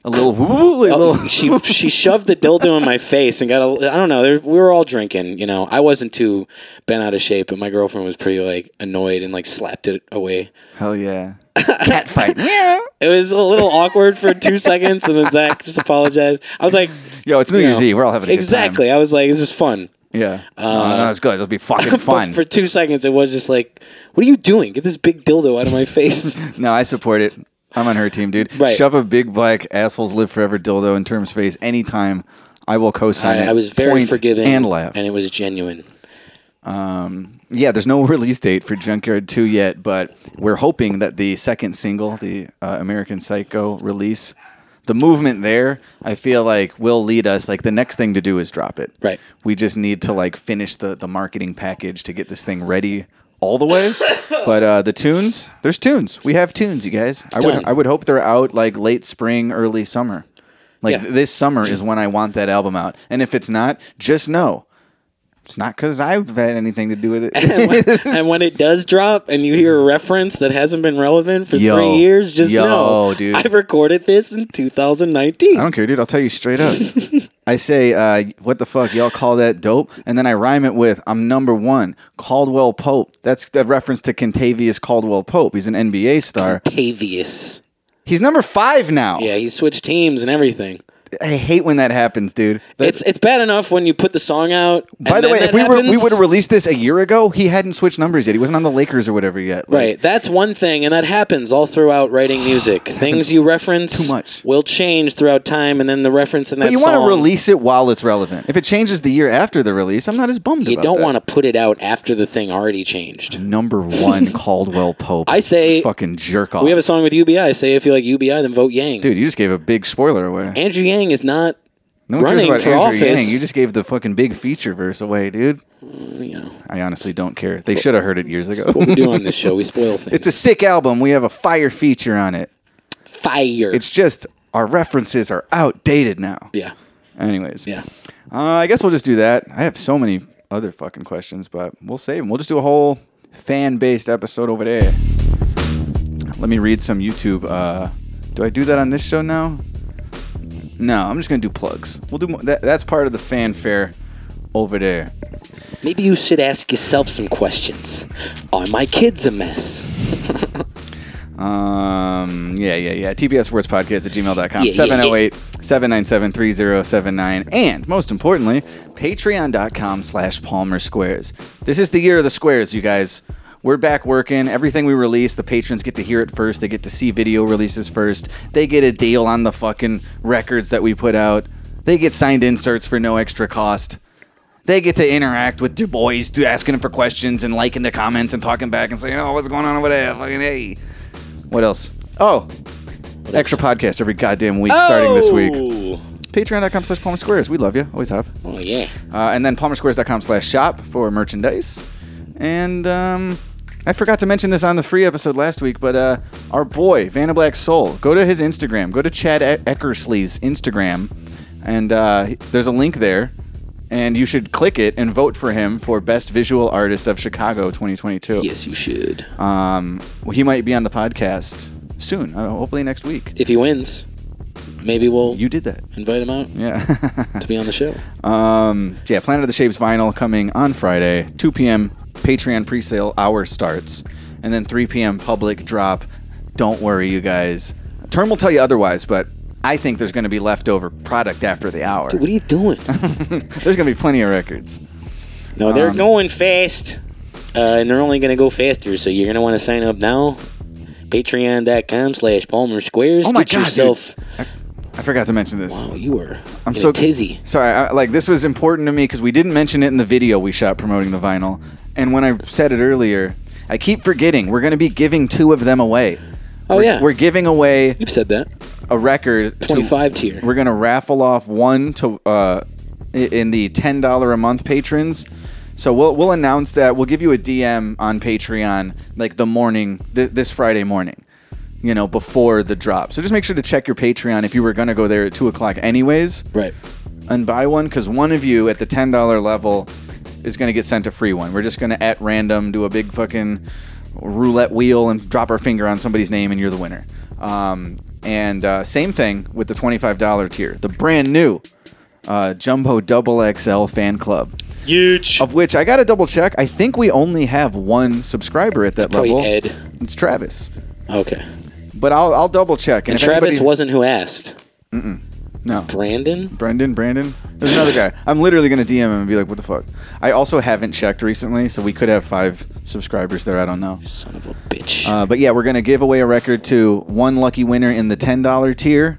[SPEAKER 3] oh,
[SPEAKER 4] a little. Woo,
[SPEAKER 3] she she shoved the dildo in my face and got a. I don't know. there- We were all drinking. You know, I wasn't too bent out of shape, but my girlfriend was pretty like annoyed and like slapped it away.
[SPEAKER 4] Hell yeah.
[SPEAKER 3] Cat fight. it was a little awkward for two seconds, and then Zach just apologized. I was like,
[SPEAKER 4] Yo, it's New
[SPEAKER 3] you
[SPEAKER 4] Year's
[SPEAKER 3] know,
[SPEAKER 4] Eve. We're all having a good time.
[SPEAKER 3] exactly. I was like, this is fun.
[SPEAKER 4] Yeah. Oh,
[SPEAKER 3] Uh,
[SPEAKER 4] no, no, it's good. It'll be fucking
[SPEAKER 3] But
[SPEAKER 4] fun.
[SPEAKER 3] for two seconds, it was just like, what are you doing? Get this big dildo out of my face.
[SPEAKER 4] no, I support it. I'm on her team, dude.
[SPEAKER 3] Right.
[SPEAKER 4] Shove a big black assholes live forever dildo in term's face anytime. I will co-sign it.
[SPEAKER 3] I, I was very
[SPEAKER 4] Point
[SPEAKER 3] forgiving
[SPEAKER 4] and laugh.
[SPEAKER 3] and it was genuine.
[SPEAKER 4] Um, yeah, there's no release date for Junkyard 2 yet, but we're hoping that the second single, the uh, American Psycho release, the movement there, I feel like will lead us. Like the next thing to do is drop it.
[SPEAKER 3] Right.
[SPEAKER 4] We just need to like finish the the marketing package to get this thing ready all the way. but uh, the tunes, there's tunes. We have tunes, you guys. I
[SPEAKER 3] done.
[SPEAKER 4] would I would hope they're out like late spring, early summer. Like
[SPEAKER 3] Yeah.
[SPEAKER 4] this summer is when I want that album out. And if it's not, just know it's not because I've had anything to do with
[SPEAKER 3] And when,
[SPEAKER 4] it.
[SPEAKER 3] and when it does drop and you hear a reference that hasn't been relevant for
[SPEAKER 4] Yo.
[SPEAKER 3] three years, just
[SPEAKER 4] Yo,
[SPEAKER 3] know
[SPEAKER 4] dude.
[SPEAKER 3] I recorded this in 2019.
[SPEAKER 4] I don't care, dude. I'll tell you straight up. I say, uh, what the fuck, y'all call that dope? And then I rhyme it with, I'm number one, Caldwell Pope. That's the reference to Contavious Caldwell Pope. He's an NBA star.
[SPEAKER 3] Tavius.
[SPEAKER 4] He's number five now.
[SPEAKER 3] Yeah, he switched teams and everything.
[SPEAKER 4] I hate when that happens, dude. That-
[SPEAKER 3] It's it's bad enough when you put the song out. and
[SPEAKER 4] by the
[SPEAKER 3] then
[SPEAKER 4] way,
[SPEAKER 3] that
[SPEAKER 4] if we were, we
[SPEAKER 3] happens.
[SPEAKER 4] would have released this a year ago, he hadn't switched numbers yet. He wasn't on the Lakers or whatever yet. Like,
[SPEAKER 3] Right, that's one thing, and that happens all throughout writing music. Things you reference
[SPEAKER 4] too much.
[SPEAKER 3] will change throughout time, and then the reference in that
[SPEAKER 4] But you
[SPEAKER 3] song.
[SPEAKER 4] want to release it while it's relevant. If it changes the year after the release, I'm not as bummed.
[SPEAKER 3] You
[SPEAKER 4] about
[SPEAKER 3] don't
[SPEAKER 4] that.
[SPEAKER 3] want to put it out after the thing already changed.
[SPEAKER 4] number one Caldwell Pope.
[SPEAKER 3] I say-
[SPEAKER 4] fucking jerk off.
[SPEAKER 3] We have a song with UBI. Say if you like UBI, then vote Yang.
[SPEAKER 4] Dude, you just gave a big spoiler away.
[SPEAKER 3] Andrew Yang is not
[SPEAKER 4] No one cares
[SPEAKER 3] running
[SPEAKER 4] about
[SPEAKER 3] for
[SPEAKER 4] Andrew
[SPEAKER 3] office.
[SPEAKER 4] Yang. You just gave the fucking big feature verse away, dude.
[SPEAKER 3] you know,
[SPEAKER 4] I honestly don't care. They should have heard it years ago.
[SPEAKER 3] what we do on this show, we spoil things.
[SPEAKER 4] it's a sick album. We have a fire feature on it.
[SPEAKER 3] fire.
[SPEAKER 4] It's just our references are outdated now.
[SPEAKER 3] yeah,
[SPEAKER 4] Anyways,
[SPEAKER 3] yeah.
[SPEAKER 4] Uh, I guess we'll just do that. I have so many other fucking questions, but we'll save them. We'll just do a whole fan based episode over there. Let me read some YouTube. Uh, do I do that on this show now? No, I'm just gonna do plugs. We'll do mo- that. That's part of the fanfare over there.
[SPEAKER 3] Maybe you should ask yourself some questions. Are my kids a mess?
[SPEAKER 4] Um, yeah, yeah, yeah. TPS Sports Podcast at gmail.com.
[SPEAKER 3] Yeah, yeah, yeah.
[SPEAKER 4] 708 797 3079. And most importantly, patreon.com slash Palmer Squares. This is the year of the squares, you guys. We're back working. Everything we release, the patrons get to hear it first. They get to see video releases first. They get a deal on the fucking records that we put out. They get signed inserts for no extra cost they get to interact with their boys, do- asking them for questions and liking the comments and talking back and saying, "Oh, what's going on over there?" Fucking hey, what else? Oh, extra podcast every goddamn week starting this week.
[SPEAKER 3] Oh,
[SPEAKER 4] Patreon.com/slash Palmer Squares. We love you, always have.
[SPEAKER 3] Oh, yeah.
[SPEAKER 4] Uh, and then PalmerSquares.com/slash shop for merchandise. And um, I forgot to mention this on the free episode last week, but uh, our boy Vanna Black Soul, go to his Instagram, go to Chad E- Eckersley's Instagram, and uh, there's a link there, and you should click it and vote for him for best visual artist of Chicago 2022.
[SPEAKER 3] Yes, you should.
[SPEAKER 4] Um, he might be on the podcast soon, uh, hopefully next week.
[SPEAKER 3] If he wins, maybe we'll
[SPEAKER 4] You did that,
[SPEAKER 3] invite him out
[SPEAKER 4] yeah.
[SPEAKER 3] to be on the show.
[SPEAKER 4] Um, yeah, Planet of the Shapes vinyl coming on Friday, 2 p.m. Patreon presale hour starts, and then 3 p.m. public drop. Don't worry, you guys. Turn will tell you otherwise, but I think there's going to be leftover product after the hour.
[SPEAKER 3] What are you doing?
[SPEAKER 4] There's going to be plenty of records.
[SPEAKER 3] No, they're going fast. uh, and they're only going to go faster. So you're going to want to sign up now. Patreon.com slash Palmer Squares.
[SPEAKER 4] Oh my
[SPEAKER 3] Get
[SPEAKER 4] God, dude.
[SPEAKER 3] yourself.
[SPEAKER 4] I forgot to mention this.
[SPEAKER 3] Wow, you were.
[SPEAKER 4] I'm
[SPEAKER 3] getting
[SPEAKER 4] so
[SPEAKER 3] tizzy.
[SPEAKER 4] Sorry, I, like this was important to me because we didn't mention it in the video we shot promoting the vinyl, and when I said it earlier, I keep forgetting we're going to be giving two of them away.
[SPEAKER 3] Oh
[SPEAKER 4] We're-
[SPEAKER 3] yeah,
[SPEAKER 4] we're giving away
[SPEAKER 3] you've said that.
[SPEAKER 4] a record to-
[SPEAKER 3] 25 tier.
[SPEAKER 4] We're gonna raffle off one to uh, i- in the ten dollar a month patrons. So we'll we'll announce that. We'll give you a DM on Patreon like the morning th- this Friday morning. You know, before the drop. So just make sure to check your Patreon if you were gonna go there at two o'clock anyways,
[SPEAKER 3] Right.
[SPEAKER 4] and buy one because one of you at the ten dollar level is gonna get sent a free one. We're just gonna at random do a big fucking roulette wheel and drop our finger on somebody's name and you're the winner. Um, and uh, same thing with the $25 tier, the brand new uh, Jumbo Double XL Fan Club,
[SPEAKER 3] Huge.
[SPEAKER 4] of which I got to double check. I think we only have one subscriber at that
[SPEAKER 3] Probably
[SPEAKER 4] level.
[SPEAKER 3] Ed.
[SPEAKER 4] It's Travis.
[SPEAKER 3] Okay.
[SPEAKER 4] But I'll, I'll double check.
[SPEAKER 3] And
[SPEAKER 4] if
[SPEAKER 3] Travis
[SPEAKER 4] anybody-
[SPEAKER 3] wasn't who asked.
[SPEAKER 4] No.
[SPEAKER 3] Brandon.
[SPEAKER 4] Brendan, Brandon. There's another guy. I'm literally gonna DM him and be like, "What the fuck?" I also haven't checked recently, so we could have five subscribers there. I don't know.
[SPEAKER 3] Son of a bitch.
[SPEAKER 4] Uh, but yeah, we're gonna give away a record to one lucky winner in the ten dollar tier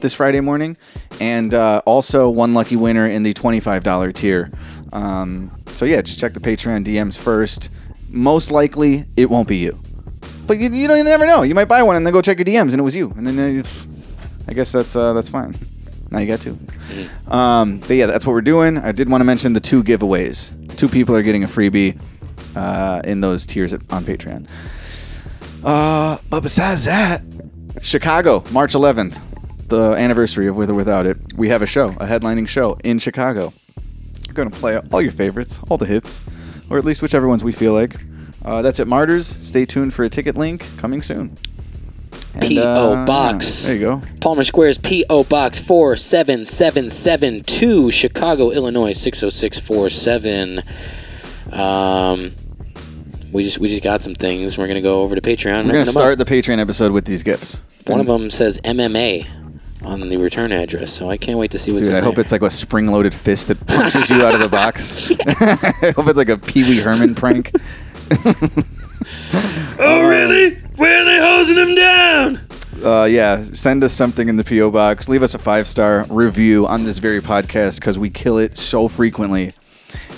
[SPEAKER 4] this Friday morning, and uh, also one lucky winner in the twenty five dollar tier. Um, so yeah, just check the Patreon DMs first. Most likely, it won't be you, but you, you don't you never know. You might buy one and then go check your DMs, and it was you, and then uh, you- I guess that's uh, that's fine. Now you got two. Um, but yeah, that's what we're doing. I did want to mention the two giveaways. Two people are getting a freebie uh, in those tiers at, on Patreon. Uh, but besides that, Chicago, March 11th, the anniversary of With or Without It. We have a show, a headlining show in Chicago. We're gonna play all your favorites, all the hits, or at least whichever ones we feel like. Uh, that's at Martyrs. Stay tuned for a ticket link coming soon. And,
[SPEAKER 3] P.O.
[SPEAKER 4] uh,
[SPEAKER 3] Box.
[SPEAKER 4] There you go.
[SPEAKER 3] Palmer Squares, P.O. Box 47772, Chicago, Illinois 60647. Um, we just we just got some things. We're gonna go over to Patreon.
[SPEAKER 4] We're gonna start the Patreon episode with these gifts.
[SPEAKER 3] One of them says MMA on the return address, so I can't wait to see what's
[SPEAKER 4] Dude,
[SPEAKER 3] in
[SPEAKER 4] I hope
[SPEAKER 3] there.
[SPEAKER 4] it's like a spring-loaded fist that punches you out of the box. I hope it's like a Pee Wee Herman prank.
[SPEAKER 3] Oh really? Where are they hosing him down?
[SPEAKER 4] Uh, yeah, send us something in the PO box. Leave us a five star review on this very podcast because we kill it so frequently.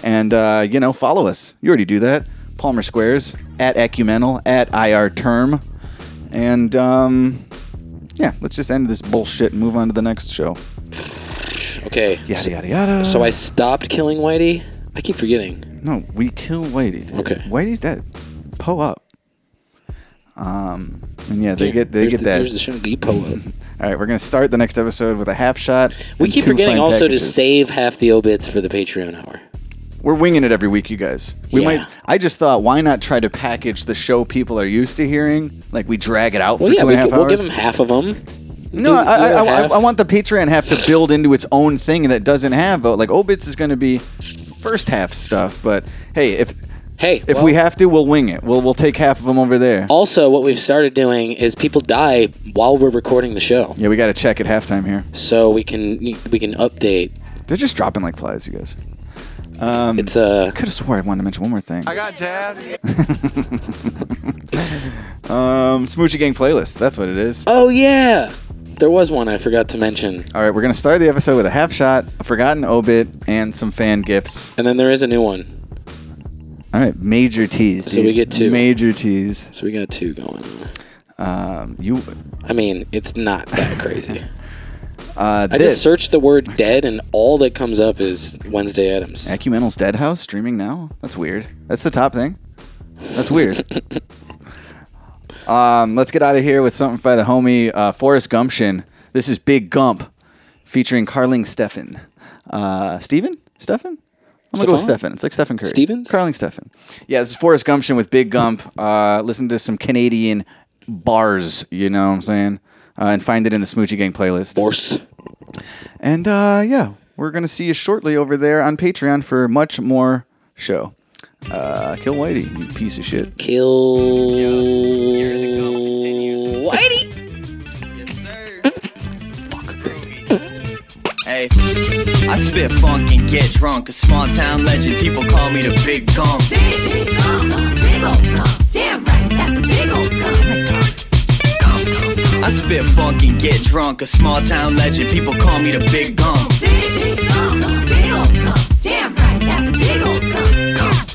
[SPEAKER 4] And uh, you know, follow us. You already do that. Palmer Squares at Ecumenal at IR Term. And um, yeah, let's just end this bullshit and move on to the next show.
[SPEAKER 3] Okay.
[SPEAKER 4] Yada yada yada.
[SPEAKER 3] So I stopped killing Whitey. I keep forgetting.
[SPEAKER 4] no, we kill Whitey. dude.
[SPEAKER 3] Okay.
[SPEAKER 4] Whitey's dead. Po up. Um, and yeah, they
[SPEAKER 3] Here,
[SPEAKER 4] get they
[SPEAKER 3] here's
[SPEAKER 4] get
[SPEAKER 3] the,
[SPEAKER 4] that.
[SPEAKER 3] Here's the show. You pull up.
[SPEAKER 4] All right, we're gonna start the next episode with a half shot.
[SPEAKER 3] We
[SPEAKER 4] and
[SPEAKER 3] keep
[SPEAKER 4] two
[SPEAKER 3] forgetting
[SPEAKER 4] fine
[SPEAKER 3] also to
[SPEAKER 4] packages.
[SPEAKER 3] save half the obits for the Patreon hour.
[SPEAKER 4] we're winging it every week, you guys. We
[SPEAKER 3] Yeah.
[SPEAKER 4] might. I just thought, why not try to package the show people are used to hearing? Like we drag it out
[SPEAKER 3] Well,
[SPEAKER 4] for
[SPEAKER 3] yeah,
[SPEAKER 4] two
[SPEAKER 3] we,
[SPEAKER 4] and a half
[SPEAKER 3] gi- we'll
[SPEAKER 4] hours.
[SPEAKER 3] give them half of them.
[SPEAKER 4] no,
[SPEAKER 3] do-
[SPEAKER 4] I,
[SPEAKER 3] do
[SPEAKER 4] I,
[SPEAKER 3] a
[SPEAKER 4] I,
[SPEAKER 3] half.
[SPEAKER 4] I want the Patreon half to build into its own thing that doesn't have. uh, Like Obits is going to be first half stuff, but hey, if
[SPEAKER 3] Hey,
[SPEAKER 4] if
[SPEAKER 3] well,
[SPEAKER 4] we have to, we'll wing it. We'll we'll take half of them over there.
[SPEAKER 3] also what we've started doing is people die while we're recording the show,
[SPEAKER 4] yeah, we got to check at halftime here.
[SPEAKER 3] so we can we can update.
[SPEAKER 4] They're just dropping like flies, you guys.
[SPEAKER 3] It's uh,
[SPEAKER 4] Could have swore I wanted to mention one more thing.
[SPEAKER 9] I got dad.
[SPEAKER 4] Um, Smoochie Gang playlist. That's what it is.
[SPEAKER 3] oh yeah, there was one I forgot to mention,
[SPEAKER 4] All right, we're gonna start the episode with a half shot, a forgotten obit, and some fan gifts.
[SPEAKER 3] and then there is a new one,
[SPEAKER 4] All right, major tease.
[SPEAKER 3] So
[SPEAKER 4] dude.
[SPEAKER 3] we get two.
[SPEAKER 4] major tease.
[SPEAKER 3] so we got two going. on.
[SPEAKER 4] Um, you,
[SPEAKER 3] I mean, it's not that crazy.
[SPEAKER 4] uh,
[SPEAKER 3] I
[SPEAKER 4] this,
[SPEAKER 3] just searched the word "dead" and all that comes up is Wednesday Adams.
[SPEAKER 4] Ecumenal's Dead House streaming now. That's weird. That's the top thing. That's weird. um, let's get out of here with something by the homie uh, Forrest Gumption. This is Big Gump, featuring Carling Steffen. Uh, Steven? Steffen? I'm gonna go with
[SPEAKER 3] Stefan?
[SPEAKER 4] Steffen. It's like Stephen Curry.
[SPEAKER 3] Stevens?
[SPEAKER 4] Carling Steffen. Yeah, this is Forrest Gumption with Big Gump. Uh, listen to some Canadian bars. You know what I'm saying? Uh, and find it in the Smoochie Gang playlist.
[SPEAKER 3] Force.
[SPEAKER 4] And uh, yeah, we're going to see you shortly over there on Patreon for much more show. Uh, kill Whitey, you piece of shit.
[SPEAKER 3] Kill. Whitey.
[SPEAKER 2] Hey, Like, I spit funk and get drunk. A small town legend, people call me the Big Gump. Big, big Gump, big old Gump. Damn right, that's a big old Gump. I spit funk and get drunk. A small town legend, people call me the Big Gump. Big, big Gump, big old Gump. Damn right, that's a big old Gump.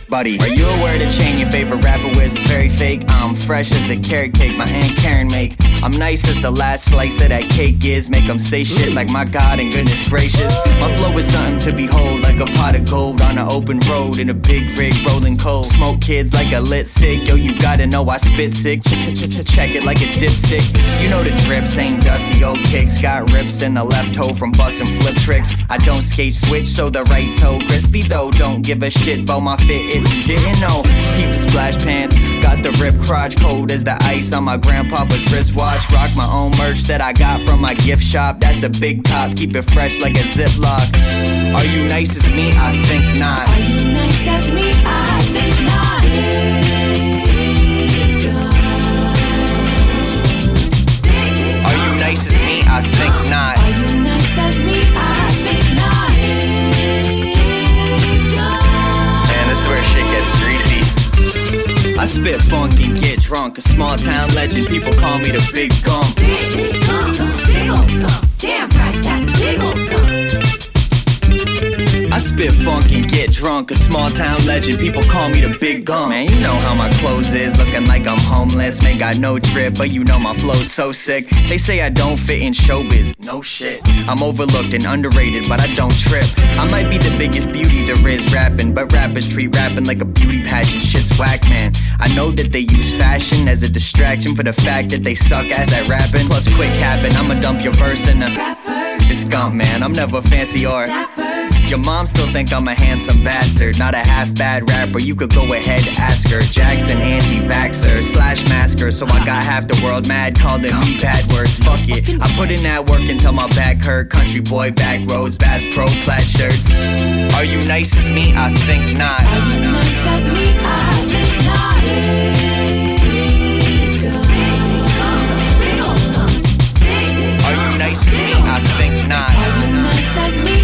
[SPEAKER 2] Buddy, are you aware the chain your favorite rapper wears is very fake? I'm fresh as the carrot cake my aunt Karen make. I'm nice as the last slice of that cake is. Make 'em say shit like my God and goodness gracious. My flow is something to behold, like a pot of gold on an open road in a big rig rolling cold. Smoke kids like a lit sick. Yo, you gotta know I spit sick. Check it like a dipstick. You know the drip, same dusty old kicks. Got rips in the left toe from busting flip tricks. I don't skate switch, so the right toe crispy though. Don't give a shit about my fit if you didn't know. Keep the splash pants, got the rip crotch cold as the ice on my grandpapa's wristwatch. Rock my own merch that I got from my gift shop. That's a big top, keep it fresh like a ziploc. Are you nice as me? I think not. Are you nice as me? I think not. Are you nice as me? I think not. Are you nice as me? I think not. Man, this is where shit gets greasy. I spit funk and get drunk. A small town legend, people call me the Big Gump. Big, big Gump, big old Gump. Damn right, that's big old Gump. I spit funk and get drunk. A small town legend, people call me the Big Gump. Man, you know how my clothes is, looking like I'm homeless. Man, got no trip, but you know my flow's so sick. They say I don't fit in showbiz, no shit. I'm overlooked and underrated, but I don't trip. I might be the biggest beauty there is rapping, but rappers treat rapping like a beauty pageant. Shit's whack, man. I know that they use fashion as a distraction for the fact that they suck ass at rapping. Plus, quick happen, I'ma dump your verse in a rapper. It's gump, man. I'm never fancy or your mom still think I'm a handsome bastard, not a half bad rapper. You could go ahead, ask her. Jackson, anti-vaxxer slash masker, so I got half the world mad, calling me bad words. Fuck it, I put in that work until my back hurt. Country boy, back roads, bass pro, plaid shirts. Are you nice as me? I think not. Are you nice as me? I think not. Are you nice as me? I think not. Are you nice as me?